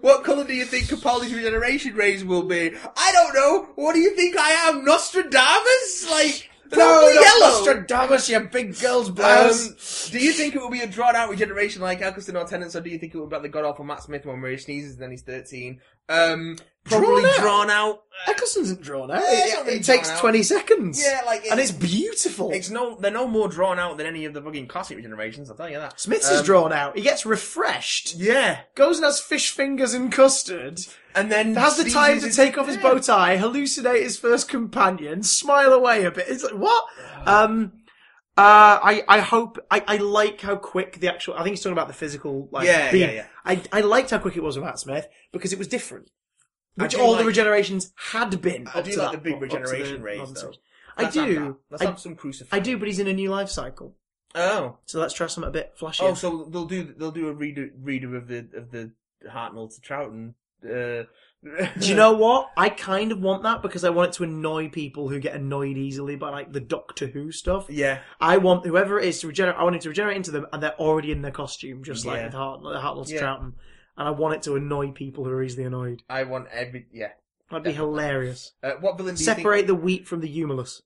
[SPEAKER 2] What colour do you think Capaldi's regeneration rays will be? I don't know. What do you think I am, Nostradamus? Like probably yellow.
[SPEAKER 3] Nostradamus, you big girl's
[SPEAKER 2] Um, do you think it will be a drawn out regeneration like Elkerson or Tennant, or do you think it will be like the god awful Matt Smith one where he sneezes and then he's thirteen? Um, probably
[SPEAKER 1] Drawn out?
[SPEAKER 2] drawn out.
[SPEAKER 1] Eccleston's isn't drawn out.
[SPEAKER 2] Yeah, it's
[SPEAKER 1] it
[SPEAKER 2] not really
[SPEAKER 1] it takes
[SPEAKER 2] drawn out.
[SPEAKER 1] 20 seconds.
[SPEAKER 2] Yeah, like
[SPEAKER 1] and it's beautiful.
[SPEAKER 2] It's no, they're no more drawn out than any of the fucking classic regenerations. I'll tell you that.
[SPEAKER 1] Smith's
[SPEAKER 2] Um,
[SPEAKER 1] is drawn out. He gets refreshed,
[SPEAKER 2] Yeah,
[SPEAKER 1] goes and has fish fingers and custard,
[SPEAKER 2] and then
[SPEAKER 1] has the
[SPEAKER 2] sneezes
[SPEAKER 1] time to
[SPEAKER 2] his-
[SPEAKER 1] take off his
[SPEAKER 2] Yeah.
[SPEAKER 1] bow tie, hallucinate his first companion, smile away a bit. It's like, what? Um, uh, I, I hope, I, I like how quick the actual, I think he's talking about the physical, like,
[SPEAKER 2] Yeah,
[SPEAKER 1] being-
[SPEAKER 2] yeah, yeah.
[SPEAKER 1] I, I liked how quick it was with Matt Smith because it was different.
[SPEAKER 2] I
[SPEAKER 1] Which
[SPEAKER 2] do
[SPEAKER 1] all the
[SPEAKER 2] like-
[SPEAKER 1] regenerations had been.
[SPEAKER 2] I
[SPEAKER 1] up
[SPEAKER 2] do
[SPEAKER 1] to
[SPEAKER 2] like
[SPEAKER 1] that
[SPEAKER 2] the big
[SPEAKER 1] po- up to
[SPEAKER 2] regeneration
[SPEAKER 1] the
[SPEAKER 2] raise,
[SPEAKER 1] modern
[SPEAKER 2] though.
[SPEAKER 1] stage. I
[SPEAKER 2] Let's have that.
[SPEAKER 1] do.
[SPEAKER 2] Let's
[SPEAKER 1] I,
[SPEAKER 2] have some crucifix.
[SPEAKER 1] I do, but he's in a new life cycle.
[SPEAKER 2] Oh,
[SPEAKER 1] So let's try something a bit flashier.
[SPEAKER 2] oh, so they'll do they'll do a redo redo of the of the Hartnell to Troughton. Uh, [laughs]
[SPEAKER 1] Do you know what? I kind of want that because I want it to annoy people who get annoyed easily by like the Doctor Who stuff.
[SPEAKER 2] Yeah,
[SPEAKER 1] I want whoever it is to regenerate. I want it to regenerate into them, and they're already in their costume, just like
[SPEAKER 2] Yeah.
[SPEAKER 1] with Hart- Hartnell
[SPEAKER 2] Yeah.
[SPEAKER 1] Troughton. And I want it to annoy people who are easily annoyed.
[SPEAKER 2] I want every yeah.
[SPEAKER 1] That'd be
[SPEAKER 2] Definitely.
[SPEAKER 1] hilarious.
[SPEAKER 2] Uh, what villain do you
[SPEAKER 1] Separate
[SPEAKER 2] think?
[SPEAKER 1] the wheat from the humorless.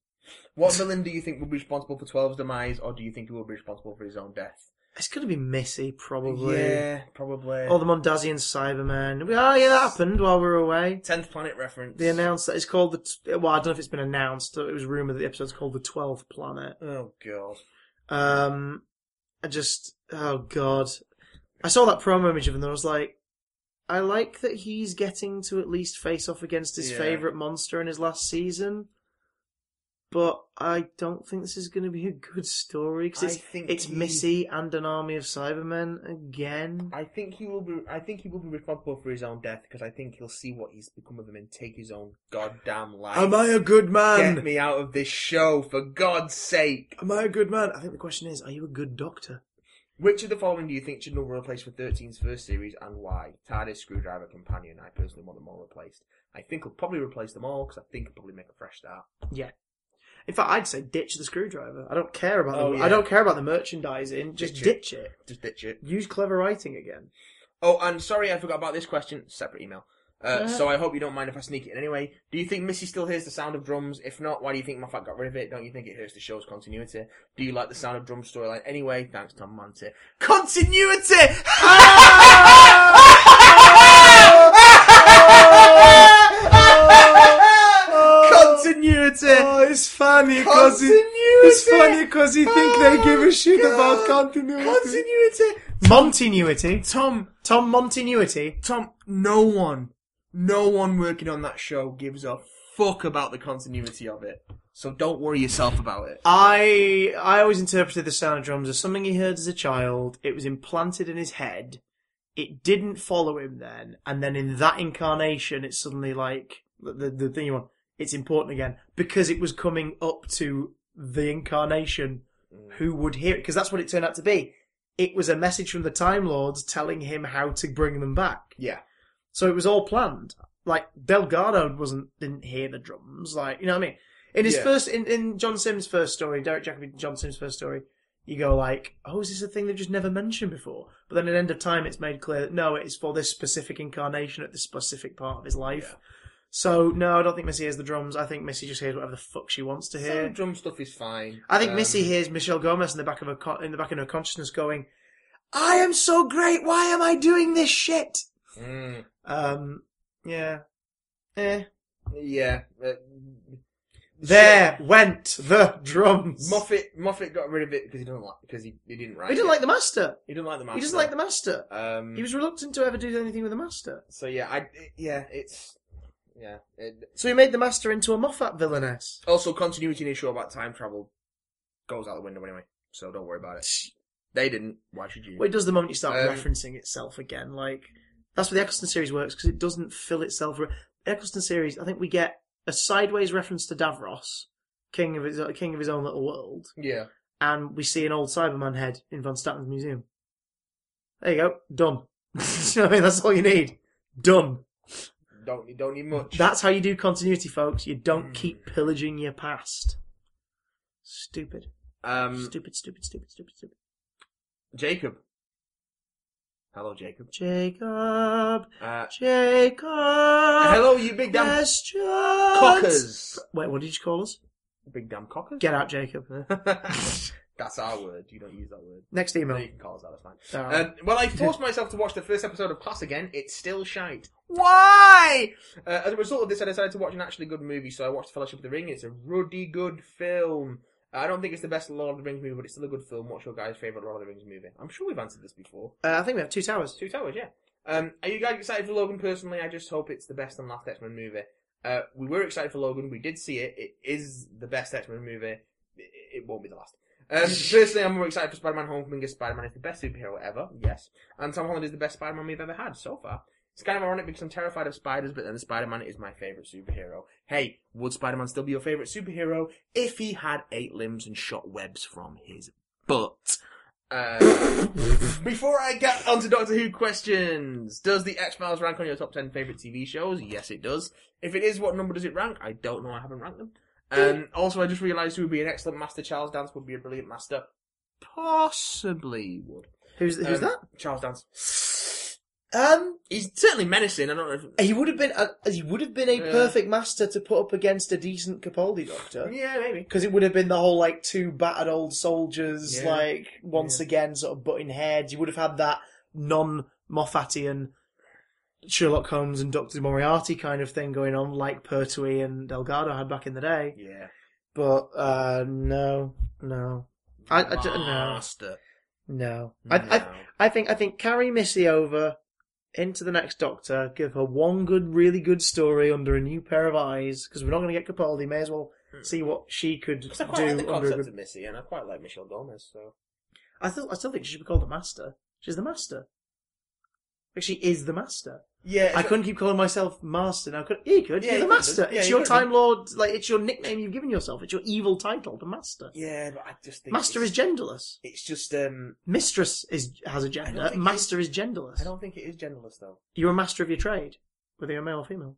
[SPEAKER 2] What villain do you think will be responsible for 12's demise, or do you think he will be responsible for his own death?
[SPEAKER 1] It's gonna be Missy, probably.
[SPEAKER 2] Yeah, probably.
[SPEAKER 1] Or the Mondazian Cyberman. Oh yeah, that happened while we were away.
[SPEAKER 2] Tenth Planet reference.
[SPEAKER 1] They announced that it's called the. T- well, I don't know if it's been announced. It was rumored that the episode's called the Twelfth Planet.
[SPEAKER 2] oh god.
[SPEAKER 1] Um, I just, oh god, I saw that promo image of him and I was like, I like that he's getting to at least face off against his
[SPEAKER 2] Yeah.
[SPEAKER 1] favorite monster in his last season, but I don't think this is going to be a good story because
[SPEAKER 2] I
[SPEAKER 1] it's
[SPEAKER 2] think
[SPEAKER 1] it's
[SPEAKER 2] he-
[SPEAKER 1] Missy and an army of Cybermen again.
[SPEAKER 2] I think he will be. I think he will be responsible for his own death because I think he'll see what he's become of him and take his own goddamn life.
[SPEAKER 1] Am I a good
[SPEAKER 2] Get
[SPEAKER 1] man?
[SPEAKER 2] me out of this show, for God's sake!
[SPEAKER 1] Am I a good man? I think the question is, are you a good doctor?
[SPEAKER 2] Which of the following do you think should not be replaced for 13's first series and why? TARDIS, Screwdriver, Companion. I personally want them all replaced. I think I'll probably replace them all because I think I'll probably make a fresh start.
[SPEAKER 1] In fact, I'd say ditch the screwdriver. I don't care about
[SPEAKER 2] Oh,
[SPEAKER 1] the,
[SPEAKER 2] yeah.
[SPEAKER 1] I don't care about the merchandising. Just
[SPEAKER 2] Ditch it.
[SPEAKER 1] ditch it.
[SPEAKER 2] Just ditch it.
[SPEAKER 1] Use clever writing again.
[SPEAKER 2] Oh, and sorry, I forgot about this question. Separate email. Uh,
[SPEAKER 1] Uh.
[SPEAKER 2] so I hope you don't mind if I sneak it in anyway. Do you think Missy still hears the sound of drums? If not, why do you think Moffat got rid of it? Don't you think it hurts the show's continuity? Do you like the sound of drums storyline anyway? Thanks, Tom Monte. Continuity! Continuity!
[SPEAKER 3] Oh, it's funny because
[SPEAKER 2] Continuity! Oh,
[SPEAKER 3] he, it's funny because he think they give a shit
[SPEAKER 2] God.
[SPEAKER 3] about continuity.
[SPEAKER 2] Continuity!
[SPEAKER 1] Montinuity.
[SPEAKER 2] Tom,
[SPEAKER 1] Tom Montinuity.
[SPEAKER 2] Tom, no one, no one working on that show gives a fuck about the continuity of it. So don't worry yourself about it.
[SPEAKER 1] I I always interpreted the sound of drums as something he heard as a child. It was implanted in his head. It didn't follow him then, and then in that incarnation, it's suddenly like the the, the thing you want. It's important again because it was coming up to the incarnation. Who would hear it? Because that's what it turned out to be. It was a message from the Time Lords telling him how to bring them back.
[SPEAKER 2] Yeah.
[SPEAKER 1] So it was all planned. Like Delgado wasn't didn't hear the drums. Like you know what I mean. In his
[SPEAKER 2] Yeah.
[SPEAKER 1] first in, in John Sims' first story, Derek Jacobi John Sims' first story, you go like, oh, is this a thing they've just never mentioned before? But then at end of time, it's made clear that no, it is for this specific incarnation at this specific part of his life. So no, I don't think Missy hears the drums. I think Missy just hears whatever the fuck she wants to hear.
[SPEAKER 2] Some drum stuff is fine.
[SPEAKER 1] I think
[SPEAKER 2] Um,
[SPEAKER 1] Missy hears Michelle Gomez in the back of her con- in the back of her consciousness going, "I am so great. Why am I doing this shit?"
[SPEAKER 2] mm,
[SPEAKER 1] Um, yeah, eh.
[SPEAKER 2] yeah. Uh,
[SPEAKER 1] There went the drums.
[SPEAKER 2] Moffat Moffat got rid of it because he didn't like because he, he didn't write.
[SPEAKER 1] He didn't
[SPEAKER 2] it.
[SPEAKER 1] like the master.
[SPEAKER 2] He didn't like the master.
[SPEAKER 1] He doesn't like the master.
[SPEAKER 2] Um,
[SPEAKER 1] He was reluctant to ever do anything with the master.
[SPEAKER 2] So yeah, I it- yeah, it's yeah. It,
[SPEAKER 1] So he made the master into a Moffat villainess.
[SPEAKER 2] also, continuity in his show about time travel goes out the window anyway. So don't worry about it. They didn't. Why should you?
[SPEAKER 1] Well, it does the moment you start
[SPEAKER 2] Um,
[SPEAKER 1] referencing itself again. Like that's where the Eccleston series works because it doesn't fill itself. Re- Eccleston series, I think we get a sideways reference to Davros, king of his king of his own little world,
[SPEAKER 2] yeah.
[SPEAKER 1] and we see an old Cyberman head in Von Statten's museum. There you go, done. [laughs] you know what I mean, that's all you need. Done.
[SPEAKER 2] Don't don't need much. Hmm.
[SPEAKER 1] That's how you do continuity, folks. You don't keep pillaging your past. Stupid,
[SPEAKER 2] um,
[SPEAKER 1] stupid, stupid, stupid, stupid, stupid.
[SPEAKER 2] Jacob. Hello, Jacob.
[SPEAKER 1] Jacob,
[SPEAKER 2] Uh,
[SPEAKER 1] Jacob.
[SPEAKER 2] hello, you big damn
[SPEAKER 1] Questions.
[SPEAKER 2] cockers.
[SPEAKER 1] Wait, what did you call us?
[SPEAKER 2] Big damn cockers. [laughs]
[SPEAKER 1] Get out, Jacob. [laughs]
[SPEAKER 2] That's our word. You don't use that word.
[SPEAKER 1] Next
[SPEAKER 2] No,
[SPEAKER 1] email.
[SPEAKER 2] you can call us that. That's fine.
[SPEAKER 1] Um,
[SPEAKER 2] Um, well, I forced myself to watch the first episode of Class again. It's still shite. Why? Uh, as a result of this, I decided to watch an actually good movie. So I watched Fellowship of the Ring. It's a ruddy good film. I don't think it's the best Lord of the Rings movie, but it's still a good film. What's your guys' favorite Lord of the Rings movie? I'm sure we've answered this before.
[SPEAKER 1] uh, I think we have two towers.
[SPEAKER 2] Two Towers, yeah. Um, are you guys excited for Logan? Personally, I just hope it's the best and last X Men movie. Uh, we were excited for Logan. We did see it. It is the best X Men movie. It, it won't be the last. Um, personally, I'm more excited for Spider-Man: Homecoming because Spider-Man is the best superhero ever. Yes, and Tom Holland is the best Spider-Man we've ever had so far. It's kind of ironic because I'm terrified of spiders, but then the Spider-Man is my favorite superhero. Hey, would Spider-Man still be your favorite superhero if he had eight limbs and shot webs from his butt?
[SPEAKER 1] [laughs]
[SPEAKER 2] Uh, before I get onto Doctor Who questions, does the X Files rank on your top ten favorite TV shows? Yes, it does. If it is, what number does it rank? I don't know. I haven't ranked them. Um, also, I just realised who would be an excellent master. Charles Dance would be a brilliant master. Possibly would.
[SPEAKER 1] Who's who's
[SPEAKER 2] Um,
[SPEAKER 1] that?
[SPEAKER 2] Charles Dance.
[SPEAKER 1] Um,
[SPEAKER 2] He's certainly menacing. I don't know if
[SPEAKER 1] he would have been a, he would have been a
[SPEAKER 2] Yeah.
[SPEAKER 1] perfect master to put up against a decent Capaldi doctor.
[SPEAKER 2] Yeah, maybe.
[SPEAKER 1] Because it would have been the whole like two battered old soldiers,
[SPEAKER 2] Yeah.
[SPEAKER 1] like once again sort of butting heads. You would have had that non Moffatian Sherlock Holmes and Doctor Moriarty kind of thing going on, like Pertwee and Delgado had back in the day.
[SPEAKER 2] Yeah.
[SPEAKER 1] But uh, no, no, I- I don't know.
[SPEAKER 2] Master.
[SPEAKER 1] no. I, I,
[SPEAKER 2] No.
[SPEAKER 1] I think, I think carry Missy over into the next Doctor. Give her one good, really good story under a new pair of eyes because we're not going to get Capaldi. May as well see what she could
[SPEAKER 2] 'Cause
[SPEAKER 1] do.
[SPEAKER 2] Hmm. [laughs] I quite like the
[SPEAKER 1] under a
[SPEAKER 2] concept
[SPEAKER 1] good...
[SPEAKER 2] of Missy, and I quite like Michelle Gomez. So
[SPEAKER 1] I still, I still think she should be called the Master. She's the Master. Like she is the Master.
[SPEAKER 2] yeah,
[SPEAKER 1] I couldn't keep calling myself Master. Now, could yeah, you could?
[SPEAKER 2] Yeah,
[SPEAKER 1] You're
[SPEAKER 2] you
[SPEAKER 1] the
[SPEAKER 2] could.
[SPEAKER 1] Master.
[SPEAKER 2] Yeah,
[SPEAKER 1] it's
[SPEAKER 2] you
[SPEAKER 1] your
[SPEAKER 2] could.
[SPEAKER 1] Time Lord. Like it's your nickname you've given yourself. It's your evil title, the Master.
[SPEAKER 2] Yeah, but I just think
[SPEAKER 1] Master
[SPEAKER 2] it's,
[SPEAKER 1] is genderless.
[SPEAKER 2] It's just um.
[SPEAKER 1] Mistress is has a
[SPEAKER 2] I don't
[SPEAKER 1] gender.
[SPEAKER 2] think
[SPEAKER 1] Master is genderless.
[SPEAKER 2] I don't think it is genderless though.
[SPEAKER 1] You're a master of your trade, whether you're male or female.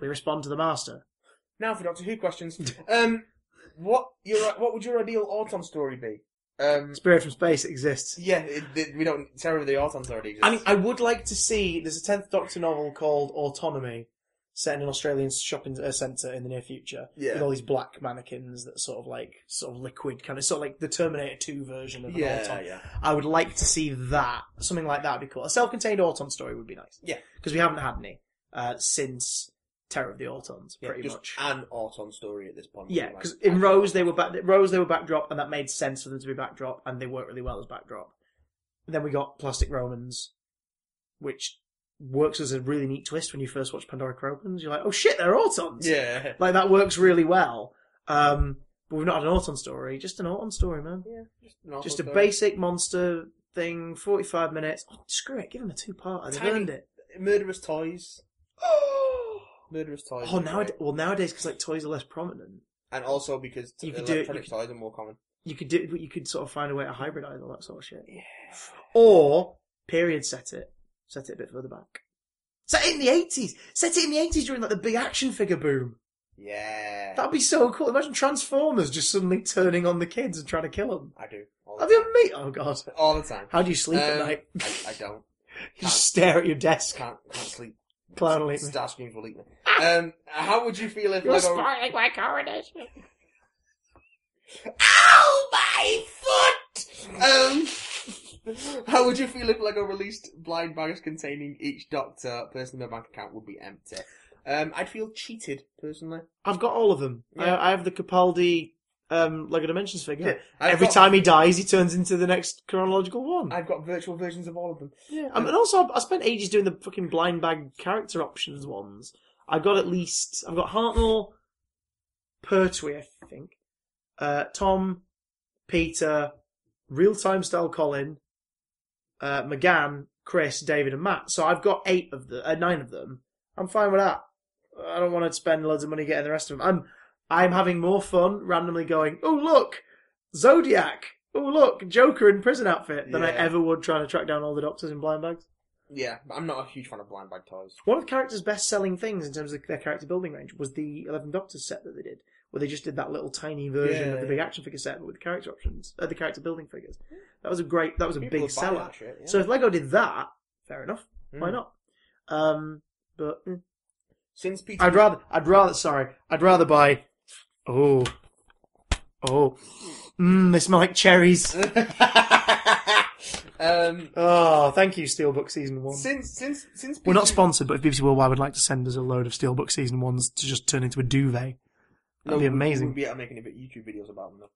[SPEAKER 1] We respond to the master.
[SPEAKER 2] Now for Doctor
[SPEAKER 1] [laughs]
[SPEAKER 2] Who questions. um, what your what would your ideal Auton story be? Um,
[SPEAKER 1] Spirit from space exists.
[SPEAKER 2] yeah, it, it- we don't. Terror of the Autons already exists.
[SPEAKER 1] I mean, I would like to see. There's a tenth Doctor novel called Autonomy, set in an Australian shopping uh, centre in the near future,
[SPEAKER 2] Yeah.
[SPEAKER 1] with all these black mannequins that sort of like sort of liquid kind of sort of like the Terminator Two version of an Auton.
[SPEAKER 2] yeah,
[SPEAKER 1] I would like to see that. Something like that would be cool. A self-contained Auton story would be nice.
[SPEAKER 2] Yeah.
[SPEAKER 1] because we haven't had any uh, since Terror of the Autons,
[SPEAKER 2] yeah,
[SPEAKER 1] pretty
[SPEAKER 2] just
[SPEAKER 1] much.
[SPEAKER 2] an Auton story at this point.
[SPEAKER 1] Yeah,
[SPEAKER 2] Like,
[SPEAKER 1] because
[SPEAKER 2] I-
[SPEAKER 1] in Rose they were back. Rose they were backdrop, and that made sense for them to be backdrop, and they worked really well as backdrop. Then we got Plastic Romans, which works as a really neat twist when you first watch Pandora Romans. You're like, oh shit, they're Autons.
[SPEAKER 2] Yeah,
[SPEAKER 1] like that works really well. Um, but we've not had an Auton story, just an Auton story, man.
[SPEAKER 2] yeah, just, an Auton
[SPEAKER 1] just a
[SPEAKER 2] story.
[SPEAKER 1] basic monster thing, 45 minutes. Oh, screw it, give them a two part. They've
[SPEAKER 2] Tiny-
[SPEAKER 1] earned
[SPEAKER 2] [gasps]
[SPEAKER 1] it.
[SPEAKER 2] murderous toys. murderous toys.
[SPEAKER 1] Oh,
[SPEAKER 2] would be
[SPEAKER 1] now
[SPEAKER 2] great.
[SPEAKER 1] well nowadays because like toys are less prominent.
[SPEAKER 2] and also because
[SPEAKER 1] You could do it-
[SPEAKER 2] electronic
[SPEAKER 1] you could-
[SPEAKER 2] toys are more common.
[SPEAKER 1] you could do, but you could sort of find a way to hybridize all that sort of shit. Or period set it, set it a bit further back. Set it in the eighties. Set it in the eighties during like the big action figure boom.
[SPEAKER 2] Yeah.
[SPEAKER 1] That'd be so cool. Imagine Transformers just suddenly turning on the kids and trying to kill them.
[SPEAKER 2] I do. All the
[SPEAKER 1] Have
[SPEAKER 2] time.
[SPEAKER 1] you meet? Oh god.
[SPEAKER 2] All the time.
[SPEAKER 1] How do you sleep at
[SPEAKER 2] Um,
[SPEAKER 1] night? [laughs]
[SPEAKER 2] I, I don't.
[SPEAKER 1] You just stare at your desk,
[SPEAKER 2] Can't, can't sleep.
[SPEAKER 1] clown at me.
[SPEAKER 2] Star screams will eat me. Um, how would you feel if
[SPEAKER 1] You're
[SPEAKER 2] Lego...
[SPEAKER 1] spoiling my coronation.
[SPEAKER 2] Ow, my foot! Um, how would you feel if Lego released blind bags containing each Doctor? Personally, my bank account would be empty. Um, I'd feel cheated personally.
[SPEAKER 1] I've got all of them.
[SPEAKER 2] Yeah.
[SPEAKER 1] I, I have the Capaldi um, Lego Dimensions figure.
[SPEAKER 2] I've
[SPEAKER 1] Every
[SPEAKER 2] got-
[SPEAKER 1] time he dies, he turns into the next chronological one.
[SPEAKER 2] I've got virtual versions of all of them.
[SPEAKER 1] yeah. Um, and also, I spent ages doing the fucking blind bag character options ones. I got at least I've got Hartnell, Pertwee, I think, uh, Tom, Peter, real time style Colin, uh, McGann, Chris, David, and Matt. So I've got eight of the uh, nine of them. I'm fine with that. I don't want to spend loads of money getting the rest of them. I'm I'm having more fun randomly going. Oh look, Zodiac. Oh look, Joker in prison outfit than I
[SPEAKER 2] Yeah.
[SPEAKER 1] ever would trying to track down all the doctors in blind bags.
[SPEAKER 2] Yeah, but I'm not a huge fan of blind bag toys.
[SPEAKER 1] One of the characters' best selling things in terms of their character building range was the Eleven Doctors set that they did, where they just did that little tiny version
[SPEAKER 2] Yeah,
[SPEAKER 1] of the
[SPEAKER 2] yeah.
[SPEAKER 1] big action figure set but with character options, uh, the character building figures. That was a great, that was a
[SPEAKER 2] People
[SPEAKER 1] big
[SPEAKER 2] would buy
[SPEAKER 1] seller.
[SPEAKER 2] that shit, yeah.
[SPEAKER 1] So if Lego did that, fair enough. Why
[SPEAKER 2] Mm.
[SPEAKER 1] not? Um, but mm,
[SPEAKER 2] Since Peter,
[SPEAKER 1] I'd rather, I'd rather, sorry, I'd rather buy. Oh, oh, mm, they smell like cherries.
[SPEAKER 2] [laughs] um,
[SPEAKER 1] Oh, thank you, Steelbook Season
[SPEAKER 2] [laughs]
[SPEAKER 1] One.
[SPEAKER 2] since since since
[SPEAKER 1] We're not
[SPEAKER 2] Peter-
[SPEAKER 1] sponsored, but if BBC Worldwide would like to send us a load of Steelbook Season Ones to just turn into a duvet, that'd
[SPEAKER 2] No,
[SPEAKER 1] be
[SPEAKER 2] we- we
[SPEAKER 1] amazing.
[SPEAKER 2] wouldn't be able to make any bit- YouTube videos about them though.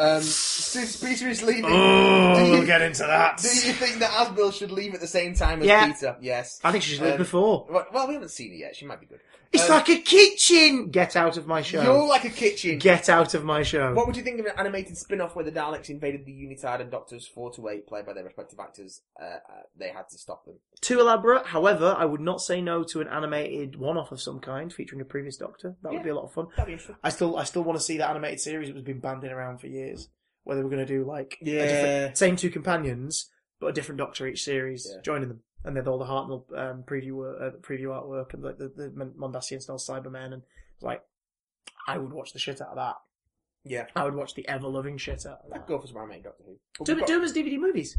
[SPEAKER 2] Um, since Peter is leaving, do
[SPEAKER 1] Oh,
[SPEAKER 2] you- [laughs]
[SPEAKER 1] we'll get into that.
[SPEAKER 2] Do you think that Asbel should leave at the same time as
[SPEAKER 1] Yeah.
[SPEAKER 2] Peter? Yes.
[SPEAKER 1] I think she should live
[SPEAKER 2] Um,
[SPEAKER 1] before.
[SPEAKER 2] Right, Well, we haven't seen it yet. She might be good.
[SPEAKER 1] It's
[SPEAKER 2] um,
[SPEAKER 1] like a kitchen. Get out of my show.
[SPEAKER 2] You're like a kitchen.
[SPEAKER 1] Get out of my show.
[SPEAKER 2] What would you think of an animated spin-off where the Daleks invaded the Unitard and Doctors 4 to 8, played by their respective actors, uh, uh, they had to stop them?
[SPEAKER 1] Too elaborate. However, I would not say no to an animated one-off of some kind featuring a previous Doctor. That
[SPEAKER 2] Yeah.
[SPEAKER 1] would be a lot of fun.
[SPEAKER 2] That'd be interesting.
[SPEAKER 1] I still, I still want to see that animated series that was been banding around for years, where they were going to do like a
[SPEAKER 2] Yeah.
[SPEAKER 1] different, same two companions but a different Doctor each series
[SPEAKER 2] Yeah.
[SPEAKER 1] joining them, and they had all the Hartnell um, preview wor- uh, preview artwork and like the, the Mondasian style Cybermen, and like I would watch the shit out of that.
[SPEAKER 2] Yeah.
[SPEAKER 1] I would watch the ever loving shit out of
[SPEAKER 2] I'd
[SPEAKER 1] that.
[SPEAKER 2] go for some animated Doctor Who. But
[SPEAKER 1] Do,
[SPEAKER 2] we've
[SPEAKER 1] it- do them as DVD movies.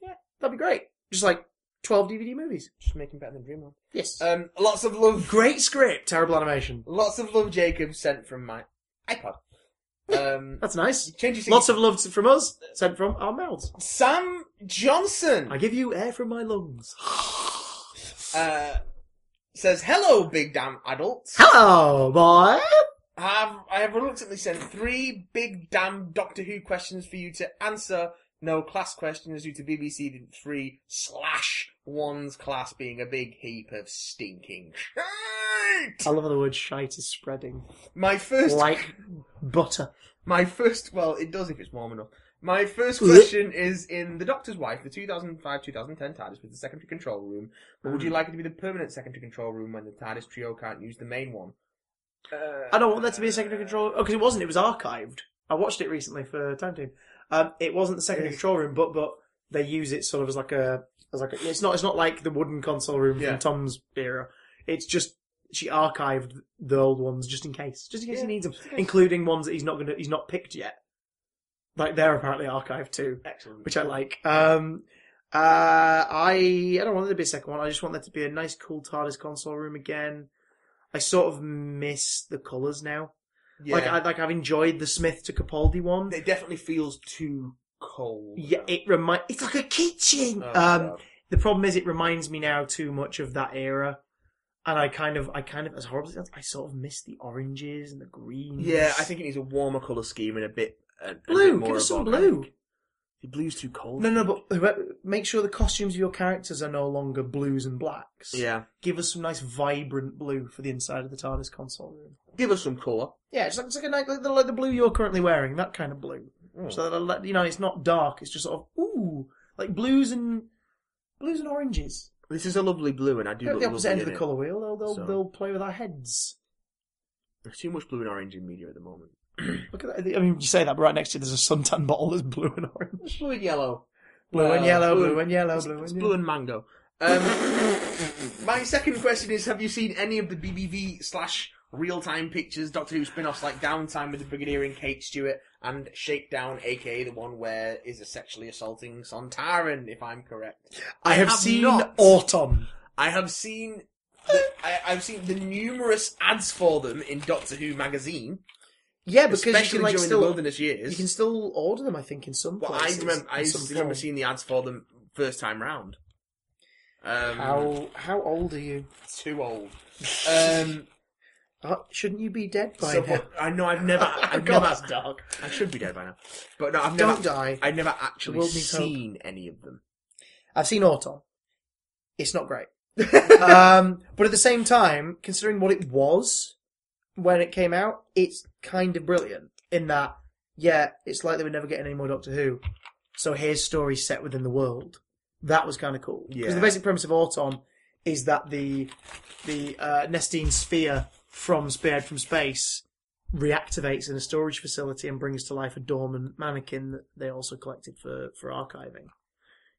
[SPEAKER 1] Yeah, that'd be great. Just like twelve DVD movies.
[SPEAKER 2] Just making better than Dreamland.
[SPEAKER 1] Yes.
[SPEAKER 2] Um, lots of love.
[SPEAKER 1] great script, terrible animation.
[SPEAKER 2] Lots of love, Jacob, sent from my iPod. Um,
[SPEAKER 1] That's nice.
[SPEAKER 2] change your
[SPEAKER 1] Lots of love to- from us, sent from our mouths.
[SPEAKER 2] Sam Johnson.
[SPEAKER 1] I give you air from my lungs.
[SPEAKER 2] uh, says, "Hello, big damn adults.
[SPEAKER 1] Hello, boy.
[SPEAKER 2] Have I have reluctantly sent three big damn Doctor Who questions for you to answer? No class questions due to BBC Three slash One's class being a big heap of stinking shit.
[SPEAKER 1] I love how the word shite is spreading
[SPEAKER 2] My first,
[SPEAKER 1] like butter.
[SPEAKER 2] my first. Well, it does if it's warm enough." My first question is in The Doctor's Wife, the 2005-2010 TARDIS with the secondary control room. But
[SPEAKER 1] Hmm.
[SPEAKER 2] would you like it to be the permanent secondary control room when the TARDIS trio can't use the main one? Uh,
[SPEAKER 1] I don't want there to be a secondary control. Oh, because it wasn't. It was archived. I watched it recently for Time Team. Um, it wasn't the secondary
[SPEAKER 2] Yes.
[SPEAKER 1] control room, but but they use it sort of as like a as like a, it's not it's not like the wooden console room
[SPEAKER 2] Yeah.
[SPEAKER 1] from Tom's era. It's just she archived the old ones just in case, just in case
[SPEAKER 2] Yeah,
[SPEAKER 1] he needs them,
[SPEAKER 2] just in case.
[SPEAKER 1] including ones that he's not gonna he's not picked yet. Like they're apparently archived too
[SPEAKER 2] Excellent.
[SPEAKER 1] which I like. Um, uh, I I don't want there to be a second one. I just want there to be a nice, cool TARDIS console room again. I sort of miss the colours now.
[SPEAKER 2] yeah.
[SPEAKER 1] Like I like I've enjoyed the Smith to Capaldi one.
[SPEAKER 2] it definitely feels too cold.
[SPEAKER 1] yeah,
[SPEAKER 2] now.
[SPEAKER 1] it remind. It's like a kitchen.
[SPEAKER 2] Oh,
[SPEAKER 1] um,
[SPEAKER 2] God.
[SPEAKER 1] the problem is it reminds me now too much of that era. And I kind of, I kind of, as horrible as it sounds, I sort of miss the oranges and the greens.
[SPEAKER 5] Yeah, I think it needs a warmer colour scheme and a bit a, a
[SPEAKER 1] blue.
[SPEAKER 5] bit more
[SPEAKER 1] Give us some
[SPEAKER 5] of our-
[SPEAKER 1] blue.
[SPEAKER 5] The blue's too cold.
[SPEAKER 1] No, no, but whoever- make sure the costumes of your characters are no longer blues and blacks.
[SPEAKER 5] Yeah,
[SPEAKER 1] give us some nice vibrant blue for the inside of the TARDIS console room.
[SPEAKER 5] give us some colour.
[SPEAKER 1] Yeah, it's like, it's like, a, nice- like, the, like the blue you're currently wearing, that kind of blue. So that like, you know, it's not dark. It's just sort of ooh, like blues and blues and oranges.
[SPEAKER 5] This is a lovely blue, and I do
[SPEAKER 1] They're at
[SPEAKER 5] look
[SPEAKER 1] the opposite end
[SPEAKER 5] lovely
[SPEAKER 1] of
[SPEAKER 5] in
[SPEAKER 1] the
[SPEAKER 5] it.
[SPEAKER 1] colour wheel. They'll they'll,
[SPEAKER 5] So-
[SPEAKER 1] they'll play with our heads.
[SPEAKER 5] There's too much blue and orange in media at the moment.
[SPEAKER 1] Look at that. I mean, you say that, but right next to you, there's a suntan [laughs] bottle that's blue and orange,
[SPEAKER 2] It's blue and yellow.
[SPEAKER 1] blue and
[SPEAKER 2] Well,
[SPEAKER 1] yellow,
[SPEAKER 5] blue-
[SPEAKER 1] Uh, blue, and yellow,
[SPEAKER 5] It's,
[SPEAKER 1] blue and
[SPEAKER 5] it's
[SPEAKER 1] yellow.
[SPEAKER 5] blue and mango.
[SPEAKER 2] [laughs] Um, my second question is: Have you seen any of the BBV slash real time pictures, Doctor Who spin offs like Downtime with the Brigadier and Kate Stewart, and Shakedown, aka the one where is a sexually assaulting Sontaran, if I'm correct.
[SPEAKER 1] I have
[SPEAKER 2] have
[SPEAKER 1] seen
[SPEAKER 2] not.
[SPEAKER 1] Autumn.
[SPEAKER 2] I have seen. The, I, I've seen the numerous ads for them in Doctor Who magazine,
[SPEAKER 1] Yeah, because you
[SPEAKER 2] especially
[SPEAKER 1] can like
[SPEAKER 2] during
[SPEAKER 1] still
[SPEAKER 2] the wilderness years.
[SPEAKER 1] you can still order them. I think in some
[SPEAKER 2] Well, I
[SPEAKER 1] places.
[SPEAKER 2] remember, I
[SPEAKER 1] in some
[SPEAKER 2] remember
[SPEAKER 1] form.
[SPEAKER 2] seeing the ads for them first time round. Um,
[SPEAKER 1] How how old are you?
[SPEAKER 2] too old. Um,
[SPEAKER 1] Uh, shouldn't you be dead [laughs] by
[SPEAKER 2] so,
[SPEAKER 1] now?
[SPEAKER 2] but I know
[SPEAKER 1] [laughs]
[SPEAKER 2] I've never, I've
[SPEAKER 1] God,
[SPEAKER 2] never,
[SPEAKER 1] that's dark.
[SPEAKER 2] I should be dead by now, but no, I've never,
[SPEAKER 1] Don't die.
[SPEAKER 2] I've never actually
[SPEAKER 1] world needs hope.
[SPEAKER 2] seen any of them.
[SPEAKER 1] I've seen Autumn. It's not great. um, but at the same time, considering what it was when it came out, it's kind of brilliant in that, yeah, it's like they were never getting any more Doctor Who. So here's stories set within the world. That was kind of cool. Because
[SPEAKER 2] Yeah.
[SPEAKER 1] the basic premise of Autumn is that the the uh, Nestine sphere from Spared from Space reactivates in a storage facility and brings to life a dormant mannequin that they also collected for, for archiving.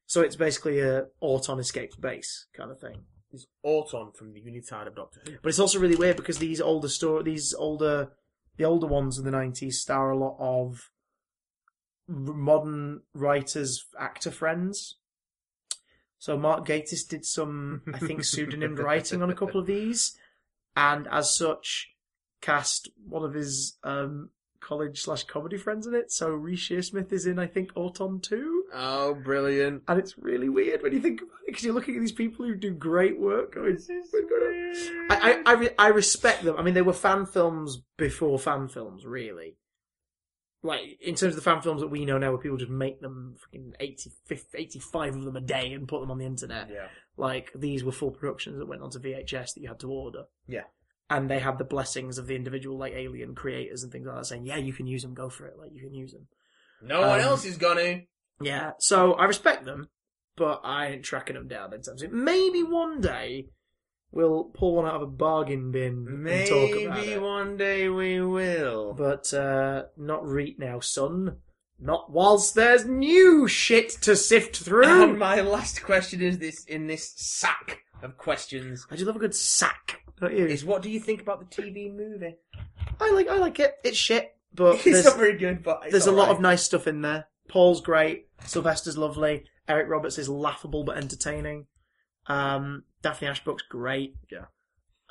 [SPEAKER 1] So it's basically a Auton escaped base kind of thing.
[SPEAKER 2] It's Auton from the Unitard of Doctor Who.
[SPEAKER 1] But it's also really weird because these older store, these older, the older ones in the nineties star a lot of r- modern writers, actor friends. So Mark Gatiss did some, I think, pseudonymed writing on a couple of these, and as such, cast one of his um, college slash comedy friends in it. So Reese Shearsmith is in, I think, Auton too.
[SPEAKER 2] Oh, brilliant!
[SPEAKER 1] And it's really weird when you think about it because you're looking at these people who do great work. Oh, Going, "We've got it." I, I, I, re- I respect them. I mean, they were fan films before fan films, really. Like, in terms of the fan films that we know now, where people just make them freaking 80, 50, 85 of them a day and put them on the internet.
[SPEAKER 2] Yeah,
[SPEAKER 1] Like, these were full productions that went onto VHS that you had to order.
[SPEAKER 2] Yeah.
[SPEAKER 1] And they had the blessings of the individual, like, alien creators and things like that saying, yeah, you can use them, go for it. Like, you can use them.
[SPEAKER 2] no one
[SPEAKER 1] Um,
[SPEAKER 2] else is gonna.
[SPEAKER 1] Yeah, so I respect them, but I ain't tracking them down anytime soon. Maybe one day we'll pull one out of a bargain bin and talk about
[SPEAKER 2] Maybe
[SPEAKER 1] it.
[SPEAKER 2] one day we will.
[SPEAKER 1] But uh, not reet now, son. Not whilst there's new shit to sift
[SPEAKER 2] and
[SPEAKER 1] through.
[SPEAKER 2] my last question is this: in this sack of questions,
[SPEAKER 1] I do love a good sack. Don't you?
[SPEAKER 2] is what do you think about the TV movie?
[SPEAKER 1] I like I like it. It's shit,
[SPEAKER 2] [laughs]
[SPEAKER 1] but
[SPEAKER 2] it's
[SPEAKER 1] there's,
[SPEAKER 2] not very good, but it's
[SPEAKER 1] there's a lot
[SPEAKER 2] alright.
[SPEAKER 1] of nice stuff in there. Paul's great. Sylvester's lovely. Eric Roberts is laughable but entertaining. Um, Daphne Ashbrook's great.
[SPEAKER 2] Yeah.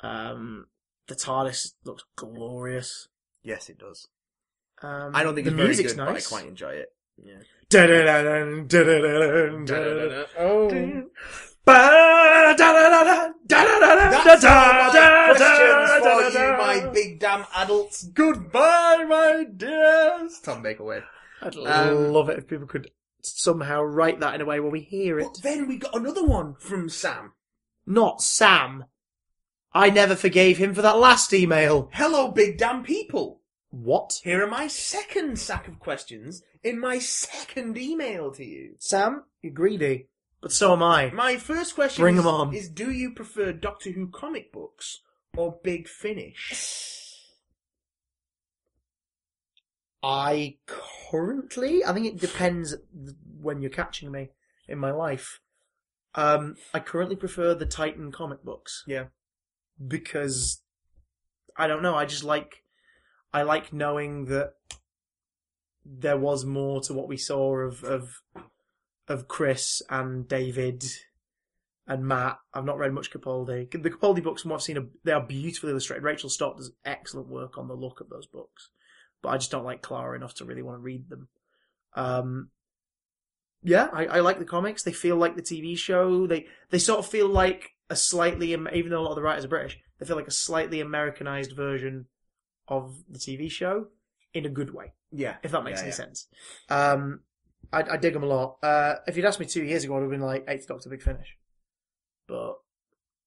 [SPEAKER 1] Um, the TARDIS looks glorious.
[SPEAKER 2] Yes, it does.
[SPEAKER 1] Um,
[SPEAKER 2] I don't think
[SPEAKER 1] the
[SPEAKER 2] it's
[SPEAKER 1] music's
[SPEAKER 2] very good,
[SPEAKER 1] nice.
[SPEAKER 2] but I quite enjoy it. Yeah.
[SPEAKER 1] Da-da-da-dun, da-da-da-dun, da-da-da-dun.
[SPEAKER 2] Oh.
[SPEAKER 1] Ba- da-da-da-da, da-da-da-da,
[SPEAKER 2] That's all
[SPEAKER 1] da-da-da-da,
[SPEAKER 2] my questions for you,
[SPEAKER 1] da-da-da-da.
[SPEAKER 2] my big damn adults. Goodbye, my dears. Tom Bakerway.
[SPEAKER 1] I'd
[SPEAKER 2] Um,
[SPEAKER 1] love it if people could somehow write that in a way where we hear it.
[SPEAKER 2] But then we got another one from Sam.
[SPEAKER 1] Not Sam. I never forgave him for that last email.
[SPEAKER 2] Hello, big damn people.
[SPEAKER 1] What?
[SPEAKER 2] Here are my second sack of questions in my second email to you.
[SPEAKER 1] Sam, you're greedy. But so am I.
[SPEAKER 2] My first question
[SPEAKER 1] Bring
[SPEAKER 2] is,
[SPEAKER 1] 'em on.
[SPEAKER 2] is do you prefer Doctor Who comic books or
[SPEAKER 1] [sighs]
[SPEAKER 2] Big Finish?
[SPEAKER 1] I currently, I think it depends when you're catching me in my life. Um, I currently prefer the Titan comic books
[SPEAKER 2] Yeah.
[SPEAKER 1] because I don't know. I just like, I like knowing that there was more to what we saw of, of, of Chris and David and Matt. I've not read much Capaldi. The Capaldi books, from what I've seen, are, they are beautifully illustrated. Rachel Stott does excellent work on the look of those books but I just don't like Clara enough to really want to read them. Um, yeah, I, I like the comics. They feel like the TV show. They they sort of feel like a slightly, Am- even though a lot of the writers are British, they feel like a slightly Americanized version of the TV show in a good way,
[SPEAKER 2] Yeah.
[SPEAKER 1] if that makes
[SPEAKER 2] Yeah,
[SPEAKER 1] any
[SPEAKER 2] yeah.
[SPEAKER 1] sense. Um, I, I dig them a lot. Uh, if you'd asked me two years ago, I'd have been like Eighth Doctor, Big Finish, but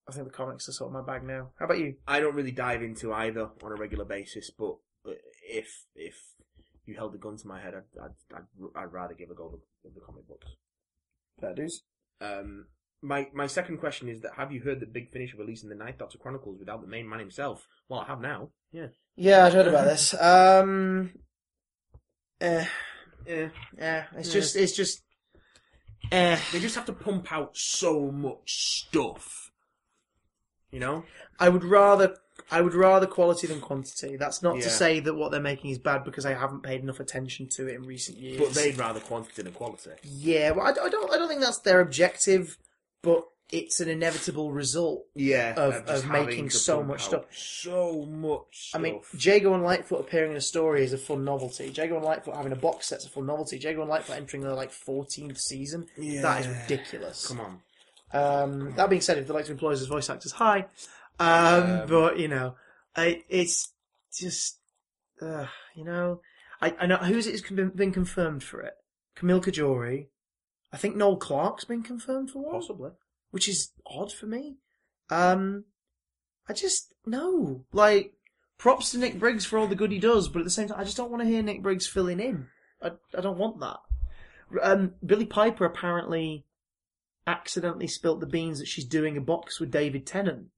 [SPEAKER 1] I think the comics are sort of my bag now. How about you?
[SPEAKER 2] I don't really dive into either on a regular basis, but uh, if if you held a gun to my head, I'd I'd, I'd, I'd rather give a go to the comic books.
[SPEAKER 1] Fair dues.
[SPEAKER 2] Um, my my second question is that have you heard that Big Finish are releasing the Ninth Doctor Chronicles without the main man himself? Well, I have now. Yeah.
[SPEAKER 1] Yeah, I'd heard about
[SPEAKER 2] Uh-huh.
[SPEAKER 1] this. Um, eh,
[SPEAKER 2] Yeah.
[SPEAKER 1] yeah, it's
[SPEAKER 2] Yeah.
[SPEAKER 1] just, it's just, eh.
[SPEAKER 2] They just have to pump out so much stuff. You know.
[SPEAKER 1] I would rather I would rather quality than quantity. That's not
[SPEAKER 2] Yeah.
[SPEAKER 1] to say that what they're making is bad because I haven't paid enough attention to it in recent years.
[SPEAKER 2] But they'd rather quantity than quality.
[SPEAKER 1] yeah, well, I, don't- I don't, I don't think that's their objective, but it's an inevitable result.
[SPEAKER 2] Yeah,
[SPEAKER 1] Of-
[SPEAKER 2] just
[SPEAKER 1] of
[SPEAKER 2] having
[SPEAKER 1] making
[SPEAKER 2] to
[SPEAKER 1] so
[SPEAKER 2] pump
[SPEAKER 1] much
[SPEAKER 2] out
[SPEAKER 1] stuff.
[SPEAKER 2] So much.
[SPEAKER 1] I mean,
[SPEAKER 2] stuff.
[SPEAKER 1] Jago and Lightfoot appearing in a story is a fun novelty. Jago and Lightfoot having a box set's a fun novelty. Jago and Lightfoot entering their like fourteenth season. That is
[SPEAKER 2] Yeah.
[SPEAKER 1] ridiculous.
[SPEAKER 2] come on.
[SPEAKER 1] Um, that being said, if they'd like to employ us as voice actors, hi. Um,
[SPEAKER 2] Um,
[SPEAKER 1] but you know, I, it's just, uh, you know, I, I know who's it has been, been confirmed for it? Camille Kajori. I think Noel Clark's been confirmed for one,
[SPEAKER 2] Possibly.
[SPEAKER 1] which is odd for me. Um, I just no, like, props to Nick Briggs for all the good he does, but at the same time, I just don't want to hear Nick Briggs filling in. I, I don't want that. Um, Billy Piper apparently accidentally spilt the beans that she's doing a box with David Tennant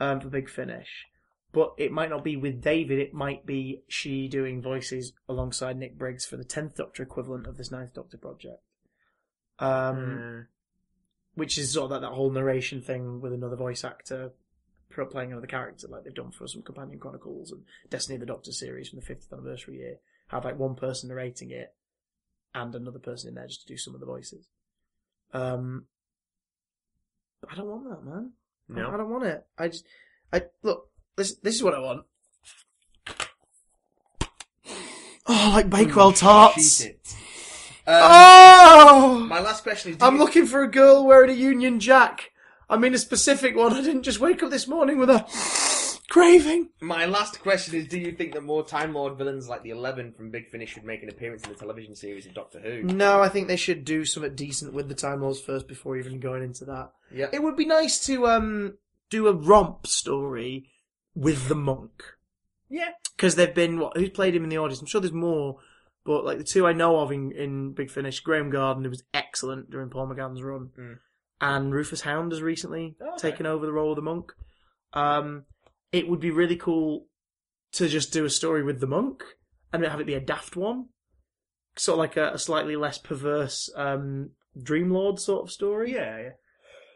[SPEAKER 1] um, for Big Finish. But it might not be with David, it might be she doing voices alongside Nick Briggs for the 10th Doctor equivalent of this 9th Doctor project. Um,
[SPEAKER 2] Hmm.
[SPEAKER 1] Which is sort of that, that whole narration thing with another voice actor pro- playing another character, like they've done for some Companion Chronicles and Destiny of the Doctor series from the 50th anniversary year. Have like one person narrating it and another person in there just to do some of the voices. Um, but I don't want that, man. I- I
[SPEAKER 2] Mm, no.
[SPEAKER 1] don't want it. I just, I look. This this is what I want. Oh, like Bakewell tarts.
[SPEAKER 2] Cheat it.
[SPEAKER 1] Oh,
[SPEAKER 2] Um, My last question is: do
[SPEAKER 1] I'm
[SPEAKER 2] you-
[SPEAKER 1] looking for a girl wearing a Union Jack. I mean a specific one. I didn't just wake up this morning with a [sighs] craving.
[SPEAKER 2] My last question is: Do you think that more Time Lord villains like the Eleven from Big Finish should make an appearance in the television series of Doctor Who?
[SPEAKER 1] No, I think they should do something decent with the Time Lords first before even going into that.
[SPEAKER 2] Yeah.
[SPEAKER 1] It would be nice to um do a romp story with the monk.
[SPEAKER 2] Yeah.
[SPEAKER 1] because they've been what, who's played him in the audience. I'm sure there's more, but like the two I know of in, in Big Finish, Graham Garden, who was excellent during Paul McGann's run,
[SPEAKER 2] Mm.
[SPEAKER 1] and Rufus Hound has recently
[SPEAKER 2] Okay.
[SPEAKER 1] taken over the role of the monk. Um, it would be really cool to just do a story with the monk and have it be a daft one, sort of like a, a slightly less perverse um, Dream Lord sort of story.
[SPEAKER 2] Yeah. yeah.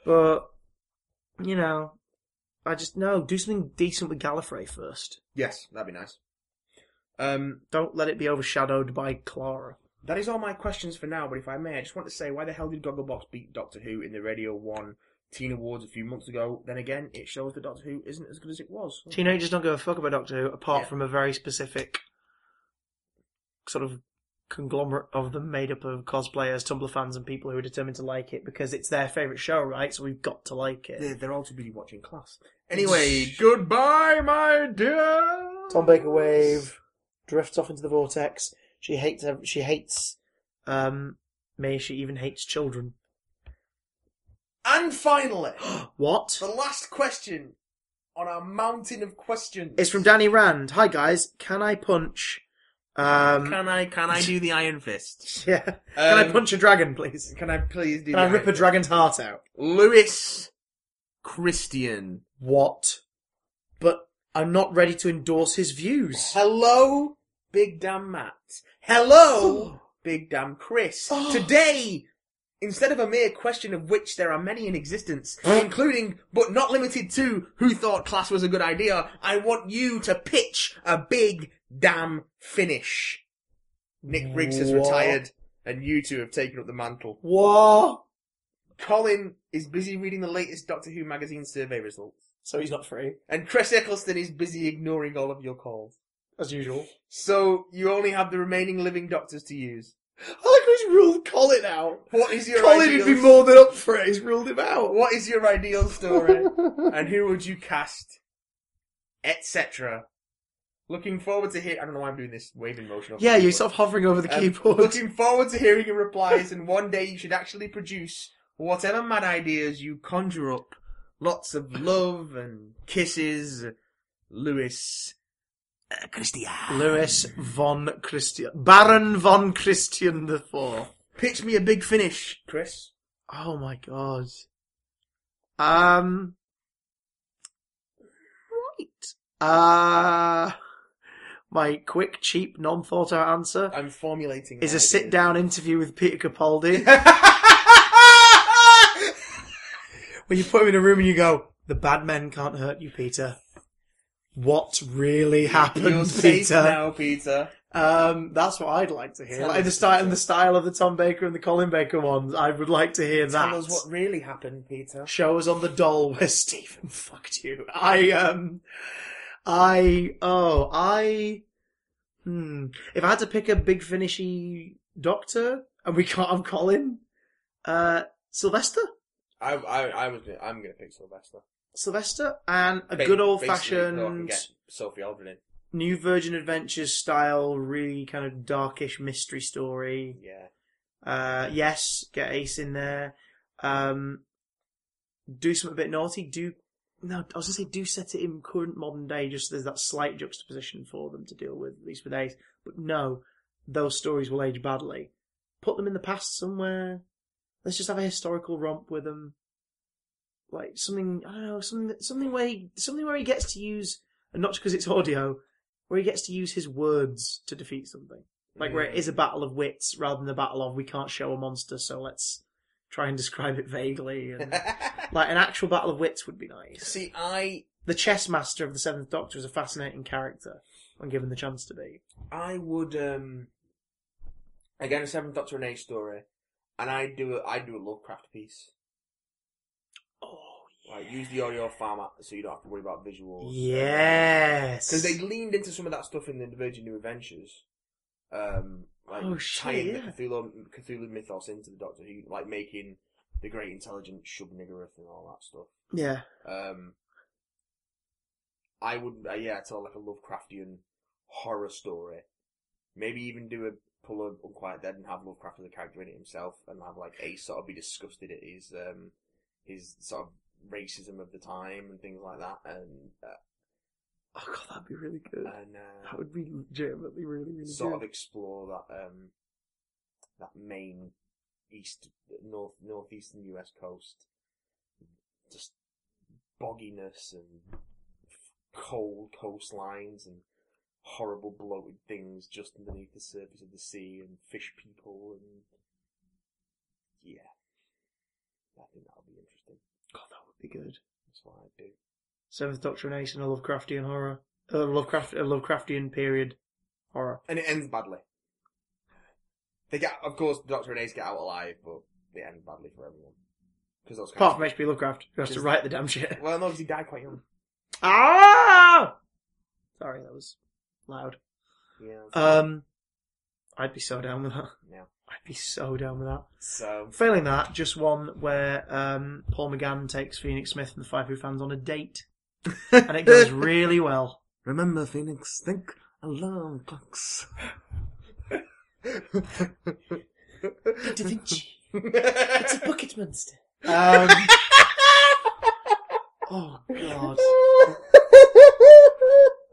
[SPEAKER 1] But you know, I just no do something decent with Gallifrey first.
[SPEAKER 2] Yes, that'd be nice. Um,
[SPEAKER 1] Don't let it be overshadowed by Clara.
[SPEAKER 2] That is all my questions for now, but if I may, I just want to say why the hell did Gogglebox beat Doctor Who in the Radio 1 Teen Awards a few months ago? Then again, it shows that Doctor Who isn't as good as it was.
[SPEAKER 1] Teenagers don't give a fuck about Doctor Who, apart
[SPEAKER 2] Yeah.
[SPEAKER 1] from a very specific sort of conglomerate of them made up of cosplayers, Tumblr fans, and people who are determined to like it because it's their favourite show, right? So we've got to like it.
[SPEAKER 2] They're, they're all too busy watching class. [laughs] Anyway, goodbye, my dear!
[SPEAKER 1] Tom Baker Wave drifts off into the vortex. She hates. ev- She hates. Um, me. She even hates children.
[SPEAKER 2] And finally,
[SPEAKER 1] [gasps]
[SPEAKER 2] [gasps]
[SPEAKER 1] What?
[SPEAKER 2] the last question on our mountain of questions.
[SPEAKER 1] It's from Danny Rand. Hi guys, can I punch? Um,
[SPEAKER 2] Can I, can I do the Iron Fist?
[SPEAKER 1] [laughs] yeah. [laughs] can I
[SPEAKER 2] Um,
[SPEAKER 1] punch a dragon, please?
[SPEAKER 2] Can I please do
[SPEAKER 1] Can I
[SPEAKER 2] the
[SPEAKER 1] rip a
[SPEAKER 2] Iron
[SPEAKER 1] dragon's heart out?
[SPEAKER 2] Lewis Christian.
[SPEAKER 1] What? But I'm not ready to endorse his views.
[SPEAKER 2] Hello, Big Damn Matt. Hello, Big Damn Chris. Today, instead of a mere question of which there are many in existence, including but not limited to who thought class was a good idea, I want you to pitch a big damn finish. Nick Briggs has
[SPEAKER 1] What?
[SPEAKER 2] retired, and you two have taken up the mantle.
[SPEAKER 1] What?
[SPEAKER 2] Colin is busy reading the latest Doctor Who magazine survey results.
[SPEAKER 1] So he's not free,
[SPEAKER 2] And Chris Eccleston is busy ignoring all of your calls.
[SPEAKER 1] as usual.
[SPEAKER 2] So you only have the remaining living doctors to use.
[SPEAKER 1] I like how he's ruled Colin out.
[SPEAKER 2] What is your
[SPEAKER 1] Colin
[SPEAKER 2] ideal
[SPEAKER 1] would be more than up for it. He's ruled him out.
[SPEAKER 2] What is your ideal
[SPEAKER 1] [laughs]
[SPEAKER 2] story? and who would you cast? Etc. Looking forward to hear. I don't know why I'm doing this waving motion. off the
[SPEAKER 1] Yeah, you're
[SPEAKER 2] keyboard.
[SPEAKER 1] sort of hovering over the
[SPEAKER 2] Um,
[SPEAKER 1] keyboard.
[SPEAKER 2] Looking forward to hearing your replies, and one day you should actually produce whatever mad ideas you conjure up. Lots of love and kisses, Lewis uh, Christian.
[SPEAKER 1] Lewis von Christian, Baron von Christian the Fourth.
[SPEAKER 2] Pitch me a big finish, Chris.
[SPEAKER 1] Oh my god. Um. Right. Uh. My quick, cheap, non-thought-out answer
[SPEAKER 2] I'm formulating.
[SPEAKER 1] is
[SPEAKER 2] an
[SPEAKER 1] a
[SPEAKER 2] idea.
[SPEAKER 1] sit-down interview with Peter Capaldi. [laughs]
[SPEAKER 2] I
[SPEAKER 1] When you put him in a room and you go, the bad men can't hurt you, Peter. what really
[SPEAKER 2] You're
[SPEAKER 1] happened,
[SPEAKER 2] safe
[SPEAKER 1] Peter?
[SPEAKER 2] now, Peter.
[SPEAKER 1] Um, that's what I'd like to hear.
[SPEAKER 2] Tell
[SPEAKER 1] Like the
[SPEAKER 2] us,
[SPEAKER 1] style and
[SPEAKER 2] Peter.
[SPEAKER 1] the style of the Tom Baker and the Colin Baker ones. I would like to hear that.
[SPEAKER 2] Tell us what really happened, Peter.
[SPEAKER 1] Show us on the doll where [laughs] Stephen fucked you. I um, I oh I hmm. If I had to pick a big finishy doctor, and we can't have Colin, uh, Sylvester,
[SPEAKER 2] I, I, I was. Gonna, I'm going to pick Sylvester.
[SPEAKER 1] Sylvester, and a
[SPEAKER 2] Ba-
[SPEAKER 1] good old
[SPEAKER 2] basically, so I can
[SPEAKER 1] fashioned
[SPEAKER 2] get Sophie Aldrin. in.
[SPEAKER 1] New Virgin Adventures style, really kind of darkish mystery story.
[SPEAKER 2] Yeah.
[SPEAKER 1] Uh, yes, get Ace in there. Um, do something a bit naughty. Do no, I was gonna say do set it in current modern day. Just there's that slight juxtaposition for them to deal with, at least with Ace. But no, those stories will age badly. Put them in the past somewhere. Let's just have a historical romp with them. Like something I don't know, something something where he, something where he gets to use, and not because it's audio, where he gets to use his words to defeat something like where it is a
[SPEAKER 2] Mm.
[SPEAKER 1] battle of wits rather than a battle of we can't show a monster, so let's try and describe it vaguely. And
[SPEAKER 2] [laughs]
[SPEAKER 1] like an actual battle of wits would be nice.
[SPEAKER 2] [laughs] See, I
[SPEAKER 1] The chess master of the Seventh Doctor is a fascinating character when given the chance to be.
[SPEAKER 2] I would um again a Seventh Doctor and Age story, and I do a, I do a Lovecraft piece.
[SPEAKER 1] Oh
[SPEAKER 2] Like use the audio format so you don't have to worry about visuals.
[SPEAKER 1] yes,
[SPEAKER 2] because they leaned into some of that stuff in the Virgin New Adventures. Um, like
[SPEAKER 1] Oh, shit,
[SPEAKER 2] tying
[SPEAKER 1] yeah.
[SPEAKER 2] the Cthulhu, Cthulhu mythos into the Doctor Who, like making the Great Intelligent Shub Niggereth and all that stuff.
[SPEAKER 1] yeah.
[SPEAKER 2] Um, I would, uh, yeah, tell like a Lovecraftian horror story. Maybe even do a pull of Unquiet Dead and have Lovecraft as a character in it himself, and have like Ace sort of be disgusted at his um his sort of racism of the time and things like that, and uh,
[SPEAKER 1] Oh god, that'd be really good.
[SPEAKER 2] and uh,
[SPEAKER 1] That would be legitimately really really
[SPEAKER 2] sort of
[SPEAKER 1] good.
[SPEAKER 2] explore that um that main east north northeastern US coast, just bogginess and cold coastlines and horrible bloated things just underneath the surface of the sea and fish people and yeah, I think that'll be interesting.
[SPEAKER 1] God, that would be good.
[SPEAKER 2] That's what I do.
[SPEAKER 1] Seventh Doctor and Ace and a Lovecraftian horror, uh, Lovecraft, a Lovecraftian period horror.
[SPEAKER 2] And it ends badly. They get, of course, the Doctor and Ace get out alive, but they end badly for everyone. Because those
[SPEAKER 1] Apart
[SPEAKER 2] characters.
[SPEAKER 1] from H.P. Lovecraft, who has to
[SPEAKER 2] Just-
[SPEAKER 1] write the damn shit.
[SPEAKER 2] [laughs] Well, no, because he died quite young.
[SPEAKER 1] Ah! Sorry, that was loud.
[SPEAKER 2] Yeah.
[SPEAKER 1] Um, I'd be so down with that.
[SPEAKER 2] Yeah.
[SPEAKER 1] I'd be so down with that.
[SPEAKER 2] So,
[SPEAKER 1] Failing that, just one where um, Paul McGann takes Phoenix Smith and the Five Who fans on a date, and it [laughs] goes really well.
[SPEAKER 2] remember, Phoenix, think alarm clocks. [laughs]
[SPEAKER 1] Da [laughs] Vinci,
[SPEAKER 2] it's a
[SPEAKER 1] bucket monster. [laughs] Um, oh god.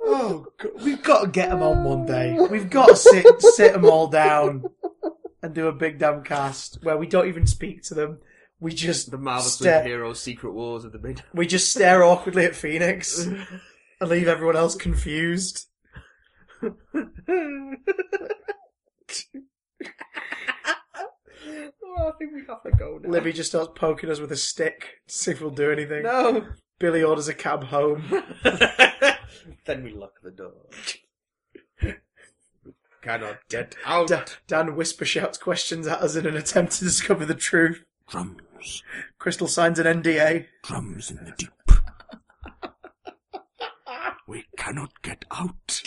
[SPEAKER 1] Oh, God. we've got to get them on one day. We've got to sit sit them all down and do a big damn cast where we don't even speak to them. We just
[SPEAKER 2] The Marvelous
[SPEAKER 1] Step.
[SPEAKER 2] Superhero Secret Wars of the Big.
[SPEAKER 1] we just stare awkwardly at Phoenix and leave everyone else confused.
[SPEAKER 2] well, I think we have to go now.
[SPEAKER 1] Libby just starts poking us with a stick to see if we'll do anything.
[SPEAKER 2] No!
[SPEAKER 1] Billy orders a cab
[SPEAKER 2] [laughs]
[SPEAKER 1] home.
[SPEAKER 2] then we lock the door. Cannot get out.
[SPEAKER 1] Da- Dan whisper shouts questions at us in an attempt to discover the truth.
[SPEAKER 6] Drums,
[SPEAKER 1] Crystal signs an NDA.
[SPEAKER 6] drums in the
[SPEAKER 2] [laughs]
[SPEAKER 6] deep. we cannot get out.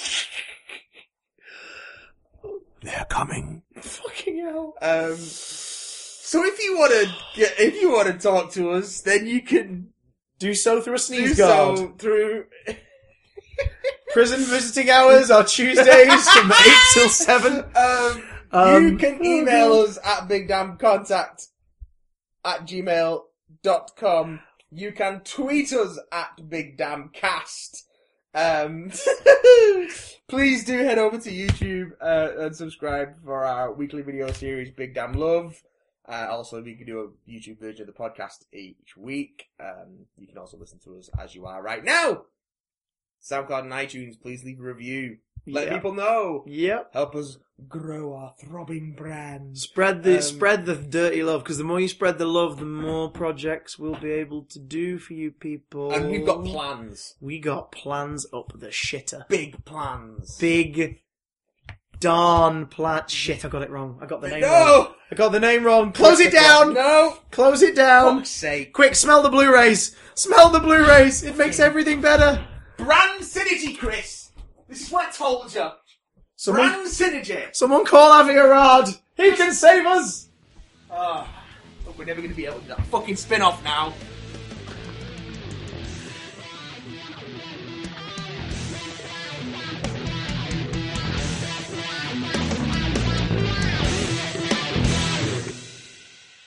[SPEAKER 6] They're coming.
[SPEAKER 1] Fucking hell.
[SPEAKER 2] Um, so if you want to, if you want to talk to us, then you can
[SPEAKER 1] Do so through a
[SPEAKER 2] do
[SPEAKER 1] sneeze guard.
[SPEAKER 2] so through.
[SPEAKER 1] Prison visiting hours are Tuesdays from 8
[SPEAKER 2] [laughs]
[SPEAKER 1] till 7.
[SPEAKER 2] Um, you
[SPEAKER 1] Um,
[SPEAKER 2] can email us at bigdamcontact at gmail.com. You can tweet us at bigdamcast. Um, [laughs] please do head over to YouTube uh, and subscribe for our weekly video series, Big Damn Love. Uh, also, we can do a YouTube version of the podcast each week. Um, you can also listen to us as you are right now. SoundCloud and iTunes, please leave a review. Let
[SPEAKER 1] Yeah.
[SPEAKER 2] people know.
[SPEAKER 1] Yep.
[SPEAKER 2] Help us grow our throbbing brands.
[SPEAKER 1] Spread the
[SPEAKER 2] Um,
[SPEAKER 1] spread the dirty love because the more you spread the love, the more projects we'll be able to do for you people.
[SPEAKER 2] And we've got plans.
[SPEAKER 1] we got plans up the shitter.
[SPEAKER 2] Big plans.
[SPEAKER 1] Big darn plant shit. I got it wrong. I got the name wrong.
[SPEAKER 2] no!
[SPEAKER 1] I got the name wrong. Close it down.
[SPEAKER 2] No!
[SPEAKER 1] Close it
[SPEAKER 4] Um,
[SPEAKER 1] down.
[SPEAKER 2] Fuck's sake.
[SPEAKER 1] Quick, smell the Blu-rays. Smell the Blu-rays. It makes everything better.
[SPEAKER 4] Brand synergy, Chris. This is what I told you.
[SPEAKER 1] Someone,
[SPEAKER 4] Brand synergy.
[SPEAKER 1] someone call Avi Arad. He can save us.
[SPEAKER 4] Ah, but we're never going to be able to do that fucking spin off now.